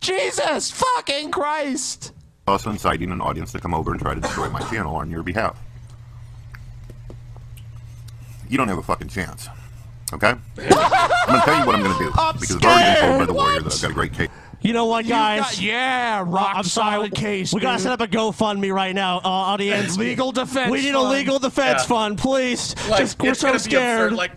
Jesus, fucking Christ. also inciting an audience to come over and try to destroy my channel on your behalf. You don't have a fucking chance. Okay? I'm gonna tell you what I'm gonna do. I'm because I've already been told by scared. the warrior that I've got a great case. You know what, guys? Uh, yeah, rock I'm solid case. We gotta dude. set up a GoFundMe right now, uh, audience. Legal defense We need a fund. legal defense Yeah. fund, please. Like, Just, we're it's so gonna be scared. absurd. Like,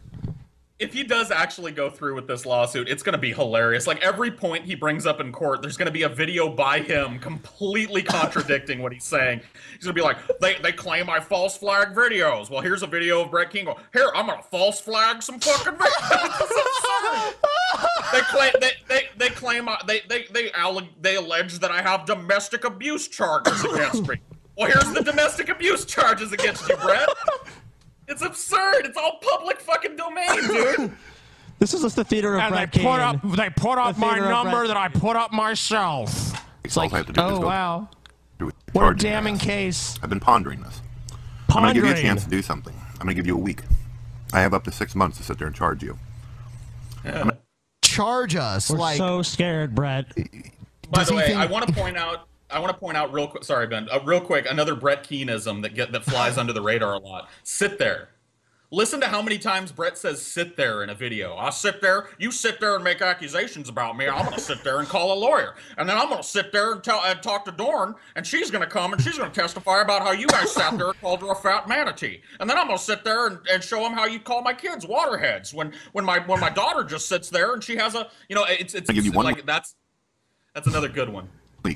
if he does actually go through with this lawsuit, it's going to be hilarious. Like every point he brings up in court, there's going to be a video by him completely contradicting what he's saying. He's going to be like, "They they claim I false flag videos. Well, here's a video of Brett King. Going, Here, I'm going to false flag some fucking videos. It's absurd. they claim they they they claim I, they they they alle- they allege that I have domestic abuse charges against me. Well, here's the domestic abuse charges against you, Brett. It's absurd. It's all public fucking domain, dude. this is just the theater of and they Brad put Kane. up they put up The my theater of number Brett- that I put up myself. It's All like, I have to do is oh go wow, through it. what a Charging damning ass. case. I've been pondering this. I'm gonna give you a Pondering. chance to do something. I'm gonna give you a week. I have up to six months to sit there and charge you. I'm Charge us. We're like so scared, Brett. By Does the he way, think- I want to point out. I want to point out real quick. Sorry, Ben. Uh, real quick, another Brett Keenism that get that flies under the radar a lot. Sit there. Listen to how many times Brett says "sit there" in a video. I sit there. You sit there and make accusations about me. I'm gonna sit there and call a lawyer, and then I'm gonna sit there and tell and talk to Dorn, and she's gonna come and she's gonna testify about how you guys sat there and called her a fat manatee, and then I'm gonna sit there and, and show them how you call my kids waterheads when when my when my daughter just sits there and she has a you know it's it's, I give you it's one- like that's that's another good one. to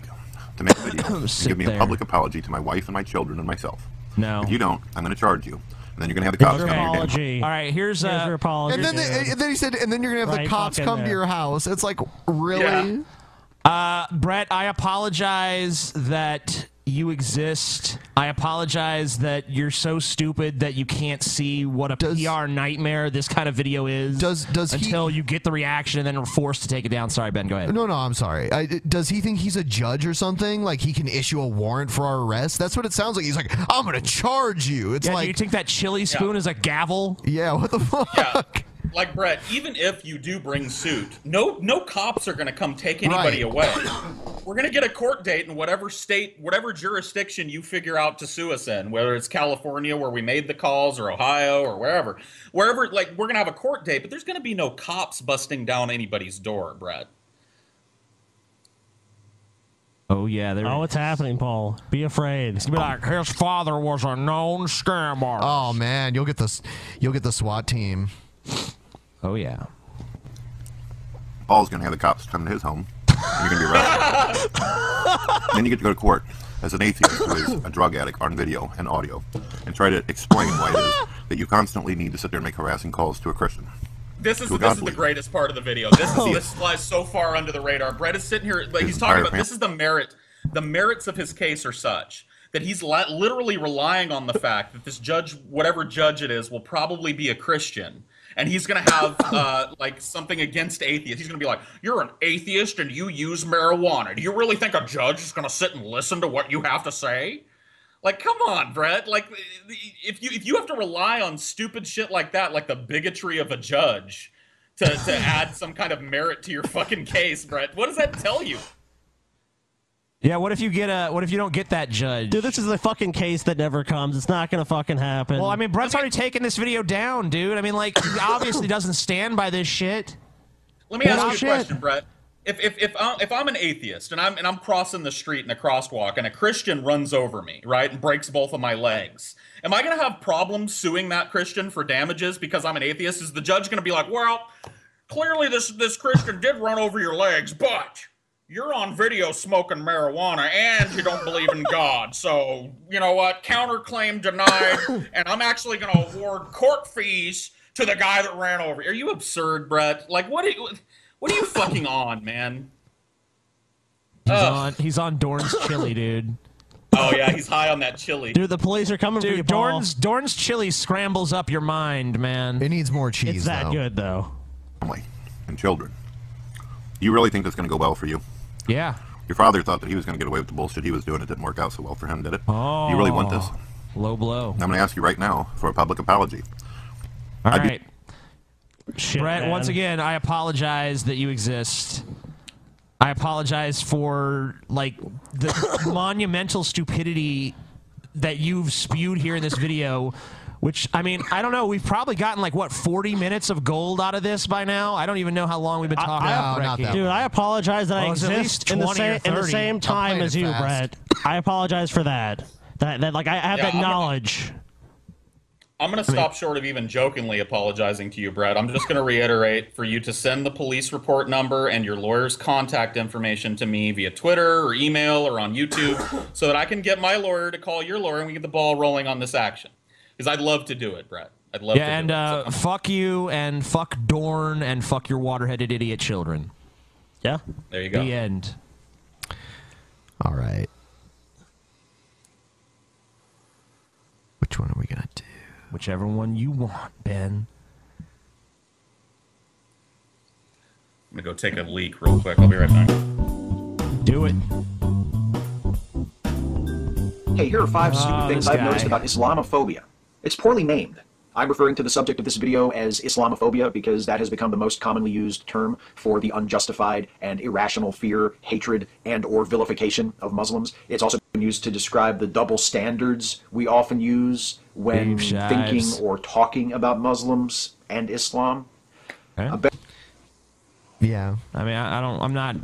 make a video. and Sit give me there. a public apology to my wife and my children and myself. No. If you don't, I'm gonna charge you. And then you're gonna have the cops come to your damn. All right, here's, Here's uh, your apology, And then, they, and then he said, and then you're gonna have Right the cops fucking come to there. your house. It's like really. Uh, Brett, I apologize that you exist. I apologize that you're so stupid that you can't see what a PR nightmare this kind of video is. Does does he- until you get the reaction and then are forced to take it down. Sorry, Ben. Go ahead. No, no, I'm sorry. I, does he think he's a judge or something? Like he can issue a warrant for our arrest? That's what it sounds like. He's like, I'm gonna charge you. It's yeah, do like, you think that chili spoon is a gavel? yeah, what the fuck? like Brett, even if you do bring suit, no no cops are going to come take anybody Right. away. We're going to get a court date in whatever state, whatever jurisdiction you figure out to sue us in, whether it's California where we made the calls or Ohio or wherever. Wherever like we're going to have a court date, but there's going to be no cops busting down anybody's door, Brett. Oh yeah, there. Oh, it's happening, Paul. Be afraid. It's gonna be like his father was a known scammer. Oh man, you'll get the s- you'll get the SWAT team. Oh yeah. Paul's going to have the cops come to his home. And you're going to be arrested. then you get to go to court as an atheist who is a drug addict on video and audio and try to explain why it is that you constantly need to sit there and make harassing calls to a Christian. This is To a this God is the believer. greatest part of the video. This is, Oh. this flies so far under the radar. Brett is sitting here like His he's talking entire about. This fam- is the merit. The merits of his case are such that he's li- literally relying on the fact that this judge, whatever judge it is, will probably be a Christian. And he's gonna have uh, like something against atheists. He's gonna be like, "You're an atheist and you use marijuana. Do you really think a judge is gonna sit and listen to what you have to say?" Like, come on, Brett. Like, if you if you have to rely on stupid shit like that, like the bigotry of a judge, to, to add some kind of merit to your fucking case, Brett, what does that tell you? Yeah. What if you get a? What if you don't get that judge? Dude, this is the fucking case that never comes. It's not gonna fucking happen. Well, I mean, Brett's already taken this video down, dude. I mean, like, he obviously doesn't stand by this shit. Let me Well, ask you shit. a question, Brett. If if if I'm, if I'm an atheist and I'm and I'm crossing the street in a crosswalk and a Christian runs over me, right, and breaks both of my legs, am I going to have problems suing that Christian for damages because I'm an atheist? Is the judge going to be like, well, clearly this this Christian did run over your legs, but you're on video smoking marijuana and you don't believe in God, so you know what? Counterclaim denied, and I'm actually going to award court fees to the guy that ran over. you." Are you absurd, Brett? Like, what? Are you, what are you fucking on, man? He's Ugh. on. He's on Dorn's chili, dude. Oh yeah, he's high on that chili. Dude, the police are coming for you, Dude, Paul. Dorn's Dorn's chili scrambles up your mind, man. It needs more cheese. It's that good though. Family and children. You really think that's going to go well for you? Yeah. Your father thought that he was going to get away with the bullshit he was doing. It didn't work out so well for him, did it? Oh. You really want this? Low blow. I'm going to ask you right now for a public apology. All I right, do- Brett. Once again, I apologize that you exist. I apologize for like the monumental stupidity that you've spewed here in this video. Which I mean, I don't know. We've probably gotten like what 40 minutes of gold out of this by now. I don't even know how long we've been talking. about Brecky. Dude, I apologize that Well, I it's at least exist in the, 20 or same, in the 30. same I'm time playing as it you, fast. Brett. I apologize for that. That, that like I have Yeah, that I'm gonna- knowledge. I'm going to stop short of even jokingly apologizing to you, Brett. I'm just going to reiterate for you to send the police report number and your lawyer's contact information to me via Twitter or email or on YouTube so that I can get my lawyer to call your lawyer and we get the ball rolling on this action. Because I'd love to do it, Brett. I'd love to. yeah, and uh, fuck you, and fuck Dorn, and fuck your water-headed idiot children. Yeah. There you go. The end. All right. Which one are we gonna do? Whichever one you want, Ben. I'm going to go take a leak real quick. I'll be right back. Do it. Hey, here are five stupid Ah, things this I've noticed guy. about Islamophobia. It's poorly named. I'm referring to the subject of this video as Islamophobia because that has become the most commonly used term for the unjustified and irrational fear, hatred, and or vilification of Muslims. It's also been used to describe the double standards we often use when Beef shives. thinking or talking about Muslims and Islam. Okay. Yeah. I mean, I, I don't. I'm not.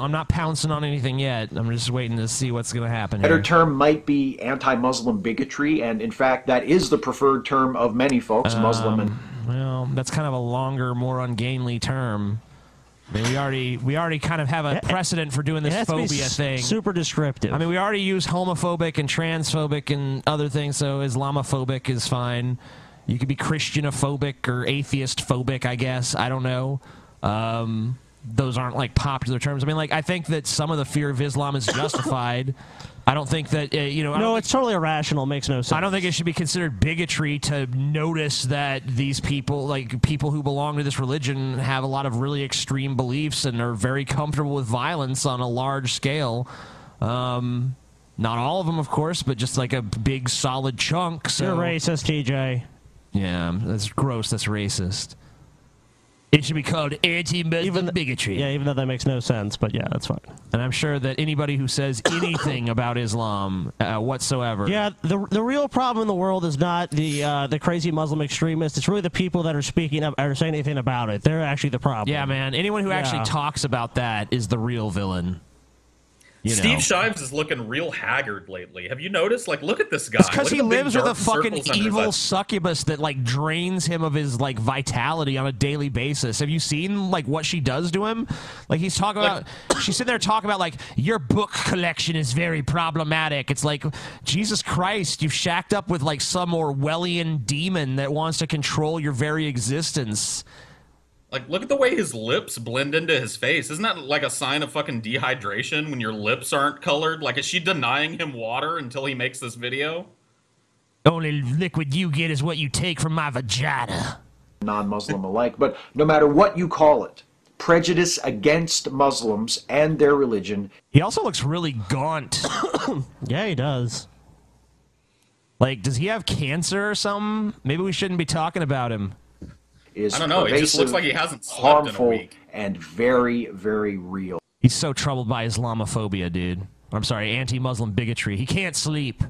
I'm not pouncing on anything yet. I'm just waiting to see what's gonna happen. Better Here. term might be anti-Muslim bigotry, and in fact, that is the preferred term of many folks, Muslim Um. and well, that's kind of a longer, more ungainly term. I mean, we already we already kind of have a precedent for doing this It has to be phobia s- thing. Super descriptive. I mean, we already use homophobic and transphobic and other things, so Islamophobic is fine. You could be Christianophobic or atheist phobic, I guess. I don't know. Um, those aren't like popular terms. I mean, like I think that some of the fear of Islam is justified. I don't think that uh, you know. I don't no, it's totally irrational. Makes no sense. I don't think it should be considered bigotry to notice that these people, like people who belong to this religion, have a lot of really extreme beliefs and are very comfortable with violence on a large scale. Um, not all of them, of course, but just like a big solid chunk. So You're racist, TJ. yeah, that's gross. That's racist. It should be called anti-Muslim bigotry. Yeah, even though that makes no sense, but yeah, that's fine. And I'm sure that anybody who says anything about Islam uh, whatsoever. Yeah, the the real problem in the world is not the uh, the crazy Muslim extremists. It's really the people that are speaking up or saying anything about it. They're actually the problem. Yeah, man. Anyone who actually Yeah. talks about that is the real villain. You Steve know. Shimes is looking real haggard lately. Have you noticed? Like, look at this guy. It's because Look he at the big lives with a dark fucking circles under his evil eyes. succubus that like drains him of his like vitality on a daily basis. Have you seen like what she does to him? Like he's talking about, she's sitting there talking about like your book collection is very problematic. It's like Jesus Christ, you've shacked up with like some Orwellian demon that wants to control your very existence. Like, look at the way his lips blend into his face. Isn't that like a sign of fucking dehydration when your lips aren't colored? Like, is she denying him water until he makes this video? Only liquid you get is what you take from my vagina. non Muslim alike. But no matter what you call it, prejudice against Muslims and their religion. He also looks really gaunt. yeah, he does. Like, does he have cancer or something? Maybe we shouldn't be talking about him. Is I don't know, it just pervasive, looks like he hasn't slept in a harmful, week. and very, very real. He's so troubled by Islamophobia, dude. I'm sorry, anti-Muslim bigotry. He can't sleep.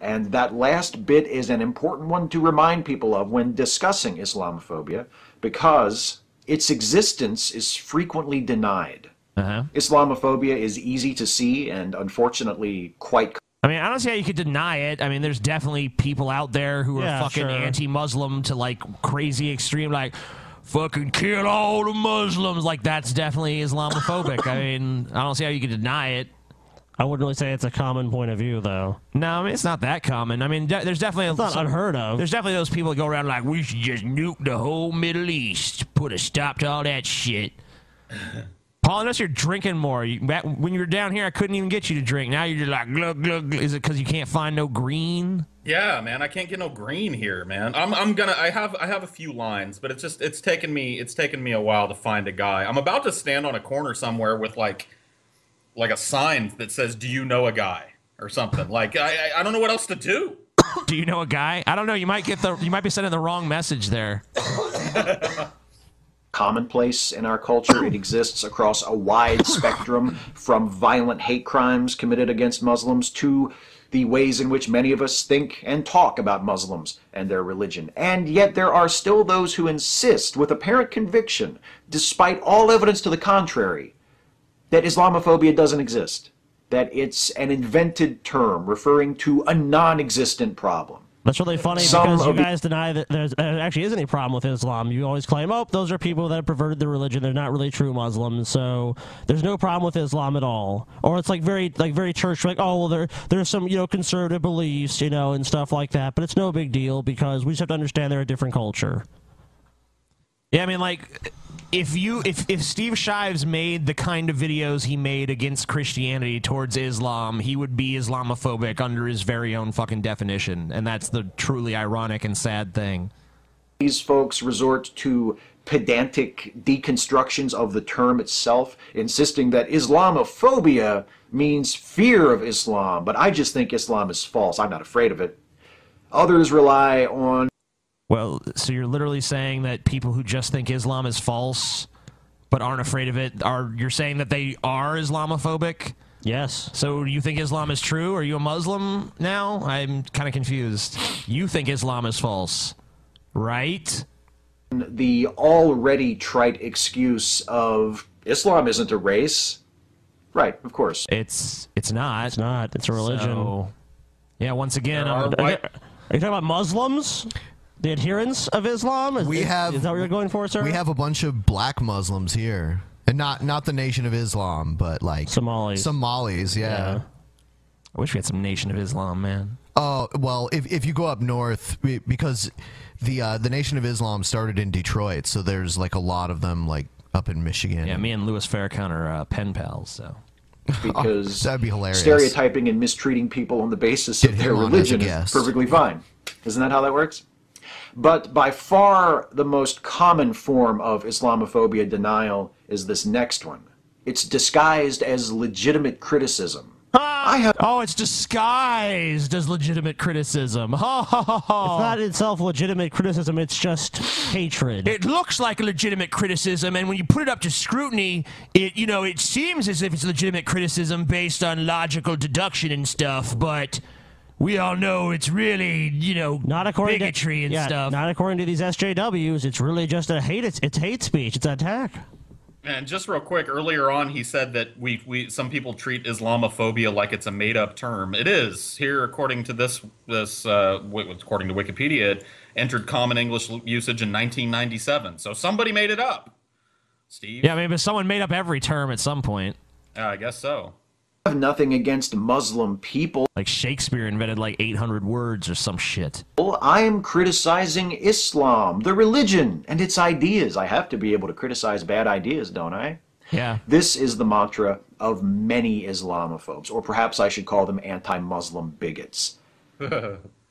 And that last bit is an important one to remind people of when discussing Islamophobia because its existence is frequently denied. Uh-huh. Islamophobia is easy to see and unfortunately quite I mean, I don't see how you could deny it. I mean, there's definitely people out there who are Yeah, fucking sure. anti-Muslim to like crazy extreme, like fucking kill all the Muslims. Like that's definitely Islamophobic. I mean, I don't see how you could deny it. I wouldn't really say it's a common point of view, though. No, I mean it's not that common. I mean, de- there's definitely It's not unheard of. There's definitely those people that go around like we should just nuke the whole Middle East, put a stop to all that shit. Paul, unless you're drinking more, you, back, when you were down here, I couldn't even get you to drink. Now you're just like, glug, glug, glug. Is it because you can't find no green? Yeah, man, I can't get no green here, man. I'm I'm gonna I have I have a few lines, but it's just it's taken me it's taken me a while to find a guy. I'm about to stand on a corner somewhere with like like a sign that says "Do you know a guy?" or something. Like I I, I don't know what else to do. Do you know a guy? I don't know. You might get the, you might be sending the wrong message there. commonplace in our culture. It exists across a wide spectrum from violent hate crimes committed against Muslims to the ways in which many of us think and talk about Muslims and their religion. And yet there are still those who insist with apparent conviction, despite all evidence to the contrary, that Islamophobia doesn't exist, that it's an invented term referring to a non-existent problem. That's really funny Some because you of the- guys deny that there's, there actually is any problem with Islam. You always claim, oh, those are people that have perverted the religion. They're not really true Muslims, so there's no problem with Islam at all. Or it's like very like very church like, oh, well, there there's some you know conservative beliefs, you know, and stuff like that. But it's no big deal because we just have to understand they're a different culture. Yeah, I mean, like, if you if if Steve Shives made the kind of videos he made against Christianity towards Islam, he would be Islamophobic under his very own fucking definition, and that's the truly ironic and sad thing. These folks resort to pedantic deconstructions of the term itself, insisting that Islamophobia means fear of Islam, but I just think Islam is false. I'm not afraid of it. Others rely on Well, so you're literally saying that people who just think Islam is false but aren't afraid of it are you're saying that they are Islamophobic? Yes. So you think Islam is true? Are you a Muslim now? I'm kind of confused. You think Islam is false, right? the already trite excuse of Islam isn't a race. Right, of course. It's it's not. It's not. It's a religion. So- yeah, once again, are, I'm, are you talking about Muslims? The adherents of Islam? Is, We is- have- Is that what you're going for, sir? We have a bunch of black Muslims here, and not not the Nation of Islam, but like Somalis. Somalis, yeah. I wish we had some Nation of Islam, man. Oh well, if if you go up north, be- because the uh, the Nation of Islam started in Detroit, so there's like a lot of them like up in Michigan. Yeah, me and Louis Farrakhan are uh, pen pals, so. Because that'd be hilarious. Stereotyping and mistreating people on the basis of their him on as a religion is guest. perfectly fine. Isn't that how that works? But by far the most common form of Islamophobia denial is this next one. It's disguised as legitimate criticism. oh, it's disguised as legitimate criticism. Ha ha ha It's ha. not itself legitimate criticism, it's just hatred. It looks like a legitimate criticism, and when you put it up to scrutiny, it you know it seems as if it's legitimate criticism based on logical deduction and stuff. But we all know it's really you know not according to- bigotry and yeah, stuff. Not according to these SJWs, it's really just a hate. It's, it's hate speech. It's an attack. And just real quick, earlier on, he said that we, we some people treat Islamophobia like it's a made up term. It is here, according to this this uh, wi- according to Wikipedia, it entered common English l- usage in 1997. So somebody made it up. Steve, Yeah, maybe someone made up every term at some point. Uh, I guess so. I have nothing against Muslim people. Like Shakespeare invented like 800 words or some shit. Well, I am criticizing Islam, the religion, and its ideas. I have to be able to criticize bad ideas, don't I? Yeah. This is the mantra of many Islamophobes, or perhaps I should call them anti Muslim bigots.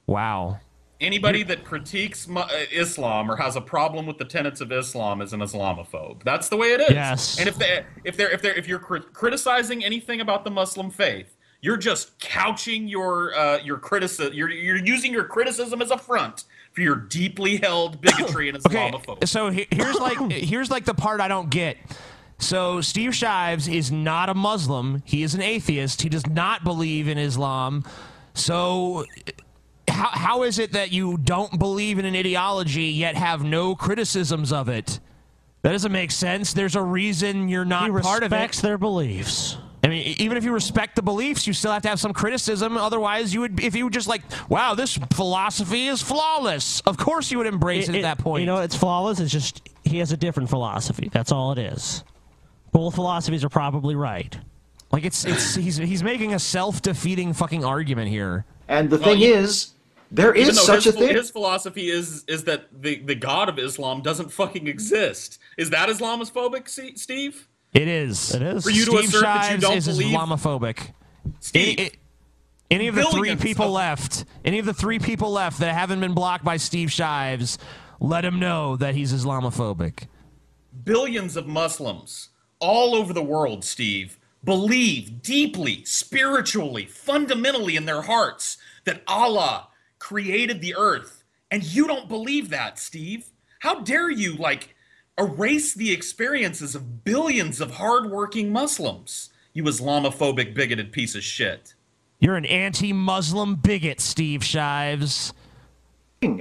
Wow. Anybody that critiques mu- uh, Islam or has a problem with the tenets of Islam is an Islamophobe. That's the way it is. Yes. And if they if they're if they're if you're cri- criticizing anything about the Muslim faith, you're just couching your uh, your criticism. You're you're using your criticism as a front for your deeply held bigotry and Islamophobia. So he- here's like here's like the part I don't get. So Steve Shives is not a Muslim. He is an atheist. He does not believe in Islam. So how how is it that you don't believe in an ideology yet have no criticisms of it? That doesn't make sense. There's a reason you're not part of it. respects their beliefs. I mean, e- even if you respect the beliefs, you still have to have some criticism. Otherwise, you would if you were just like, "Wow, this philosophy is flawless." Of course, you would embrace it, at that point. You know, it's flawless. It's just he has a different philosophy. That's all it is. Both philosophies are probably right. Like it's it's he's he's making a self defeating fucking argument here. And the Well, thing you- is, there Even though his, ph- His philosophy is is that the, the God of Islam doesn't fucking exist. Is that Islamophobic, Se- Steve? It is. It is. For you to Steve assert that you Shives don't is believe- Islamophobic. Steve. Any, any of the three Billions people of- left, any of the three people left that haven't been blocked by Steve Shives, let him know that he's Islamophobic. billions of Muslims all over the world, Steve, believe deeply, spiritually, fundamentally in their hearts that Allah created the earth. And you don't believe that, Steve. How dare you, like, erase the experiences of billions of hardworking Muslims, you Islamophobic, bigoted piece of shit. You're an anti-Muslim bigot, Steve Shives.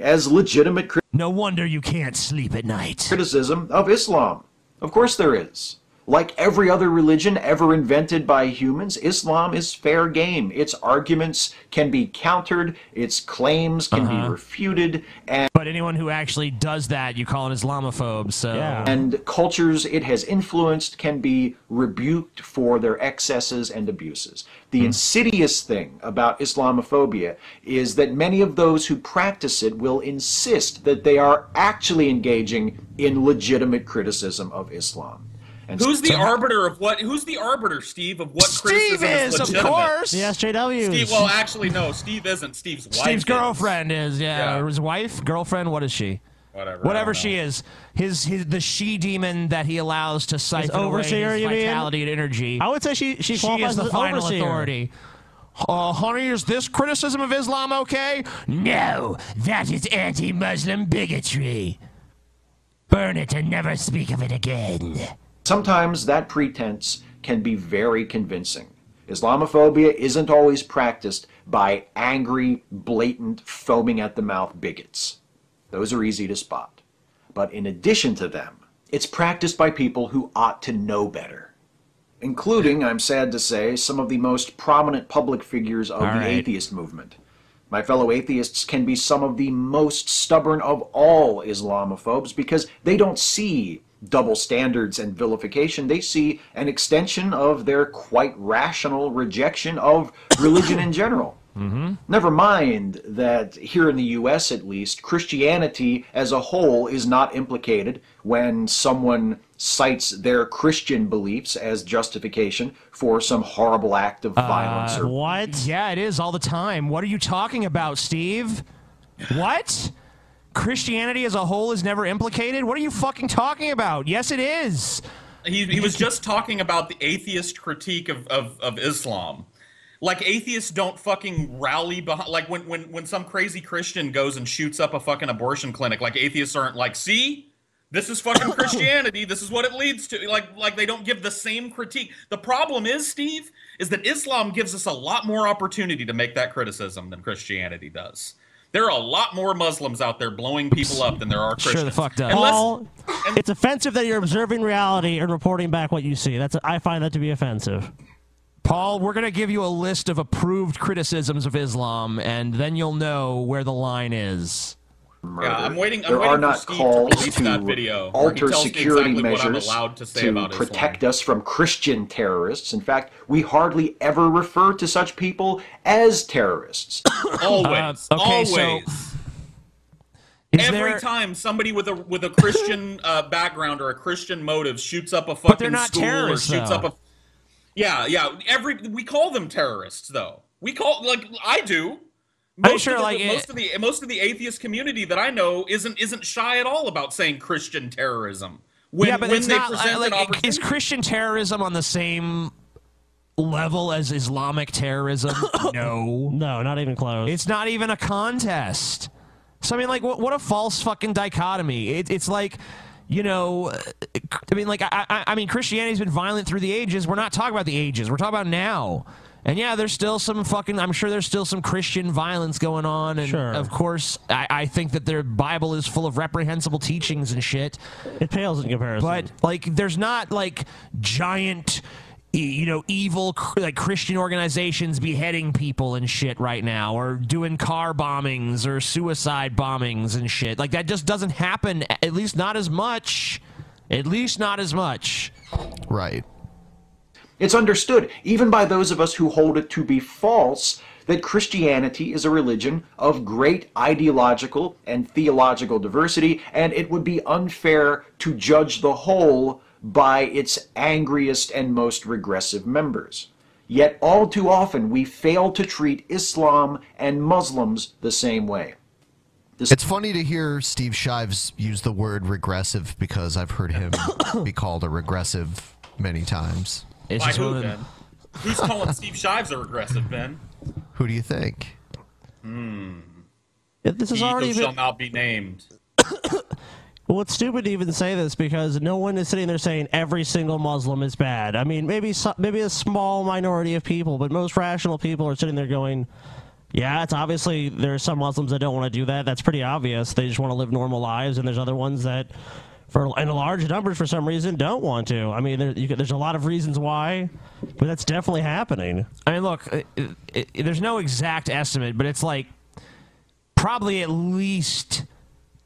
As legitimate cri- No wonder you can't sleep at night. criticism of Islam. Of course there is. Like every other religion ever invented by humans, Islam is fair game. Its arguments can be countered, its claims can be refuted, and Uh-huh. But anyone who actually does that, you call an Islamophobe. So and cultures it has influenced can be rebuked for their excesses and abuses. The insidious thing about Islamophobia is that many of those who practice it will insist that they are actually engaging in legitimate criticism of Islam. And Who's the so- arbiter of what? Who's the arbiter, Steve, of what criticism is, legitimate? The SJWs. Steve, well, actually, no. Steve isn't. Steve's wife. Steve's is. girlfriend is yeah, his wife, girlfriend. What is she? Whatever. I Whatever don't she is, his his the she demon that he allows to siphon overseer, away his you mean? vitality and energy. I would say she she she qualifies is the as an final overseer. authority. Uh, honey, is this criticism of Islam okay? No, that is anti-Muslim bigotry. Burn it and never speak of it again. Sometimes that pretense can be very convincing. Islamophobia isn't always practiced by angry, blatant, foaming at the mouth bigots. Those are easy to spot. But in addition to them, it's practiced by people who ought to know better, including, I'm sad to say, some of the most prominent public figures of All the right. atheist movement. My fellow atheists can be some of the most stubborn of all Islamophobes because they don't see double standards and vilification. They see an extension of their quite rational rejection of religion in general. Mm-hmm. Never mind that here in the US at least, Christianity as a whole is not implicated when someone cites their Christian beliefs as justification for some horrible act of violence or what? Yeah, it is all the time. What are you talking about, Steve? What? Christianity as a whole is never implicated? What are you fucking talking about? Yes, it is. He, he was just talking about the atheist critique of, of, of Islam. Like atheists don't fucking rally behind. Like when when when some crazy Christian goes and shoots up a fucking abortion clinic, like atheists aren't like, see. This is fucking Christianity. This is what it leads to. Like, like they don't give the same critique. The problem is, Steve, is that Islam gives us a lot more opportunity to make that criticism than Christianity does. There are a lot more Muslims out there blowing people up than there are Christians. Sure, the fuck does. Unless- Paul, it's offensive that you're observing reality and reporting back what you see. That's I find that to be offensive. Paul, we're going to give you a list of approved criticisms of Islam, and then you'll know where the line is. Yeah, I'm waiting. I'm there waiting are for not Steve calls to, release to that video where he alter tells me security exactly what I'm measures allowed to say to about Islam. protect us from Christian terrorists. In fact, we hardly ever refer to such people as terrorists. Always, Uh, okay, always. so- Is Every there- time somebody with a with a Christian uh, background or a Christian motive shoots up a fucking they're not school terrorists, or shoots though. up a yeah yeah every we call them terrorists though we call like I do. I'm Most, sure, of the, like, it- most of the most of the atheist community that I know isn't isn't shy at all about saying Christian terrorism when yeah, but when it's they not uh, present like, an opportunity. is Christian terrorism on the same level as Islamic terrorism? no, no, not even close. It's not even a contest. So I mean, like, what, what a false fucking dichotomy. It, it's like. You know, uh, I mean, like, I, I, I mean, Christianity's been violent through the ages. We're not talking about the ages. We're talking about now. And yeah, there's still some fucking. I'm sure there's still some Christian violence going on. And of course, I, I think that their Bible is full of reprehensible teachings and shit. It pales in comparison. But like, there's not like giant, e- you know, evil cr- like Christian organizations beheading people and shit right now, or doing car bombings or suicide bombings and shit. Like that just doesn't happen. a- At least not as much. At least not as much. Right. It's understood, even by those of us who hold it to be false, that Christianity is a religion of great ideological and theological diversity, and it would be unfair to judge the whole by its angriest and most regressive members. Yet all too often we fail to treat Islam and Muslims the same way. It's funny to hear Steve Shives use the word regressive because I've heard him be called a regressive many times. By who, Ben? Who's calling Steve Shives a regressive, Ben? Who do you think? Hmm. this has He who already been- shall not be named. Well, it's stupid to even say this because no one is sitting there saying every single Muslim is bad. I mean, maybe so- maybe a small minority of people, but most rational people are sitting there going, "Yeah, it's obviously there's some Muslims that don't want to do that. That's pretty obvious. They just want to live normal lives, and there's other ones that, for in large numbers, for some reason, don't want to. I mean, there, you, could- there's a lot of reasons why, but that's definitely happening. I mean, look, uh, uh, uh, there's no exact estimate, but it's like probably at least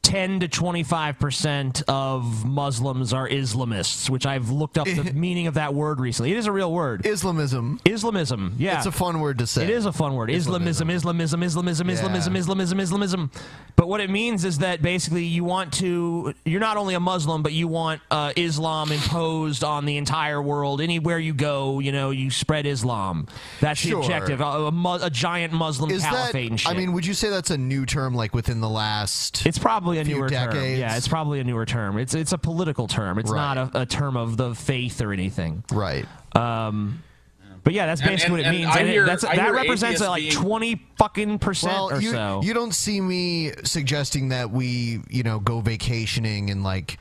10 to 25% of Muslims are Islamists, which I've looked up the meaning of that word recently. It is a real word. Islamism. Islamism, yeah. It's a fun word to say. It is a fun word. Islamism, Islamism, Islamism, Islamism, Yeah. Islamism, Islamism. But what it means is that basically you want to, you're not only a Muslim, but you want uh, Islam imposed on the entire world. Anywhere you go, you know, you spread Islam. That's the Sure. objective. A, a, mu- a giant Muslim Is that? caliphate and shit. I mean, would you say that's a new term? Like within the last? It's probably a few newer term. decades? Yeah, it's probably a newer term. It's it's a political term. It's Right. not a, a term of the faith or anything. Right. Um, but yeah, that's And- basically and- what and it means. I And it- hear- that's, I that hear represents uh, atheists like being- twenty fucking percent well, or you, so. you don't see me suggesting that we, you know, go vacationing in like,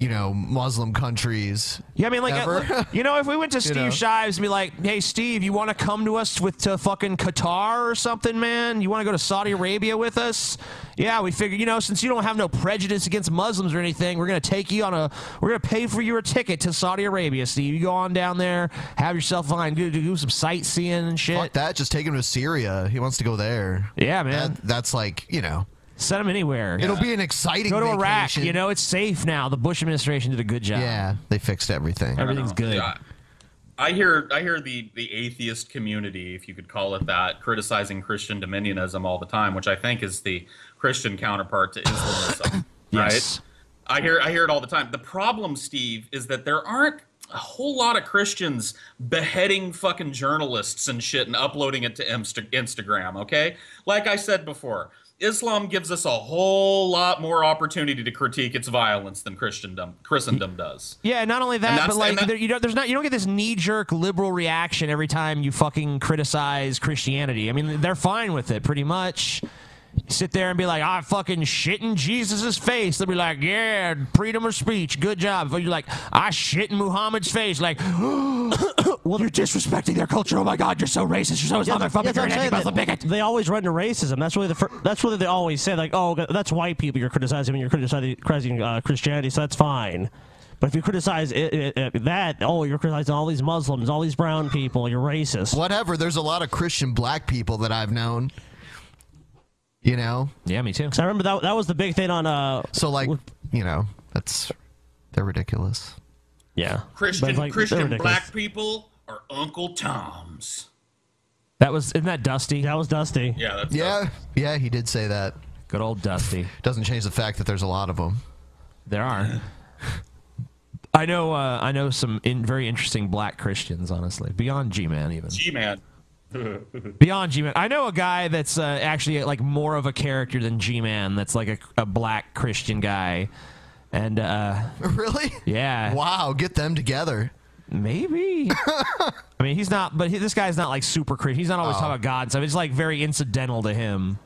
you know, Muslim countries. yeah, I mean, like, ever. uh, you know, if we went to You Steve know. Shives and be like, "Hey, Steve, you want to come to us with to fucking Qatar or something, man? You want to go to Saudi Arabia with us? Yeah, we figure, you know, since you don't have no prejudice against Muslims or anything, we're gonna take you on a, we're gonna pay for your ticket to Saudi Arabia, Steve. You go on down there, have yourself fun, do, do some sightseeing and shit. Fuck that. Just take him to Syria. He wants to go there. Yeah, man. That- that's like, you know. Send him anywhere. It'll be an exciting Go to Iraq. vacation. You know, it's safe now. The Bush administration did a good job. Yeah, they fixed everything. Everything's good. I hear I hear the the atheist community, if you could call it that, criticizing Christian dominionism all the time, which I think is the Christian counterpart to Islamism, Yes. right? I hear I hear it all the time. The problem, Steve, is that there aren't a whole lot of Christians beheading fucking journalists and shit and uploading it to Insta- Instagram, okay? Like I said before, Islam gives us a whole lot more opportunity to critique its violence than Christendom Christendom does. Yeah, and not only And that, that's- but like and that- there, you don't, there's not you don't get this knee jerk liberal reaction every time you fucking criticize Christianity. I mean, they're fine with it pretty much. Sit there and be like, I fucking shit in Jesus' face. They'll be like, yeah, freedom of speech, good job. But you're like, I shit in Muhammad's face. Like, well, you're disrespecting their culture. Oh my God, you're so racist. You're so Yeah, motherfucking. that's you're an what I'm saying, anti-Muslim that- bigot. They always run to racism. That's really the fir- that's really they always say like, oh, that's white people you're criticizing when you're criticizing, criticizing uh, Christianity, so that's fine. But if you criticize it, it, it, that, oh, you're criticizing all these Muslims, all these brown people, you're racist. Whatever. There's a lot of Christian black people that I've known. You know. Yeah, me too. I remember that that was the big thing on uh. So like, you know, that's they're ridiculous. Yeah. Christian Christian black people are Uncle Toms. That was isn't that Dusty? That was Dusty. Yeah, that's yeah, yeah. He did say that. Good old Dusty. Doesn't change the fact that there's a lot of them. There are. I know. Uh, I know some in, very interesting black Christians. Honestly, beyond G-Man even. G man. Beyond G-Man, I know a guy that's uh, actually like more of a character than G-Man. That's like a, a black Christian guy, and uh, really, yeah, Wow, get them together. Maybe. I mean, he's not, but he, this guy's not like super Christian. He's not always Oh. talking about God and stuff. It's like very incidental to him.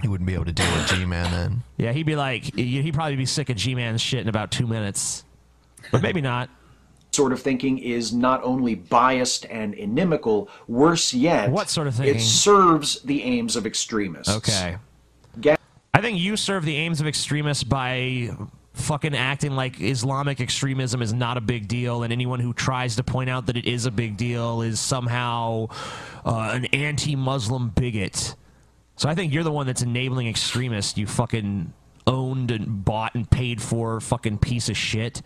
He wouldn't be able to deal with G-Man then. Yeah, he'd be like, he- he'd probably be sick of G-Man's shit in about two minutes, but maybe not. sort of thinking is not only biased and inimical, worse yet, What sort of It thinking? serves the aims of extremists. Okay. Ga- I think you serve the aims of extremists by fucking acting like Islamic extremism is not a big deal, and anyone who tries to point out that it is a big deal is somehow uh, an anti-Muslim bigot. So I think you're the one that's enabling extremists. You fucking owned and bought and paid for fucking piece of shit.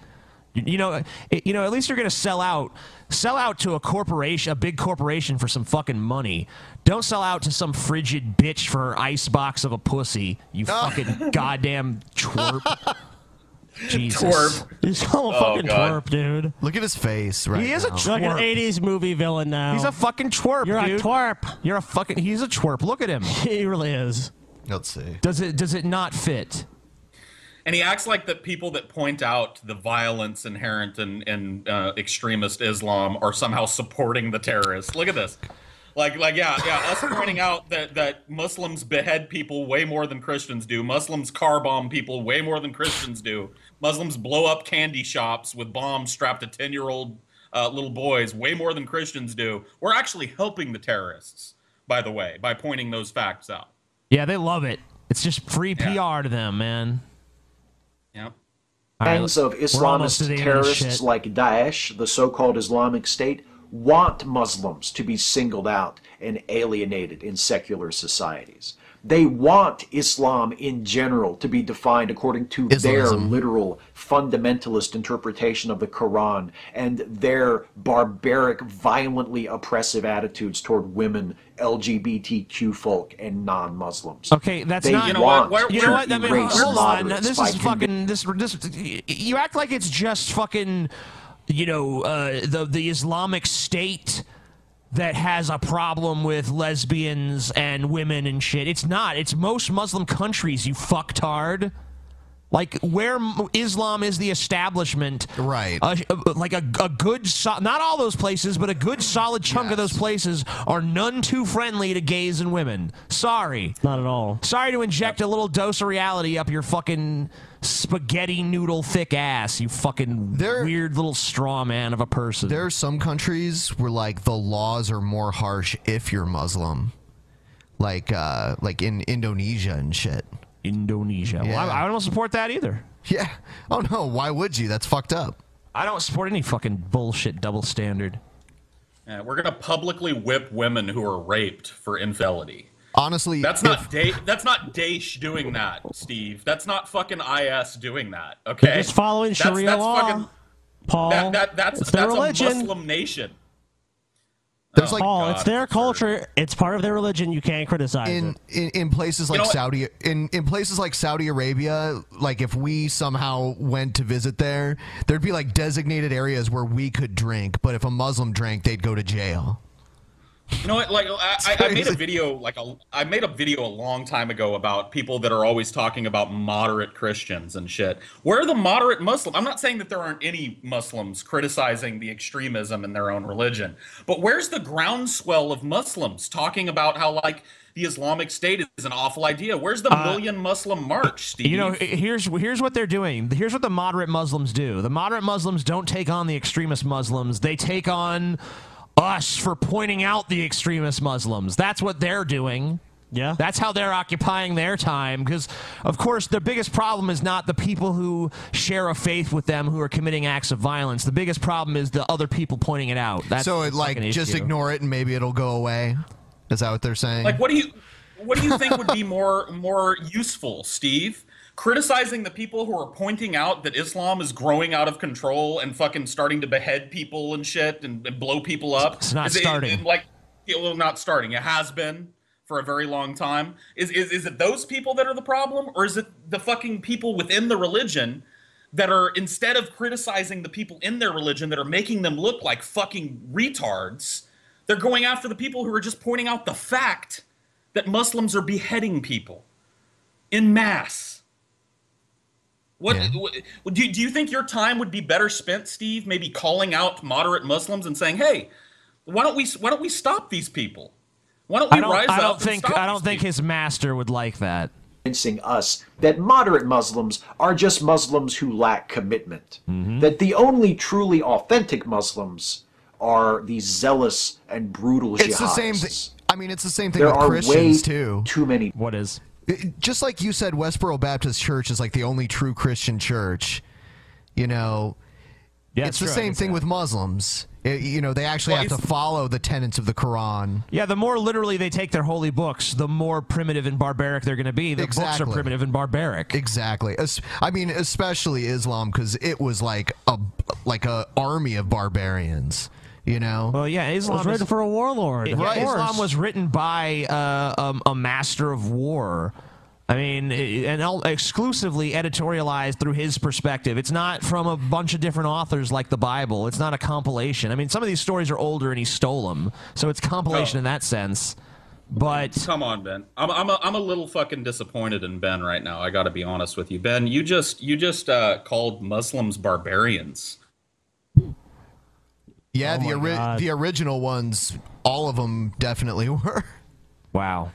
You- You know, it- you know. At least you're gonna sell out, sell out to a corporation, a big corporation for some fucking money. Don't sell out to some frigid bitch for her ice box of a pussy. You fucking goddamn twerp. Jesus. Twerp. He's called a Oh, fucking God. twerp, dude. Look at his face right He is a now. He's like an '80s movie villain now. He's a fucking twerp. You're a dude. twerp. You're a fucking. He's a twerp. Look at him. He really is. Let's see. Does it? Does it not fit? And he acts like the people that point out the violence inherent in, in uh, extremist Islam are somehow supporting the terrorists. Look at this. Like, like, yeah, yeah. Us pointing out that, that Muslims behead people way more than Christians do. Muslims car bomb people way more than Christians do. Muslims blow up candy shops with bombs strapped to ten year old uh, little boys way more than Christians do. We're actually helping the terrorists, by the way, by pointing those facts out. Yeah, they love it. It's just free PR to them, man. Yep. All right, Gangs we're of almost to the Islamist end of this terrorists shit. like Daesh, the so called Islamic State, want Muslims to be singled out and alienated in secular societies. They want Islam in general to be defined according to their Islamism. literal fundamentalist interpretation of the Quran and their barbaric, violently oppressive attitudes toward women, LGBTQ folk, and non Muslims. Okay, that's they not. Want to you know what? I mean, erase hold on. moderates This by is fucking. This, this. You act like it's just fucking. You know, uh, the the Islamic State that has a problem with lesbians and women and shit. It's not. It's most Muslim countries. You fucktard. Like where m- Islam is the establishment, right? like a, a good, so- not all those places, but a good solid chunk of those places are none too friendly to gays and women. Sorry, not at all. Sorry to inject a little dose of reality up your fucking spaghetti noodle thick ass. You fucking weird little straw man of a person. There are some countries where like the laws are more harsh if you're Muslim, like uh, like in Indonesia and shit. Indonesia. Well, I, I don't support that either. Yeah. Oh no. Why would you? That's fucked up. I don't support any fucking bullshit double standard. Yeah, Uh, we're gonna publicly whip women who are raped for infidelity. Honestly, That's not da- that's not Daesh doing that, Steve. That's not fucking IS doing that. Okay, They're just following That's- Sharia that's law, fucking- Paul. that, that, that's it's their that's religion. a Muslim nation. There's like Paul, Oh, it's their culture. It's part of their religion. You can't criticize it. in, in in places like You know what? Saudi in in places like Saudi Arabia, like if we somehow went to visit there, there'd be like designated areas where we could drink, but if a Muslim drank, they'd go to jail. You know what? Like, I, I, I made a video like a, I made a video a long time ago about people that are always talking about moderate Christians and shit. Where are the moderate Muslim? I'm not saying that there aren't any Muslims criticizing the extremism in their own religion, but where's the groundswell of Muslims talking about how like the Islamic State is an awful idea? Where's the Uh, million Muslim march, Steve? You know, here's here's what they're doing. Here's what the moderate Muslims do. The moderate Muslims don't take on the extremist Muslims. They take on us for pointing out the extremist Muslims. That's what they're doing. Yeah. That's how they're occupying their time because of course their biggest problem is not the people who share a faith with them who are committing acts of violence. The biggest problem is the other people pointing it out. That's so the it like fucking just issue. ignore it and maybe it'll go away. Is that what they're saying? Like, what do you what do you think would be more more useful, Steve? Criticizing the people who are pointing out that Islam is growing out of control and fucking starting to behead people and shit and, and blow people up. It's not Is it- starting. like, it, well, not starting. It has been for a very long time. Is, is is it those people that are the problem, or is it the fucking people within the religion? That are instead of criticizing the people in their religion that are making them look like fucking retards, they're going after the people who are just pointing out the fact that Muslims are beheading people in mass. What, what- do, do you think your time would be better spent, Steve? Maybe calling out moderate Muslims and saying, "Hey, why don't we why don't we stop these people? Why don't we I don't, rise I up don't and think stop I don't think his master would like that. convincing us that moderate Muslims are just Muslims who lack commitment. Mm-hmm. That the only truly authentic Muslims are the zealous and brutal It's jihadists. the same thing. I mean, it's the same thing There with are Christians way too. Too many. What is? just like you said, Westboro Baptist Church is like the only true Christian church. You know, Yeah, it's it's the true, I same can see thing that. with Muslims. I- you know, they actually Well, have to it's- follow the tenets of the Quran. Yeah, the more literally they take their holy books, the more primitive and barbaric they're going to be. The books Exactly. are primitive and barbaric. Exactly. Es- I mean, especially Islam, because it was like a like a army of barbarians. You know. Well, yeah, Islam was is- written for a warlord. Yeah, Islam was written by uh, um, a master of war. I mean, i- and all- exclusively editorialized through his perspective. It's not from a bunch of different authors like the Bible. It's not a compilation. I mean, some of these stories are older, and he stole them, so it's compilation in that sense. But Oh. Come on, Ben. I'm I'm a, I'm a little fucking disappointed in Ben right now. I got to be honest with you, Ben. You just you just uh, called Muslims barbarians. Yeah, Oh my the ori- God. the original ones, all of them definitely were. wow,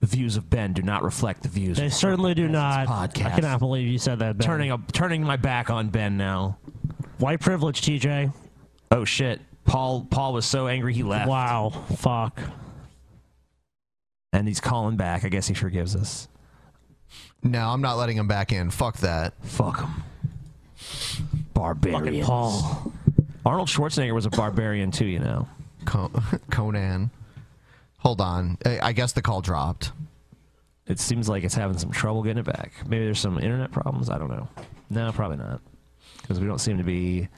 the views of Ben do not reflect the views. They of certainly do not. I podcast. cannot believe you said that. Ben. turning a, turning my back on Ben now. white privilege, TJ. Oh shit, Paul Paul was so angry he left. Wow, fuck. And he's calling back. I guess he forgives us. No, I'm not letting him back in. Fuck that. Fuck him. Barbarians. Fucking Paul. Arnold Schwarzenegger was a barbarian too, you know. Co- Conan. Hold on. I, I guess the call dropped. It seems like it's having some trouble getting it back. Maybe there's some internet problems. I don't know. No, probably not, because we don't seem to be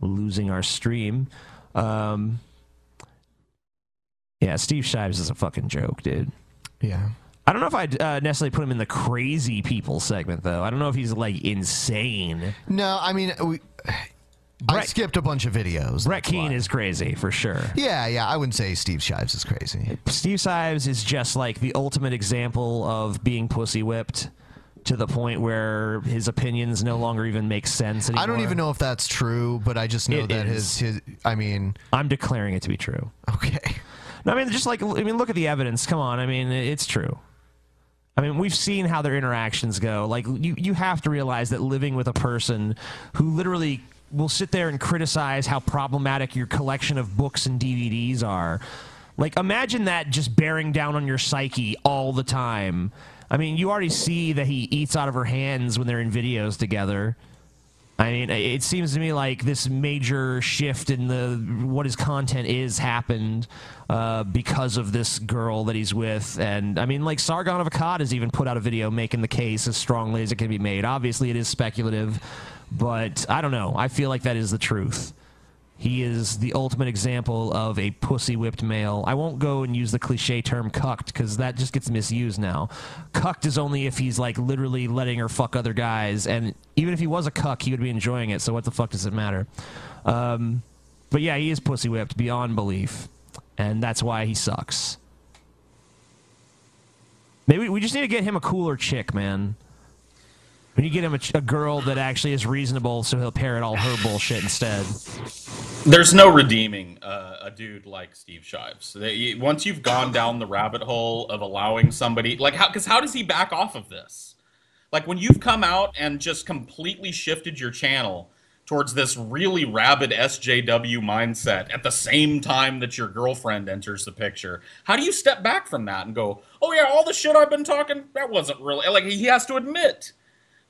losing our stream. Um, yeah, Steve Shives is a fucking joke, dude. Yeah. I don't know if I'd uh, necessarily put him in the crazy people segment, though. I don't know if he's like insane. No, I mean, we, I skipped a bunch of videos. Brett Keane is crazy for sure. Yeah, yeah. I wouldn't say Steve Shives is crazy. Steve Sives is just like the ultimate example of being pussy whipped to the point where his opinions no longer even make sense anymore. I don't even know if that's true, but I just know It that is. his his. I mean, I'm declaring it to be true. Okay. No, I mean, just like I mean, look at the evidence. Come on, I mean, it's true. I mean, we've seen how their interactions go. Like, you you have to realize that living with a person who literally will sit there and criticize how problematic your collection of books and DVDs are. Like, imagine that just bearing down on your psyche all the time. I mean, you already see that he eats out of her hands when they're in videos together. I mean, i- it seems to me like this major shift in the what his content is happened uh, because of this girl that he's with, and I mean, like Sargon of Akkad has even put out a video making the case as strongly as it can be made. Obviously, it is speculative, but I don't know. I feel like that is the truth. He is the ultimate example of a pussy whipped male. I won't go and use the cliche term cucked because that just gets misused now. Cucked is only if he's like literally letting her fuck other guys. And even if he was a cuck, he would be enjoying it. So what the fuck does it matter? Um, but yeah, he is pussy whipped beyond belief. and that's why he sucks. Maybe we just need to get him a cooler chick, man. We need to get him a, ch- a girl that actually is reasonable, so he'll parrot all her bullshit instead. There's no redeeming uh, a dude like Steve Shives. They, you- once you've gone down the rabbit hole of allowing somebody like how because how does he back off of this? Like when you've come out and just completely shifted your channel towards this really rabid SJW mindset at the same time that your girlfriend enters the picture. How do you step back from that and go, "Oh yeah, all the shit I've been talking that wasn't really like he has to admit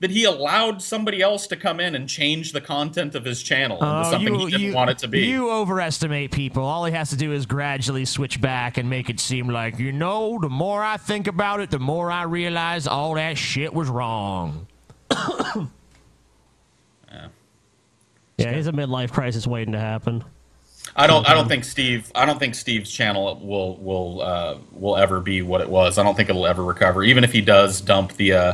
that he allowed somebody else to come in and change the content of his channel into something he didn't want it to be. Oh, You overestimate people. All he has to do is gradually switch back and make it seem like, you know, the more I think about it, the more I realize all that shit was wrong. Yeah, he's a midlife crisis waiting to happen. I don't. I don't think Steve. I don't think Steve's channel will will uh, will ever be what it was. I don't think it'll ever recover. Even if he does dump the uh,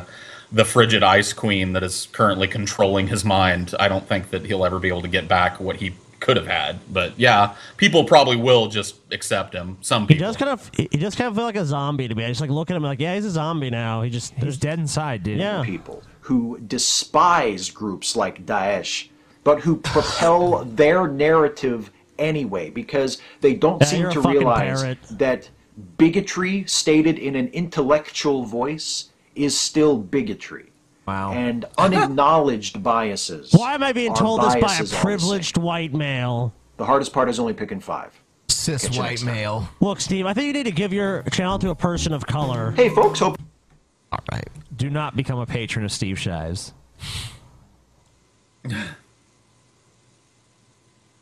the frigid ice queen that is currently controlling his mind, I don't think that he'll ever be able to get back what he could have had. But yeah, people probably will just accept him. Some He people. does kind of he he does kind of feel like a zombie to me. I just like look at him like, yeah, he's a zombie now. He just he's dead inside, dude. Yeah. people who despise groups like Daesh, but who propel their narrative anyway because they don't Yeah, seem you're a to fucking realize parrot. that bigotry stated in an intellectual voice is still bigotry. Wow. And unacknowledged biases. Why am I being are told this by a biases all the same. privileged white male? The hardest part is only picking five. Cis Catch you white next time. male. Look, Steve, I think you need to give your channel to a person of color. Hey, folks, hope. All right. Do not become a patron of Steve Shives.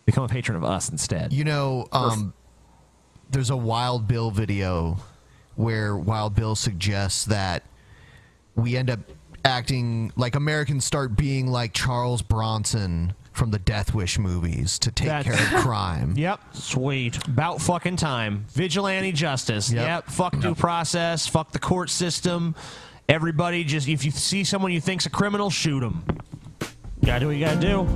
become a patron of us instead. You know, um, there's a Wild Bill video where Wild Bill suggests that we end up acting like Americans start being like Charles Bronson from the Death Wish movies to take care of crime. Yep. Sweet. About fucking time. Vigilante justice. Yep. Fuck due process. Fuck the court system. Everybody just, if you see someone you think's a criminal, shoot him. Gotta do what you gotta do.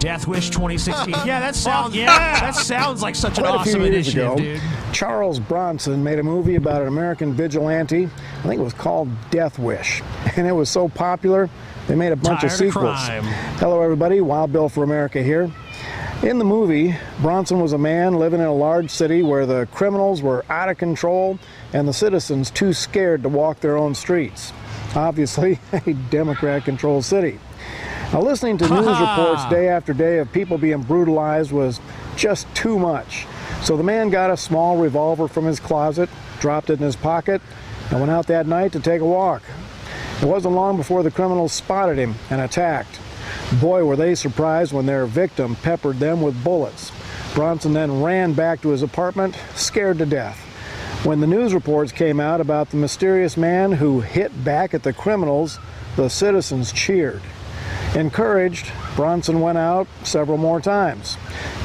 Death Wish 2016. yeah, that sounds, yeah. that sounds like such an Quite a awesome few years initiative, ago, dude. Charles Bronson made a movie about an American vigilante. I think it was called Death Wish, and it was so popular they made a bunch Tired of of sequels. crime. Hello, everybody. Wild Bill for America here. In the movie, Bronson was a man living in a large city where the criminals were out of control and the citizens too scared to walk their own streets. Obviously, a Democrat controlled city. Now, listening to news reports day after day of people being brutalized was just too much. So the man got a small revolver from his closet, dropped it in his pocket, and went out that night to take a walk. It wasn't long before the criminals spotted him and attacked. Boy, were they surprised when their victim peppered them with bullets. Bronson then ran back to his apartment, scared to death. When the news reports came out about the mysterious man who hit back at the criminals, the citizens cheered. Encouraged, Bronson went out several more times.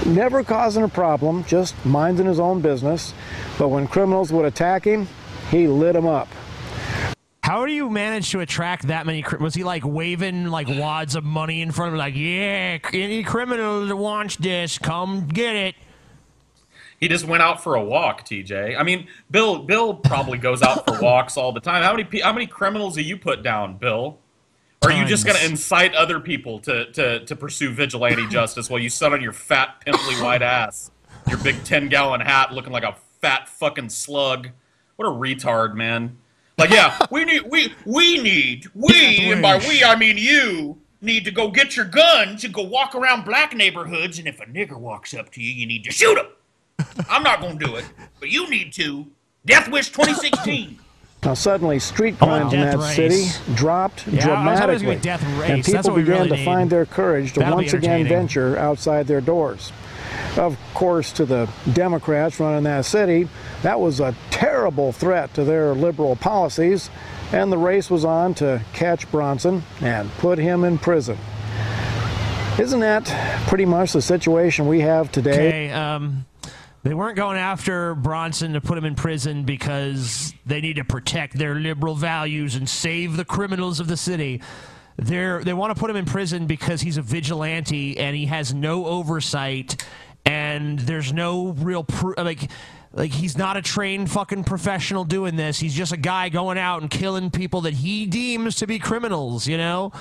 Never causing a problem, just minding his own business. But when criminals would attack him, he lit them up. How do you manage to attract that many? Cri- was he like waving like wads of money in front of him, like, yeah, any criminal that wants this, come get it. He just went out for a walk, TJ. I mean, Bill. Bill probably goes out for walks all the time. How many pe- how many criminals do you put down, Bill? Or are you just going to Tons. incite other people to, to, to pursue vigilante justice while you sit on your fat, pimply white ass, your big 10 gallon hat looking like a fat fucking slug? What a retard, man. Like, yeah, we need, we, we need, we, and by we, I mean you, need to go get your guns and go walk around black neighborhoods, and if a nigger walks up to you, you need to shoot him. I'm not going to do it, but you need to. Death Wish 2016. Now suddenly, street crimes in death that race. city dropped Yeah, I was hoping it was gonna dramatically, be death race. and That's people what we began really to need. find their courage to That'll be once again entertaining. venture outside their doors. Of course, to the Democrats running that city, that was a terrible threat to their liberal policies, and the race was on to catch Bronson and put him in prison. Isn't that pretty much the situation we have today? Okay, um, they weren't going after Bronson to put him in prison because they need to protect their liberal values and save the criminals of the city. They're, they want to put him in prison because he's a vigilante and he has no oversight and there's no real pr- like like he's not a trained fucking professional doing this. He's just a guy going out and killing people that he deems to be criminals, you know?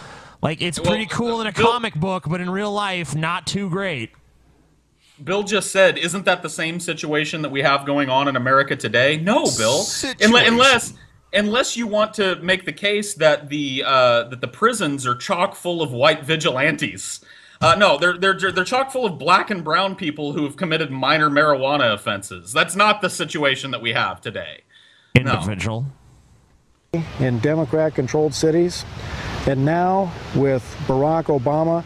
Like it's Well, uh, pretty cool in a Bill- comic book, but in real life not too great. Bill just said, "Isn't that the same situation that we have going on in America today?" No, Bill. Situation. Unle- Unless unless you want to make the case that the uh, that the prisons are chock full of white vigilantes. Uh, no, they're, they're they're chock full of black and brown people who have committed minor marijuana offenses. That's not the situation that we have today. Individual. in Democrat controlled cities. And now, with Barack Obama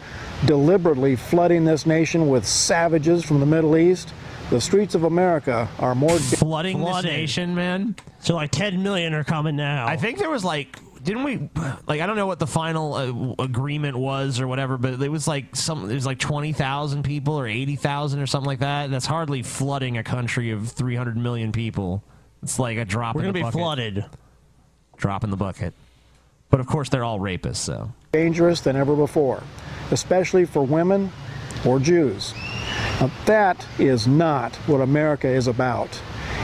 deliberately flooding this nation with savages from the Middle East, the streets of America are more flooding nation, man. So like 10 million are coming now. I think there was like, didn't we? Like, I don't know what the final uh, w- agreement was or whatever, but it was like some. It was like twenty thousand people or eighty thousand or something like that. That's hardly flooding a country of three hundred million people. It's like a drop. We're in gonna the be bucket. flooded. Drop in the bucket. But of course, they're all rapists. So dangerous than ever before, especially for women or Jews. Now, that is not what America is about.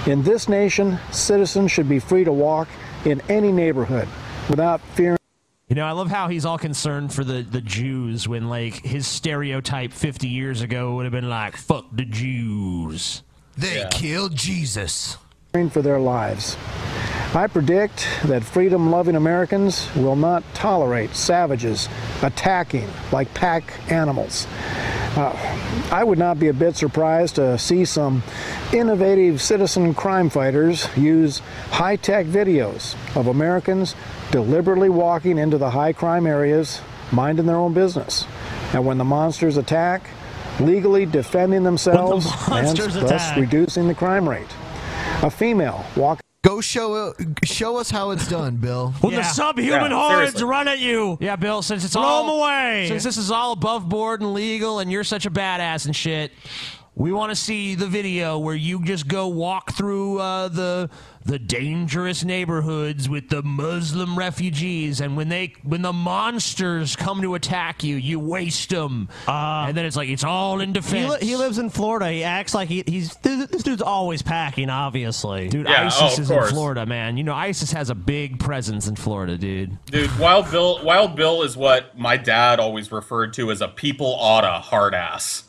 In this nation, citizens should be free to walk in any neighborhood without fearing. you know, I love how he's all concerned for the the Jews when like his stereotype fifty years ago would have been like, "Fuck the Jews." They killed Jesus. fearing for their lives. I predict that freedom loving Americans will not tolerate savages attacking like pack animals. Uh, I would not be a bit surprised to see some innovative citizen crime fighters use high tech videos of Americans deliberately walking into the high crime areas, minding their own business. And when the monsters attack, legally defending themselves and monsters thus attack. reducing the crime rate. A female walking Go show show us how it's done, Bill. When the subhuman hordes run at you. Yeah, Bill, since it's Blow all 'em away. Since this is all above board and legal and you're such a badass and shit, we want to see the video where you just go walk through uh, the the dangerous neighborhoods with the Muslim refugees and when they when the monsters come to attack you, you waste them. and then it's like it's all in Uh, He, defense. li- he lives in Florida. He acts like he, he's th- this dude's always packing, obviously. Dude, ISIS is in Florida, man. You know, ISIS has a big presence in Florida, dude. Dude, Wild Bill, Wild Bill is what my dad always referred to as a people oughta hard ass.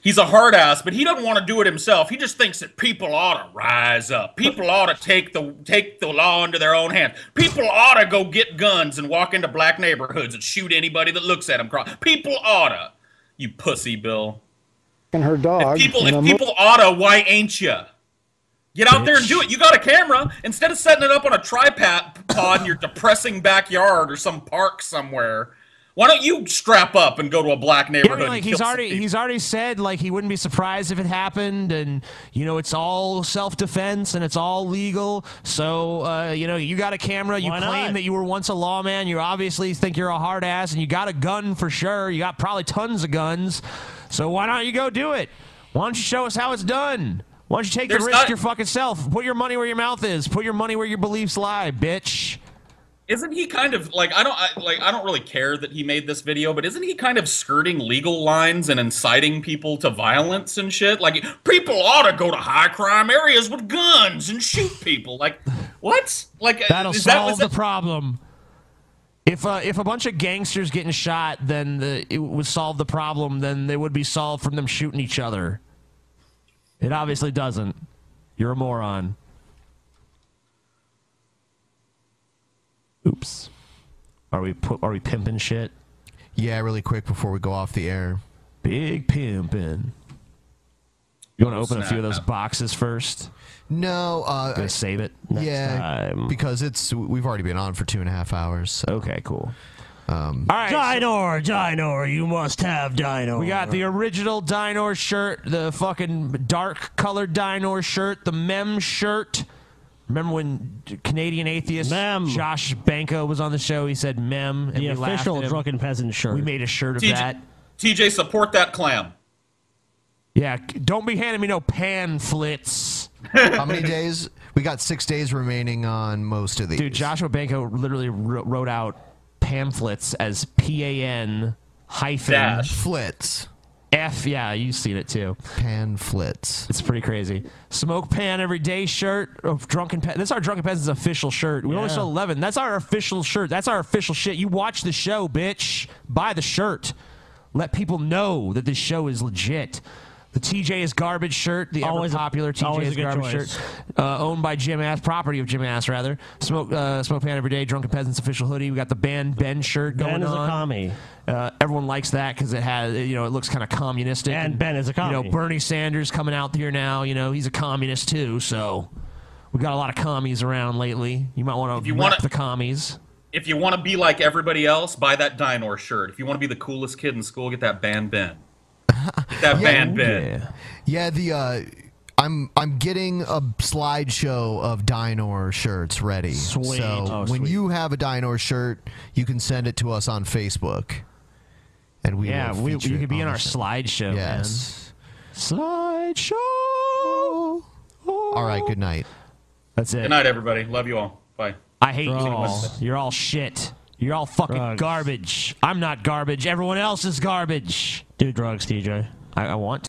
He's a hard ass, but he doesn't want to do it himself. He just thinks that people oughta rise up. People oughta take the take the law into their own hands. People oughta go get guns and walk into black neighborhoods and shoot anybody that looks at them. People oughta. You pussy, Bill. her dog. People, in if a mo- people oughta, why ain't ya? Get out there and do it. You got a camera. Instead of setting it up on a tripod pod in your depressing backyard or some park somewhere, why don't you strap up and go to a black Yeah, I neighborhood? mean, like and he's kill some already people? he's already said like he wouldn't be surprised if it happened, and you know it's all self defense and it's all legal. So uh, you know you got a camera, you Why claim not? that you were once a lawman, you obviously think you're a hard ass, and you got a gun for sure. You got probably tons of guns. So why don't you go do it? Why don't you show us how it's done? Why don't you take There's the risk not- your fucking self? Put your money where your mouth is. Put your money where your beliefs lie, bitch. Isn't he kind of like I don't I, like I don't really care that he made this video, but isn't he kind of skirting legal lines and inciting people to violence and shit? Like people ought to go to high crime areas with guns and shoot people. Like what? Like uh, That'll is solve was the problem. If uh, if a bunch of gangsters getting shot, then the, it would solve the problem. Then they would be solved from them shooting each other. It obviously doesn't. You're a moron. Oops. Are we pu- are we pimping shit? Yeah, really quick before we go off the air. Big pimping. You want to open a few of those boxes first? No, uh, Gonna save it. yeah, because it's we've already been on for two and a half hours. Okay, cool. Um, All right. Dinor, Dinor, you must have Dinor. We got the original Dinor shirt, the fucking dark colored Dinor shirt, the Mem shirt. Remember when Canadian atheist Josh Banco was on the show? He said Mem, and The we laughed official at him. drunken peasant shirt. We made a shirt of TJ that. TJ, support that clam. Yeah, don't be handing me no pamphlets. how many days? We got six days remaining on most of these. Dude, Joshua Banco literally wr- wrote out pamphlets as P A N hyphen Dash. flits. F, yeah, you've seen it too. Panflets. It's pretty crazy. Smoke pan every day shirt of drunken pet. That's our drunken peasants official shirt. We only Yeah. sell eleven. That's our official shirt. That's our official shit. You watch the show, bitch. Buy the shirt. Let people know that this show is legit. The TJ is garbage shirt. The Always a- ever popular TJ always a is good garbage choice. shirt. Uh, owned by Jim Ass, property of Jim Ass rather. Smoke uh, smoke pan every day. Drunken peasants official hoodie. We got the band Ben shirt Ben going is a on. commie. Uh, everyone likes that because it has, you know, it looks kind of communistic. And, Ben is a You commie. know, Bernie Sanders coming out here now. You know, he's a communist too. So we got a lot of commies around lately. You might want to you rep wanna- the commies. If you want to be like everybody else, buy that Dinor shirt. If you want to be the coolest kid in school, get that Ban Ben. Get that Ban Ben. Yeah, the uh, I'm I'm getting a slideshow of Dinor shirts ready. Sweet. So Oh, when you have a Dinor shirt, you can send it to us on Facebook, and we yeah, will we, feature you it could be on in the our show. slideshow. Yes. Man. Slideshow. All right. Good night. That's it. Good night, everybody. Love you all. Bye. I hate you all. You're all shit. You're all fucking garbage. I'm not garbage. Everyone else is garbage. Do drugs, DJ. I, I want. to.